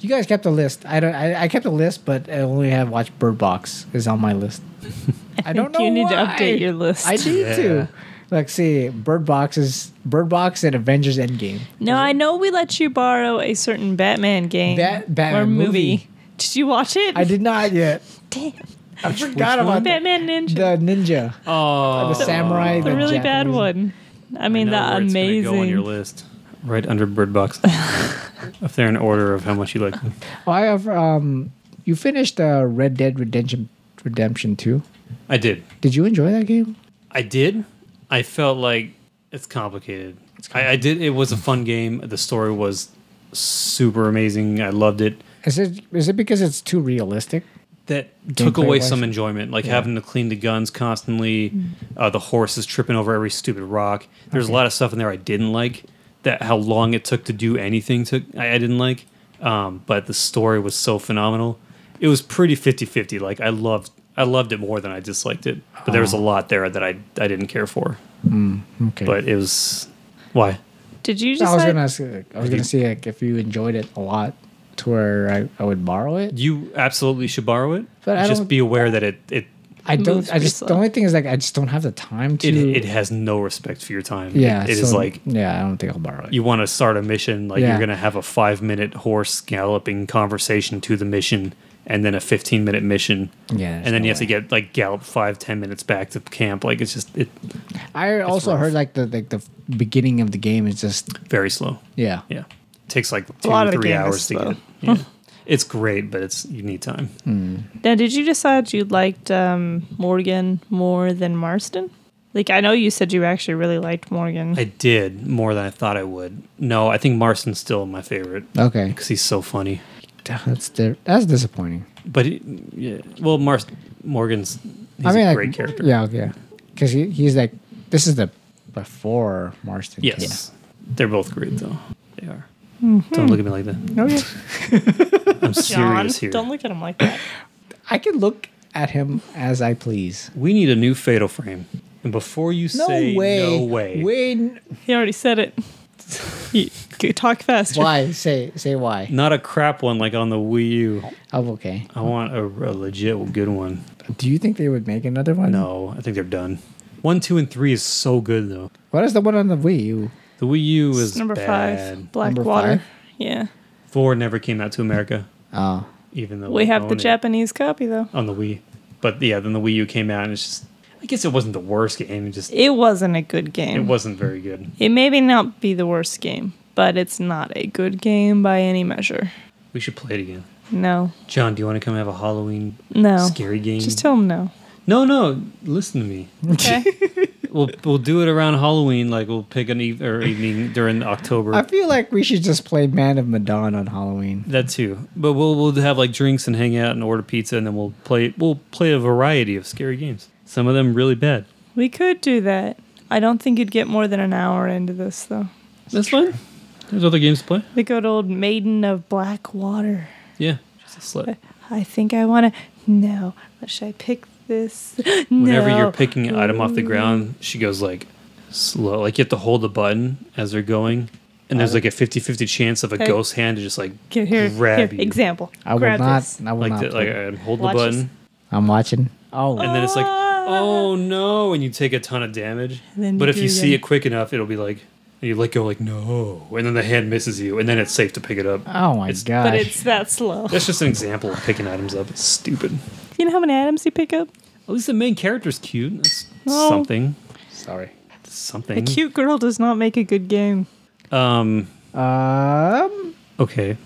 You guys kept a list. I don't. I, I kept a list, but I only have watched Bird Box is on my list. I, don't know.
you need to
why.
update your list.
I need
Yeah.
to. Let's see. Bird Box is Bird Box and Avengers Endgame.
No, I know we let you borrow a certain Batman game
Bat- Batman
or
movie.
Did you watch it?
I did not yet.
Damn.
I forgot about that.
Batman Ninja,
the ninja,
Oh,
the samurai,
the really bad
Japanese-
one. I mean, the amazing.
on your list, right under Bird Box. if they're in order of how much you like them.
Oh, I have. Um, you finished uh, Red Dead Redemption Redemption Two.
I did.
Did you enjoy that game?
I did. I felt like it's complicated. I, I did. It was a fun game. The story was super amazing. I loved it.
Is it is it because it's too realistic?
that took away
Gameplay-wise?
some enjoyment, like having to clean the guns constantly, uh, the horses tripping over every stupid rock. There's a lot of stuff in there I didn't like. That how long it took to do anything took I, I didn't like. Um, but the story was so phenomenal. It was pretty 50-50. Like I loved I loved it more than I disliked it. But there was
Oh.
a lot there that I I didn't care for.
Okay.
But it was why
Did
I
you
was
decide?
gonna ask, I was gonna see like if you enjoyed it a lot to where I, I would borrow it.
you absolutely should borrow it.
But I
just
don't-
be aware that it it
I don't.
moves
I just
pretty
the only thing is like I just don't have the time to.
it, it has no respect for your time.
yeah.
it is
so,
like
yeah. I don't think I'll borrow it.
you want to start a mission, like
Yeah.
you're going to have a five minute horse galloping conversation to the mission, and then a 15 minute mission.
Yeah,
And
there's
then
no
you have to
way.
get like gallop five, 10 minutes back to camp. Like it's just it,
I also
rough.
heard like the like the beginning of the game is just
very slow.
yeah.
Yeah. It takes like two,
lot of the
three
game is
hours to
slow.
get. Yeah. it's great, but it's you need time.
Hmm.
now, did you decide you liked um, Morgan more than Marston? Like, I know you said you actually really liked Morgan.
I did more than I thought I would. No, I think Marston's still my favorite
Okay.
because he's so funny.
That's di- that's disappointing.
But it, yeah, well, Mars, Morgan's he's
I mean,
a
like,
great character.
Yeah, yeah. Because he, he's like, this is the before Marston.
Yes.
came.
They're both great though. They are. Don't look at me like that.
No, yeah.
I'm
John,
serious here.
don't look at him like that.
I can look at him as I please.
We need a new fatal frame. And before you
No
say
way.
no way,
Wait,
He already said it. You- you talk faster.
why? Say say why.
not a crap one like on the Wii U.
I'm okay.
I want a, a legit good one.
Do you think they would make another one?
No, I think they're done. One, two, and three is so good though.
What is the one on the Wii U?
The Wii U is
Number
bad.
five, Black
Number
Water.
five?
Yeah.
Four never came out to America,
Oh,
even though
We have the
own it
Japanese copy, though.
on the Wii. But yeah, then the Wii U came out, and it's just. I guess it wasn't the worst game. It just
It wasn't a good game.
it wasn't very good.
It may be not be the worst game, but it's not a good game by any measure.
We should play it again.
No.
John, do you want to come have a Halloween
No.
scary game?
Just tell him no.
no, no. Listen to me.
Okay.
We'll we'll do it around Halloween. Like we'll pick an eve- or evening during October.
I feel like we should just play Man of Medan on Halloween.
that too. But we'll we'll have like drinks and hang out and order pizza and then we'll play we'll play a variety of scary games. Some of them really bad.
we could do that. I don't think you'd get more than an hour into this, though.
That's fine. There's other games to play.
The good old Maiden of Black Water.
Yeah, just a slut.
I think I want to. No. Should I pick this? no.
Whenever you're picking an item off the ground, she goes like slow. Like you have to hold the button as they're going. And there's like a 50-50 chance of a
Hey.
ghost hand to just like
Get here.
grab
here,
you.
Example.
I will
Grab
not.
this.
I will
like
not.
that, like
play.
uh, hold
Watch
the
this. Ah.
button,
I'm watching. Oh,
and then it's like, oh no, and you take a ton of damage.
And then
But
you
if
do
you see
again.
it quick enough, it'll be like and you let go, like no, and then the hand misses you, and then it's safe to pick it up.
oh my
it's-
gosh.
But it's that slow.
That's just an example of picking items up. It's stupid.
You know how many items you pick up?
At least the main character's cute. That's
Oh.
something.
Sorry.
A
Something.
cute girl does not make a good game.
Um.
Um,
Okay.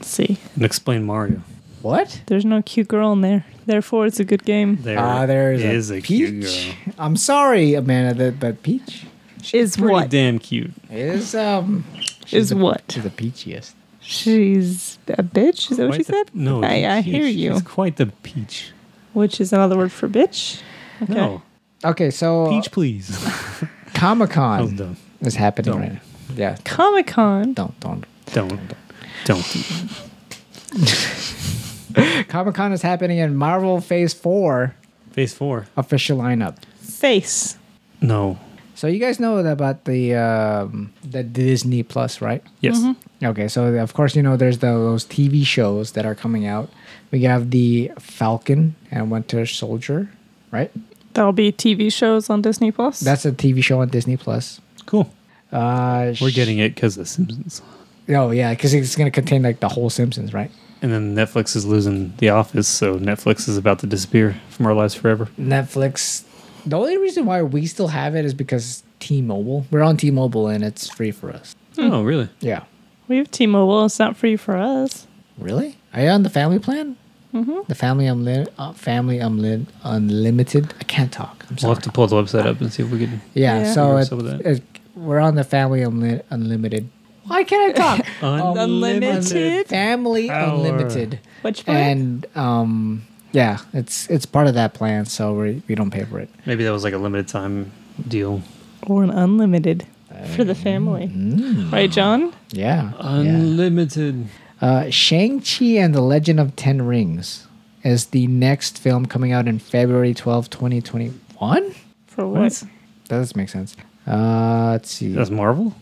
see.
And explain Mario.
what?
There's no cute girl in there. Therefore, it's a good game.
There
Ah, there is, a,
cute
peach.
girl.
I'm sorry, Amanda, that but peach
Is
Pretty
what?
damn cute.
is um
Is
the-
what?
she's the peachiest.
She's a bitch? Is that what
Quite
she
the-
said?
No.
I, I
she-
hear you.
She's quite the peach.
Which is another word for bitch.
No.
Okay, so
Peach, please.
Comic
Oh,
Con
don't,
is happening
Don't.
right now. Yeah,
Comic Con.
don't don't.
don't, don't. do that.
Comic Con is happening in Marvel Phase Four
Phase four.
official lineup.
Face.
No.
So you guys know about the um, the Disney Plus, right?
Yes.
Mm-hmm. Okay, so of course you know there's the, those TV shows that are coming out. We have the Falcon and Winter Soldier, right?
That'll be TV shows on Disney Plus.
That's a TV show on Disney Plus.
Cool.
Uh,
We're
sh-
getting it because of The Simpsons.
Oh yeah, because it's gonna contain like the whole Simpsons, right?
And then Netflix is losing The Office, so Netflix is about to disappear from our lives forever.
Netflix. The only reason why we still have it is because T-Mobile. We're on T-Mobile and it's free for us.
Oh, really?
Yeah.
we have T-Mobile. It's not free for us.
Really? Are you on the family plan? Mm-hmm. The family unlimited. Uh, family unli- unlimited. I can't talk. I'm
We'll
sorry.
have to pull the website up and see if we can.
yeah,
Yeah.
So
We're
it,
so with that.
it, we're on the family unli- unlimited. Why can't I talk? Um,
Unlimited.
family
Power.
unlimited.
Which part?
And um, yeah, it's it's part of that plan, so we we don't pay for it.
Maybe that was like a limited time deal.
or an unlimited for the
Mm.
family. Right, John?
Yeah. yeah.
Unlimited.
Uh, Shang-Chi and the Legend of Ten Rings is the next film coming out in February 12, 2021?
For what?
That doesn't make sense. Uh, let's see.
That's
That's,
Marvel?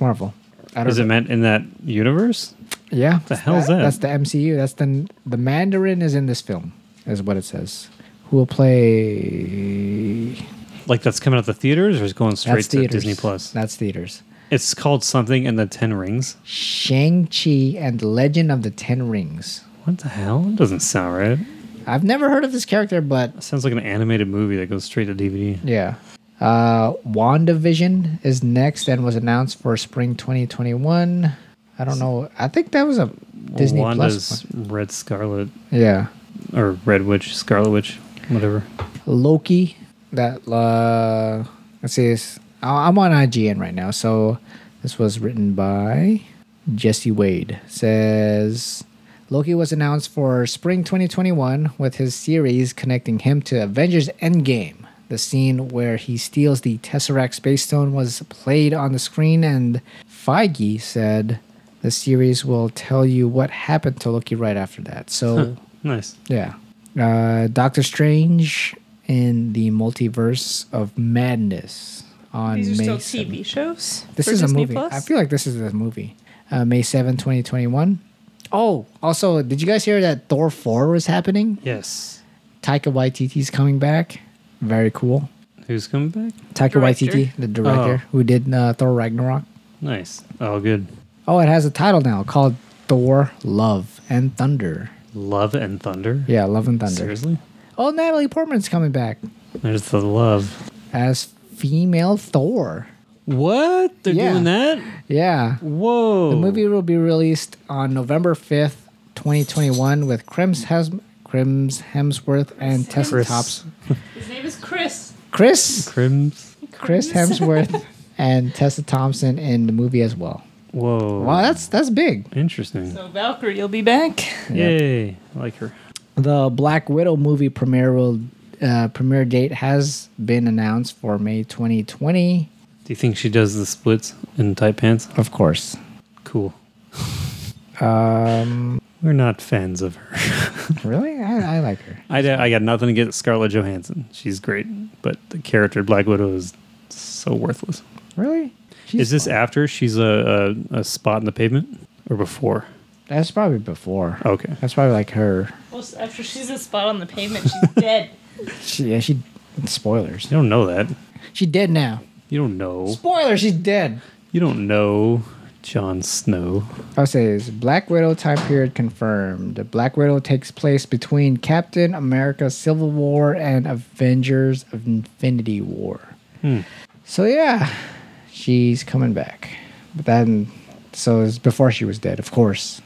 Marvel. I don't
Is it meant in that universe?
know. Yeah.
The hell's that?
That's the MCU. That's the the Mandarin is in this film, is what it says. Who will play?
Like that's coming out the theaters or is going straight
That's
to
theaters.
Disney Plus?
That's theaters.
It's called something and the Ten Rings.
Shang-Chi and the Legend of the Ten Rings.
What the hell? It doesn't sound right.
I've never heard of this character, but
It sounds like an animated movie that goes straight to DVD.
Yeah. Uh, WandaVision is next and was announced for spring 2021. I don't know. I think that was a Disney
Wanda's
Plus.
Red Scarlet
One. Yeah.
or Red Witch, Scarlet Witch, whatever.
Loki. That uh, let's see. This. I- I'm on IGN right now, so this was written by Jesse Wade. Says Loki was announced for spring 2021 with his series connecting him to Avengers Endgame. The scene where he steals the Tesseract Space Stone was played on the screen, and Feige said the series will tell you what happened to Loki right after that. So.
Nice.
Yeah. Uh, Doctor Strange in the Multiverse of Madness on
These are
May
still
7th.
TV shows.
This
for
is
Disney
a movie.
Plus?
I feel like this is a movie. Uh, May 7, 2021. Oh, also, did you guys hear that Thor 4 was happening?
Yes.
Taika Waititi's coming back. Very cool.
Who's coming back?
Taika
Director.
Waititi, the director who did uh, Thor Ragnarok.
Nice. Oh, good.
Oh, it has a title now called Thor Love and Thunder.
Love and Thunder.
Yeah, Love and Thunder.
Seriously?
Oh, Natalie Portman's coming back.
There's the love.
as female Thor.
What? They're
Yeah.
doing that?
Yeah.
Whoa.
The movie will be released on November 5th, 2021 with Crims, Hes- Crims Hemsworth and Tessa
Chris.
Tops.
His name is Chris.
Chris,
Crims.
Chris Hemsworth and Tessa Thompson in the movie as well.
Whoa.
Wow, that's that's big.
Interesting.
So Valkyrie, you'll be back.
Yay. I like her.
The Black Widow movie premiere will uh, premiere date has been announced for May 2020.
Do you think she does the splits in tight pants?
Of course.
Cool.
Um,
We're not fans of her.
really? I, I like her.
I, d- I got nothing against Scarlett Johansson. She's great, but the character Black Widow is so worthless.
Really?
is this after she's a, a, a spot in the pavement or before?
That's probably before.
Okay.
That's probably like her.
Well, after she's a spot on the pavement, she's dead.
She, yeah, she. Spoilers.
You don't know that.
She dead now.
You don't know.
Spoiler. She's dead.
You don't know Jon Snow.
I'll say this: Black Widow time period confirmed. Black Widow takes place between Captain America: Civil War and Avengers: of Infinity War. So yeah, she's coming back. But then, so it's before she was dead, of course.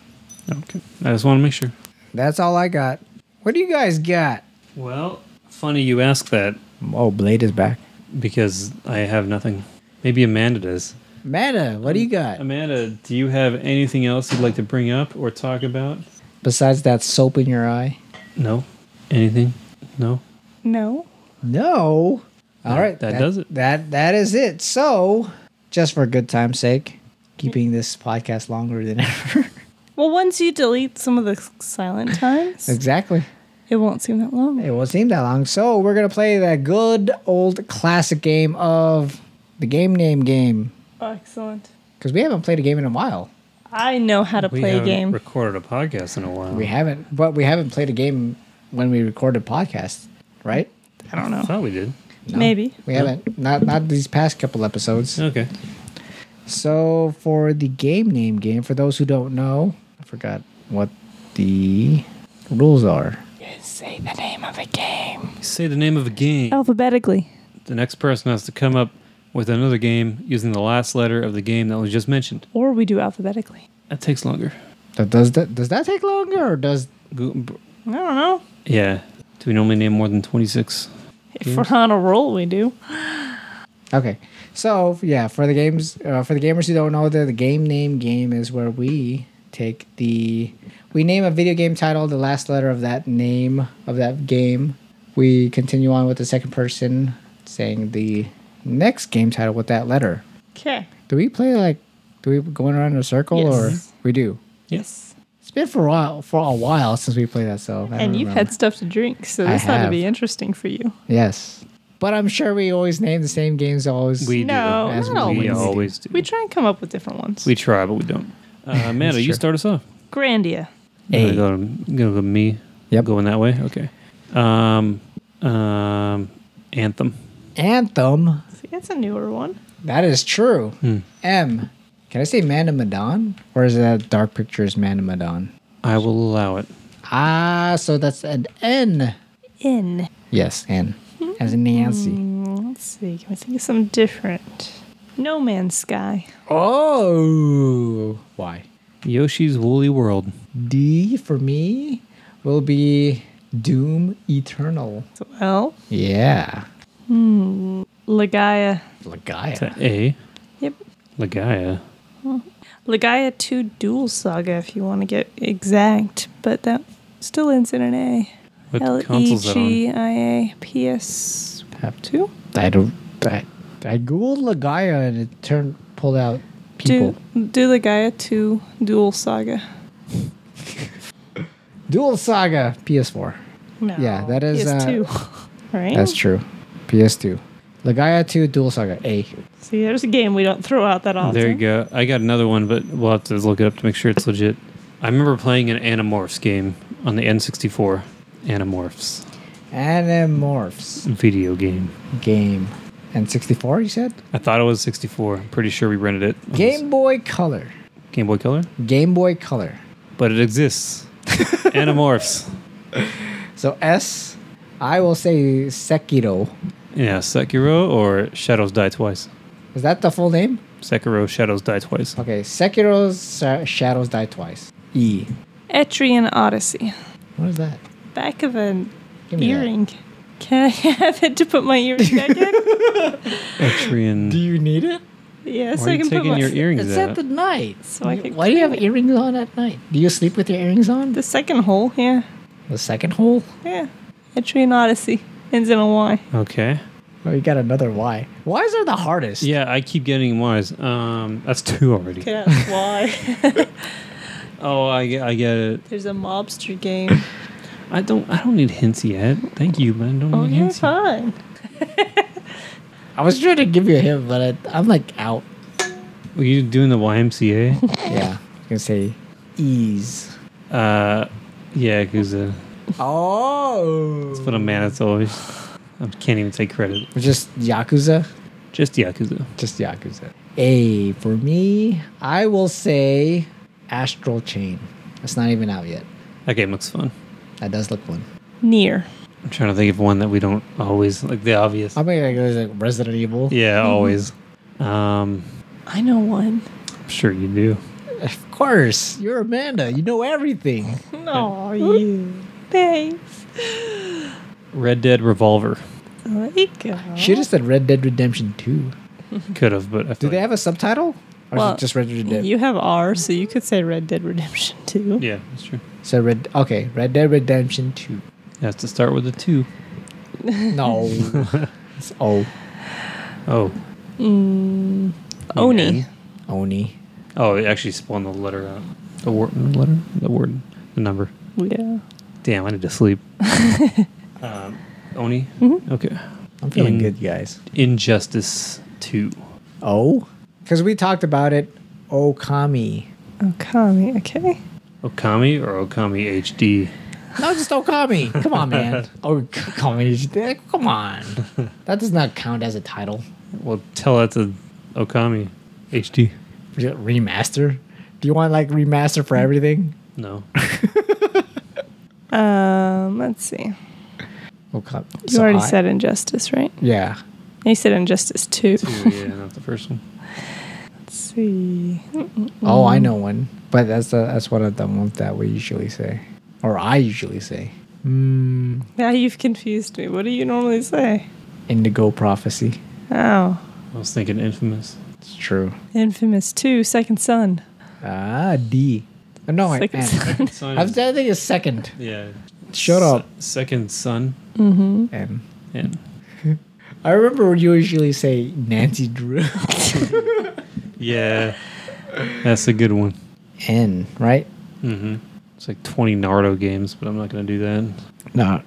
Okay. I just want to make sure.
That's all I got. What do you guys got?
Well, funny you ask that
Oh, Blade is back.
because I have nothing. Maybe Amanda does.
Meta, what do you got
Amanda, do you have anything else you'd like to bring up or talk about?
besides that soap in your eye?
No. Anything? No.
No.
No. All right.
that does it.
That that is it. So, just for good time's sake, keeping this podcast longer than ever.
Well, once you delete some of the silent times,
exactly.
it won't seem that long.
It won't seem that long. So we're gonna play that good old classic game of the game name game
Excellent.
because we haven't played a game in a while.
I know how to
We
play a
haven't
game.
recorded a podcast in a while.
We haven't, but we haven't played a game when we recorded podcasts, right?
I don't know.
thought we did.
Maybe.
We haven't. Not not these past couple episodes.
Okay.
So for the game name game, for those who don't know, I forgot what the rules are.
Say the name of a game.
Say the name of a game.
Oh. Alphabetically.
The next person has to come up with another game using the last letter of the game that was just mentioned.
Or we do alphabetically.
That takes longer.
That does that does that take longer or does
Go- br-
I don't know.
Yeah. Do we normally name more than 26?
If we're on a roll, we do.
Okay. So yeah, for the games, uh, for the gamers who don't know, the, the game name game is where we take the we name a video game title, the last letter of that name of that game. We continue on with the second person saying the next game title with that letter.
Okay.
Do we play like do we going around in a circle or
Yes.
we do?
Yes.
It's been for a while, for a while since we played that. So I don't
And you've
remember.
had stuff to drink, so
I
this ought to
have.
be interesting for you.
yes, but I'm sure we always name the same games. Always
We
No,
do.
As not
we
always.
always do.
We try and come up with different ones.
We try, but we don't. Uh, Amanda, you
true.
start us off.
Grandia.
Hey.
I'm gonna go to, gonna go to me.
Yep.
Going that way. Okay. Um, um, Anthem.
Anthem.
See, that's a newer one.
That is true. M. Can I say Man of Madon or is that Dark Pictures Man of Madon?
I will allow it.
Ah, so that's an N.
In.
Yes, N. As in Nancy.
Let's see. Can we think of some different? No Man's Sky.
Oh, why?
Yoshi's Woolly World.
D for me will be Doom Eternal.
Well,
Yeah,
Legaia.
Lagaya.
To A.
Yep.
Legaia.
Legaia 2 Duel Saga, if you want to get exact. but that still ends in an A.
What
L E
console's that on?
G I A P S
Have to.
two.
I don't. I,
I googled Lagaya and it turned pulled out people.
Do do the Gaia two Dual Saga.
Dual Saga PS4.
No.
Yeah, that is, uh,
PS2. right.
That's true. PS2. Lagaya 2 Dual Saga A.
See, there's a game we don't throw out that often.
There you go. I got another one, but we'll have to look it up to make sure it's legit. I remember playing an Animorphs game on the N64. Animorphs
Animorphs
video game.
game. And 64, you said?
I thought it was 64. I'm pretty sure we rented it. on
Game Boy Color.
this- Game Boy Color,
Game Boy Color.
but it exists. Animorphs.
So S, I will say Sekiro.
Yeah, Sekiro or Shadows Die Twice.
Is that the full name?
Sekiro Shadows Die Twice.
Okay, Sekiro's Sa- Shadows Die Twice. E.
Etrian Odyssey.
What is that?
Back of an
Give me that.
earring. Can I have it to put my earring back in?
Etrian.
you need it?
Yes,
Why are
I
you
can put
taking
my
your earrings
It's
out?
at the night.
So I can
Why do you have
clean
earrings on at night? Do you sleep with your earrings on?
the second hole. Yeah,
The second hole?
yeah. Etrian Odyssey ends in a Y.
Okay.
Oh, you got another Y. Y's are the hardest.
Yeah, I keep getting wise. Um, that's two already.
Okay, that's why.
Oh, I, get- I get it.
There's a mobster game.
I don't. I don't need hints yet. Thank you, man. Don't
Oh,
need
you're
hints. yet.
fine.
I was trying to give you a hint, but I, I'm like out.
Were you doing the YMCA?
Yeah. I can say ease.
uh, yeah, because uh,
Oh.
Oh.
that's what a man. It's always. I can't even take credit.
Just Yakuza?
Just uh, Yakuza.
Just Yakuza. A for me, I will say Astral Chain. It's not even out yet.
That game looks fun.
That does look fun.
Near.
I'm trying to think of one that we don't always like the obvious.
I mean, like, there's like Resident Evil.
yeah, always. Um,
I know one.
I'm sure you do.
Of course, you're Amanda. You know everything.
No, you. Thanks.
Red Dead Revolver
There you go.
Should have said Red Dead Redemption 2.
could have, but I
Do
feel
they
like-
have a subtitle? Or is
Well,
it just Red Dead Redemption?
You have R, so you could say Red Dead Redemption 2.
Yeah, that's true.
So Red okay, Red Dead Redemption 2.
It has to start with a two.
No. it's O.
Oh,
Oh, Oni.
Oni.
oh, it actually spawned the letter out. The word, letter, the word, the number.
Yeah.
Damn, I need to sleep. um, Oni? Okay.
I'm feeling
In-
good, guys.
Injustice 2.
O? Because we talked about it. Okami.
Okami, okay.
Okami or Okami HD?
No, just Okami. Come on, man. Okami. Come on. That does not count as a title.
Well, tell that to Okami HD.
Remaster? Do you want like remaster for everything?
No.
Um, let's see.
Okami.
You already said Injustice, right?
Yeah.
You said Injustice 2.
Two, yeah, not the first one.
Let's see.
Oh, I know one, but that's the, that's one of the ones that we usually say, or I usually say, Mm.
Now you've confused me. What do you normally say?
Indigo Prophecy.
Oh.
I was thinking Infamous.
It's true.
Infamous 2, Second Son.
Ah, D. Oh, no, I,
Second
N.
Son.
Son
I
is-
think it's second.
yeah.
Shut up. Mm.
Se- second Son.
N.
And
I remember you usually say Nancy Drew.
yeah, that's a good one.
N, right?
Mm-hmm. It's like 20 Naruto games, but I'm not going to do that.
No.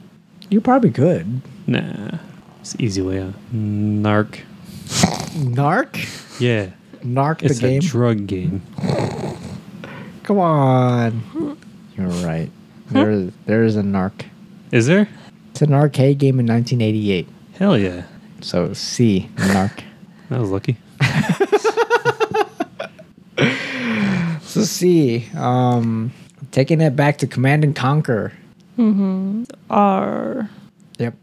You probably could.
Nah. It's the easy way out. Narc.
Narc?
Yeah.
Narc
It's
the
a
game?
drug game.
Come on. You're right. There is, there is a Narc.
Is there?
It's an arcade game in 1988.
Hell yeah.
So C, Narc.
That was lucky.
So C, um, taking it back to Command and Conquer.
R.
Yep.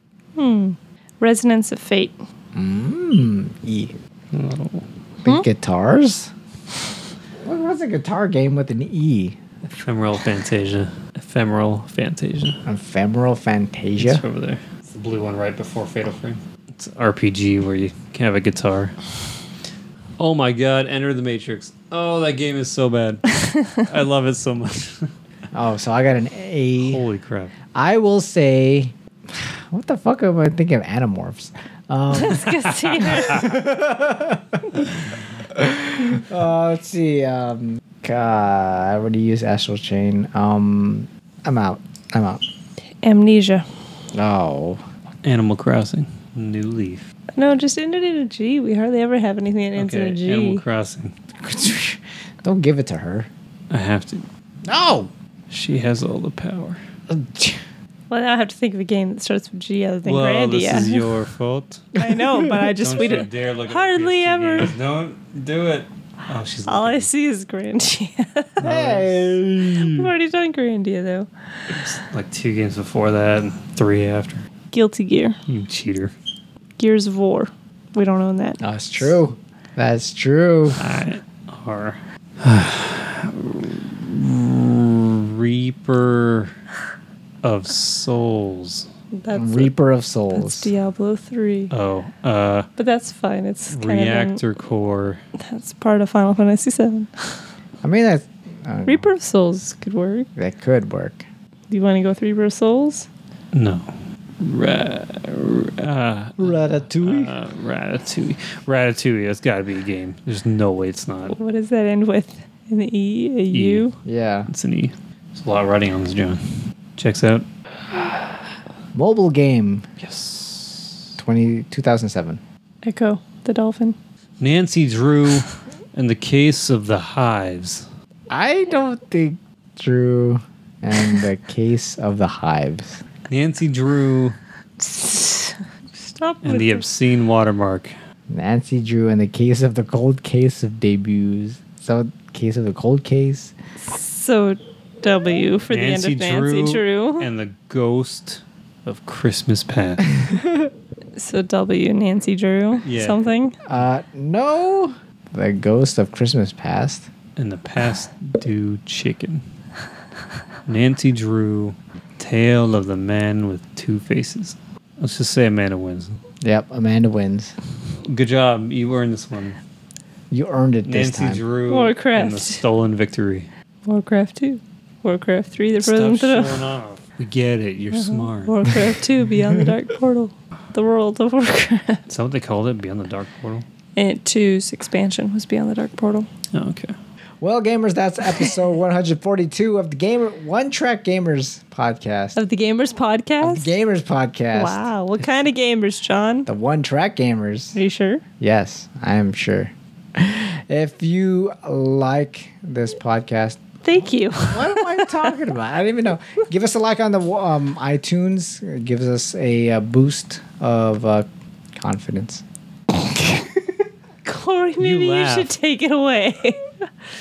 Resonance of Fate.
E.
Oh,
Big guitars. What was a guitar game with an E?
ephemeral Fantasia. Ephemeral Fantasia.
Ephemeral
It's
Fantasia.
over there. It's the blue one right before Fatal Frame. It's an RPG where you can have a guitar. Oh my god, Enter the Matrix. Oh, that game is so bad. I love it so much.
Oh, so I got an A.
Holy crap!
I will say, what the fuck am I thinking of Animorphs? Um, uh, let's see. Um, God, I already used Astral Chain. Um, I'm out. I'm out.
Amnesia.
Oh.
Animal Crossing, New Leaf.
No, just ended in a G. We hardly ever have anything that ends in a G.
Animal Crossing.
Don't give it to her.
I have to.
No!
She has all the power.
Well, now I have to think of a game that starts with G other than
well,
Grandia.
this is your fault.
I know, but I just we
you
don't-
dare look at
hardly
PS2
ever.
games. Don't do it. Oh, she's.
All I
looking.
see is Grandia.
Hey!
Hmm.
We've already done Grandia though.
like two games before that, and three after.
Guilty Gear,
You cheater!
Gears of War. We don't own that.
That's true. That's true.
I are. Reaper of Souls.
That's
Reaper of
that's
Souls.
Diablo three.
Oh, uh,
but that's fine. It's kind Of
Reactor Core.
in- that's part of Final Fantasy VII.
I mean, that's, I don't know.
Reaper of Souls could work.
that could work.
Do you want to go with Reaper of Souls?
No. Ra- ra-
Ratatouille.
uh, Ratatouille. Ratatouille. That's got to be a game. There's no way it's not.
What does that end with? An E, a U?
yeah.
It's an E. There's a lot writing on this, John. Checks out.
Mobile game
Yes.
20, 2007.
Echo, the dolphin.
Nancy Drew and the case of the hives.
I don't think Drew and the case of the hives.
Nancy Drew
Stop
and
with
the obscene watermark.
Nancy Drew and the case of the cold case of debuts. So case of the cold case.
So W for
Nancy
the end of Nancy Drew.
and the ghost of Christmas past.
so W Nancy Drew.
Yeah.
Something.
Uh no. The ghost of Christmas past.
and the past due chicken. Nancy Drew, Tale of the Man with Two Faces. Let's just say Amanda wins.
Yep, Amanda wins.
Good job, you earned this one.
You earned it this
Nancy
time.
Drew
Warcraft.
and the stolen victory.
Warcraft two. Warcraft three, the frozen
Stop
throne.
showing off. We get it.
Mm-hmm.
You're smart.
Warcraft two, Beyond the Dark Portal. The world of Warcraft.
Is that what they called it? Beyond the Dark Portal.
And two's expansion was Beyond the Dark Portal.
Oh, okay.
Well, gamers, that's episode 142 of the Gamer One Track Gamers podcast.
Of the Gamers podcast?
Of the Gamers podcast.
Wow. What kind of gamers, John?
The One Track Gamers.
Are you sure?
Yes, I am sure. If you like this podcast,
Thank you.
what am I talking about? I don't even know. Give us a like on the um, iTunes. It gives us a, uh boost of uh, confidence.
Corey, maybe you,
laugh.
should take it away.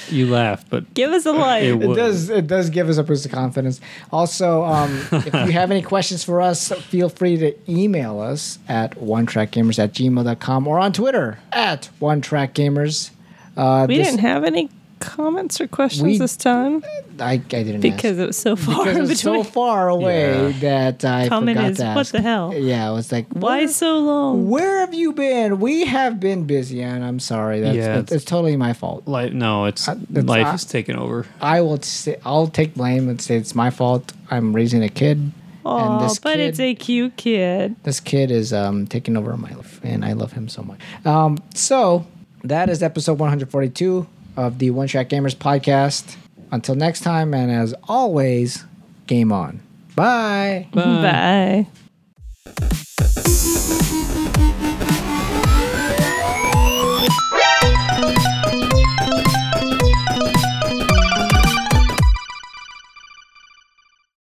You laugh, but
Give us a
it
like.
would.
It does. It does give us a boost of confidence. Also, um, if you have any questions for us, feel free to email us at onetrackgamers at gmail.com or on Twitter at onetrackgamers. Uh,
We
this-
didn't have any comments or questions
We-
this time
I, I didn't ask.
because it was so far
because
in
it was so
between.
far away that I
Comment
forgot
is,
to
"What
ask.
the hell?"
Yeah, I was like,
Why so long?
Where have you been? We have been busy, and I'm sorry. That's,
Yeah,
that's-
it's-
it's totally my fault.
Life, no, it's,
it's
life
not-
is taking over.
I will. Say, I'll take blame and say it's my fault. I'm raising a kid,
Oh,
this
but
kid-
it's a cute kid.
this kid is um, taking over my life, and I love him so much. Um, so that is episode 142 of the One Shot Gamers podcast. Until next time, and as always, game on. Bye.
Bye.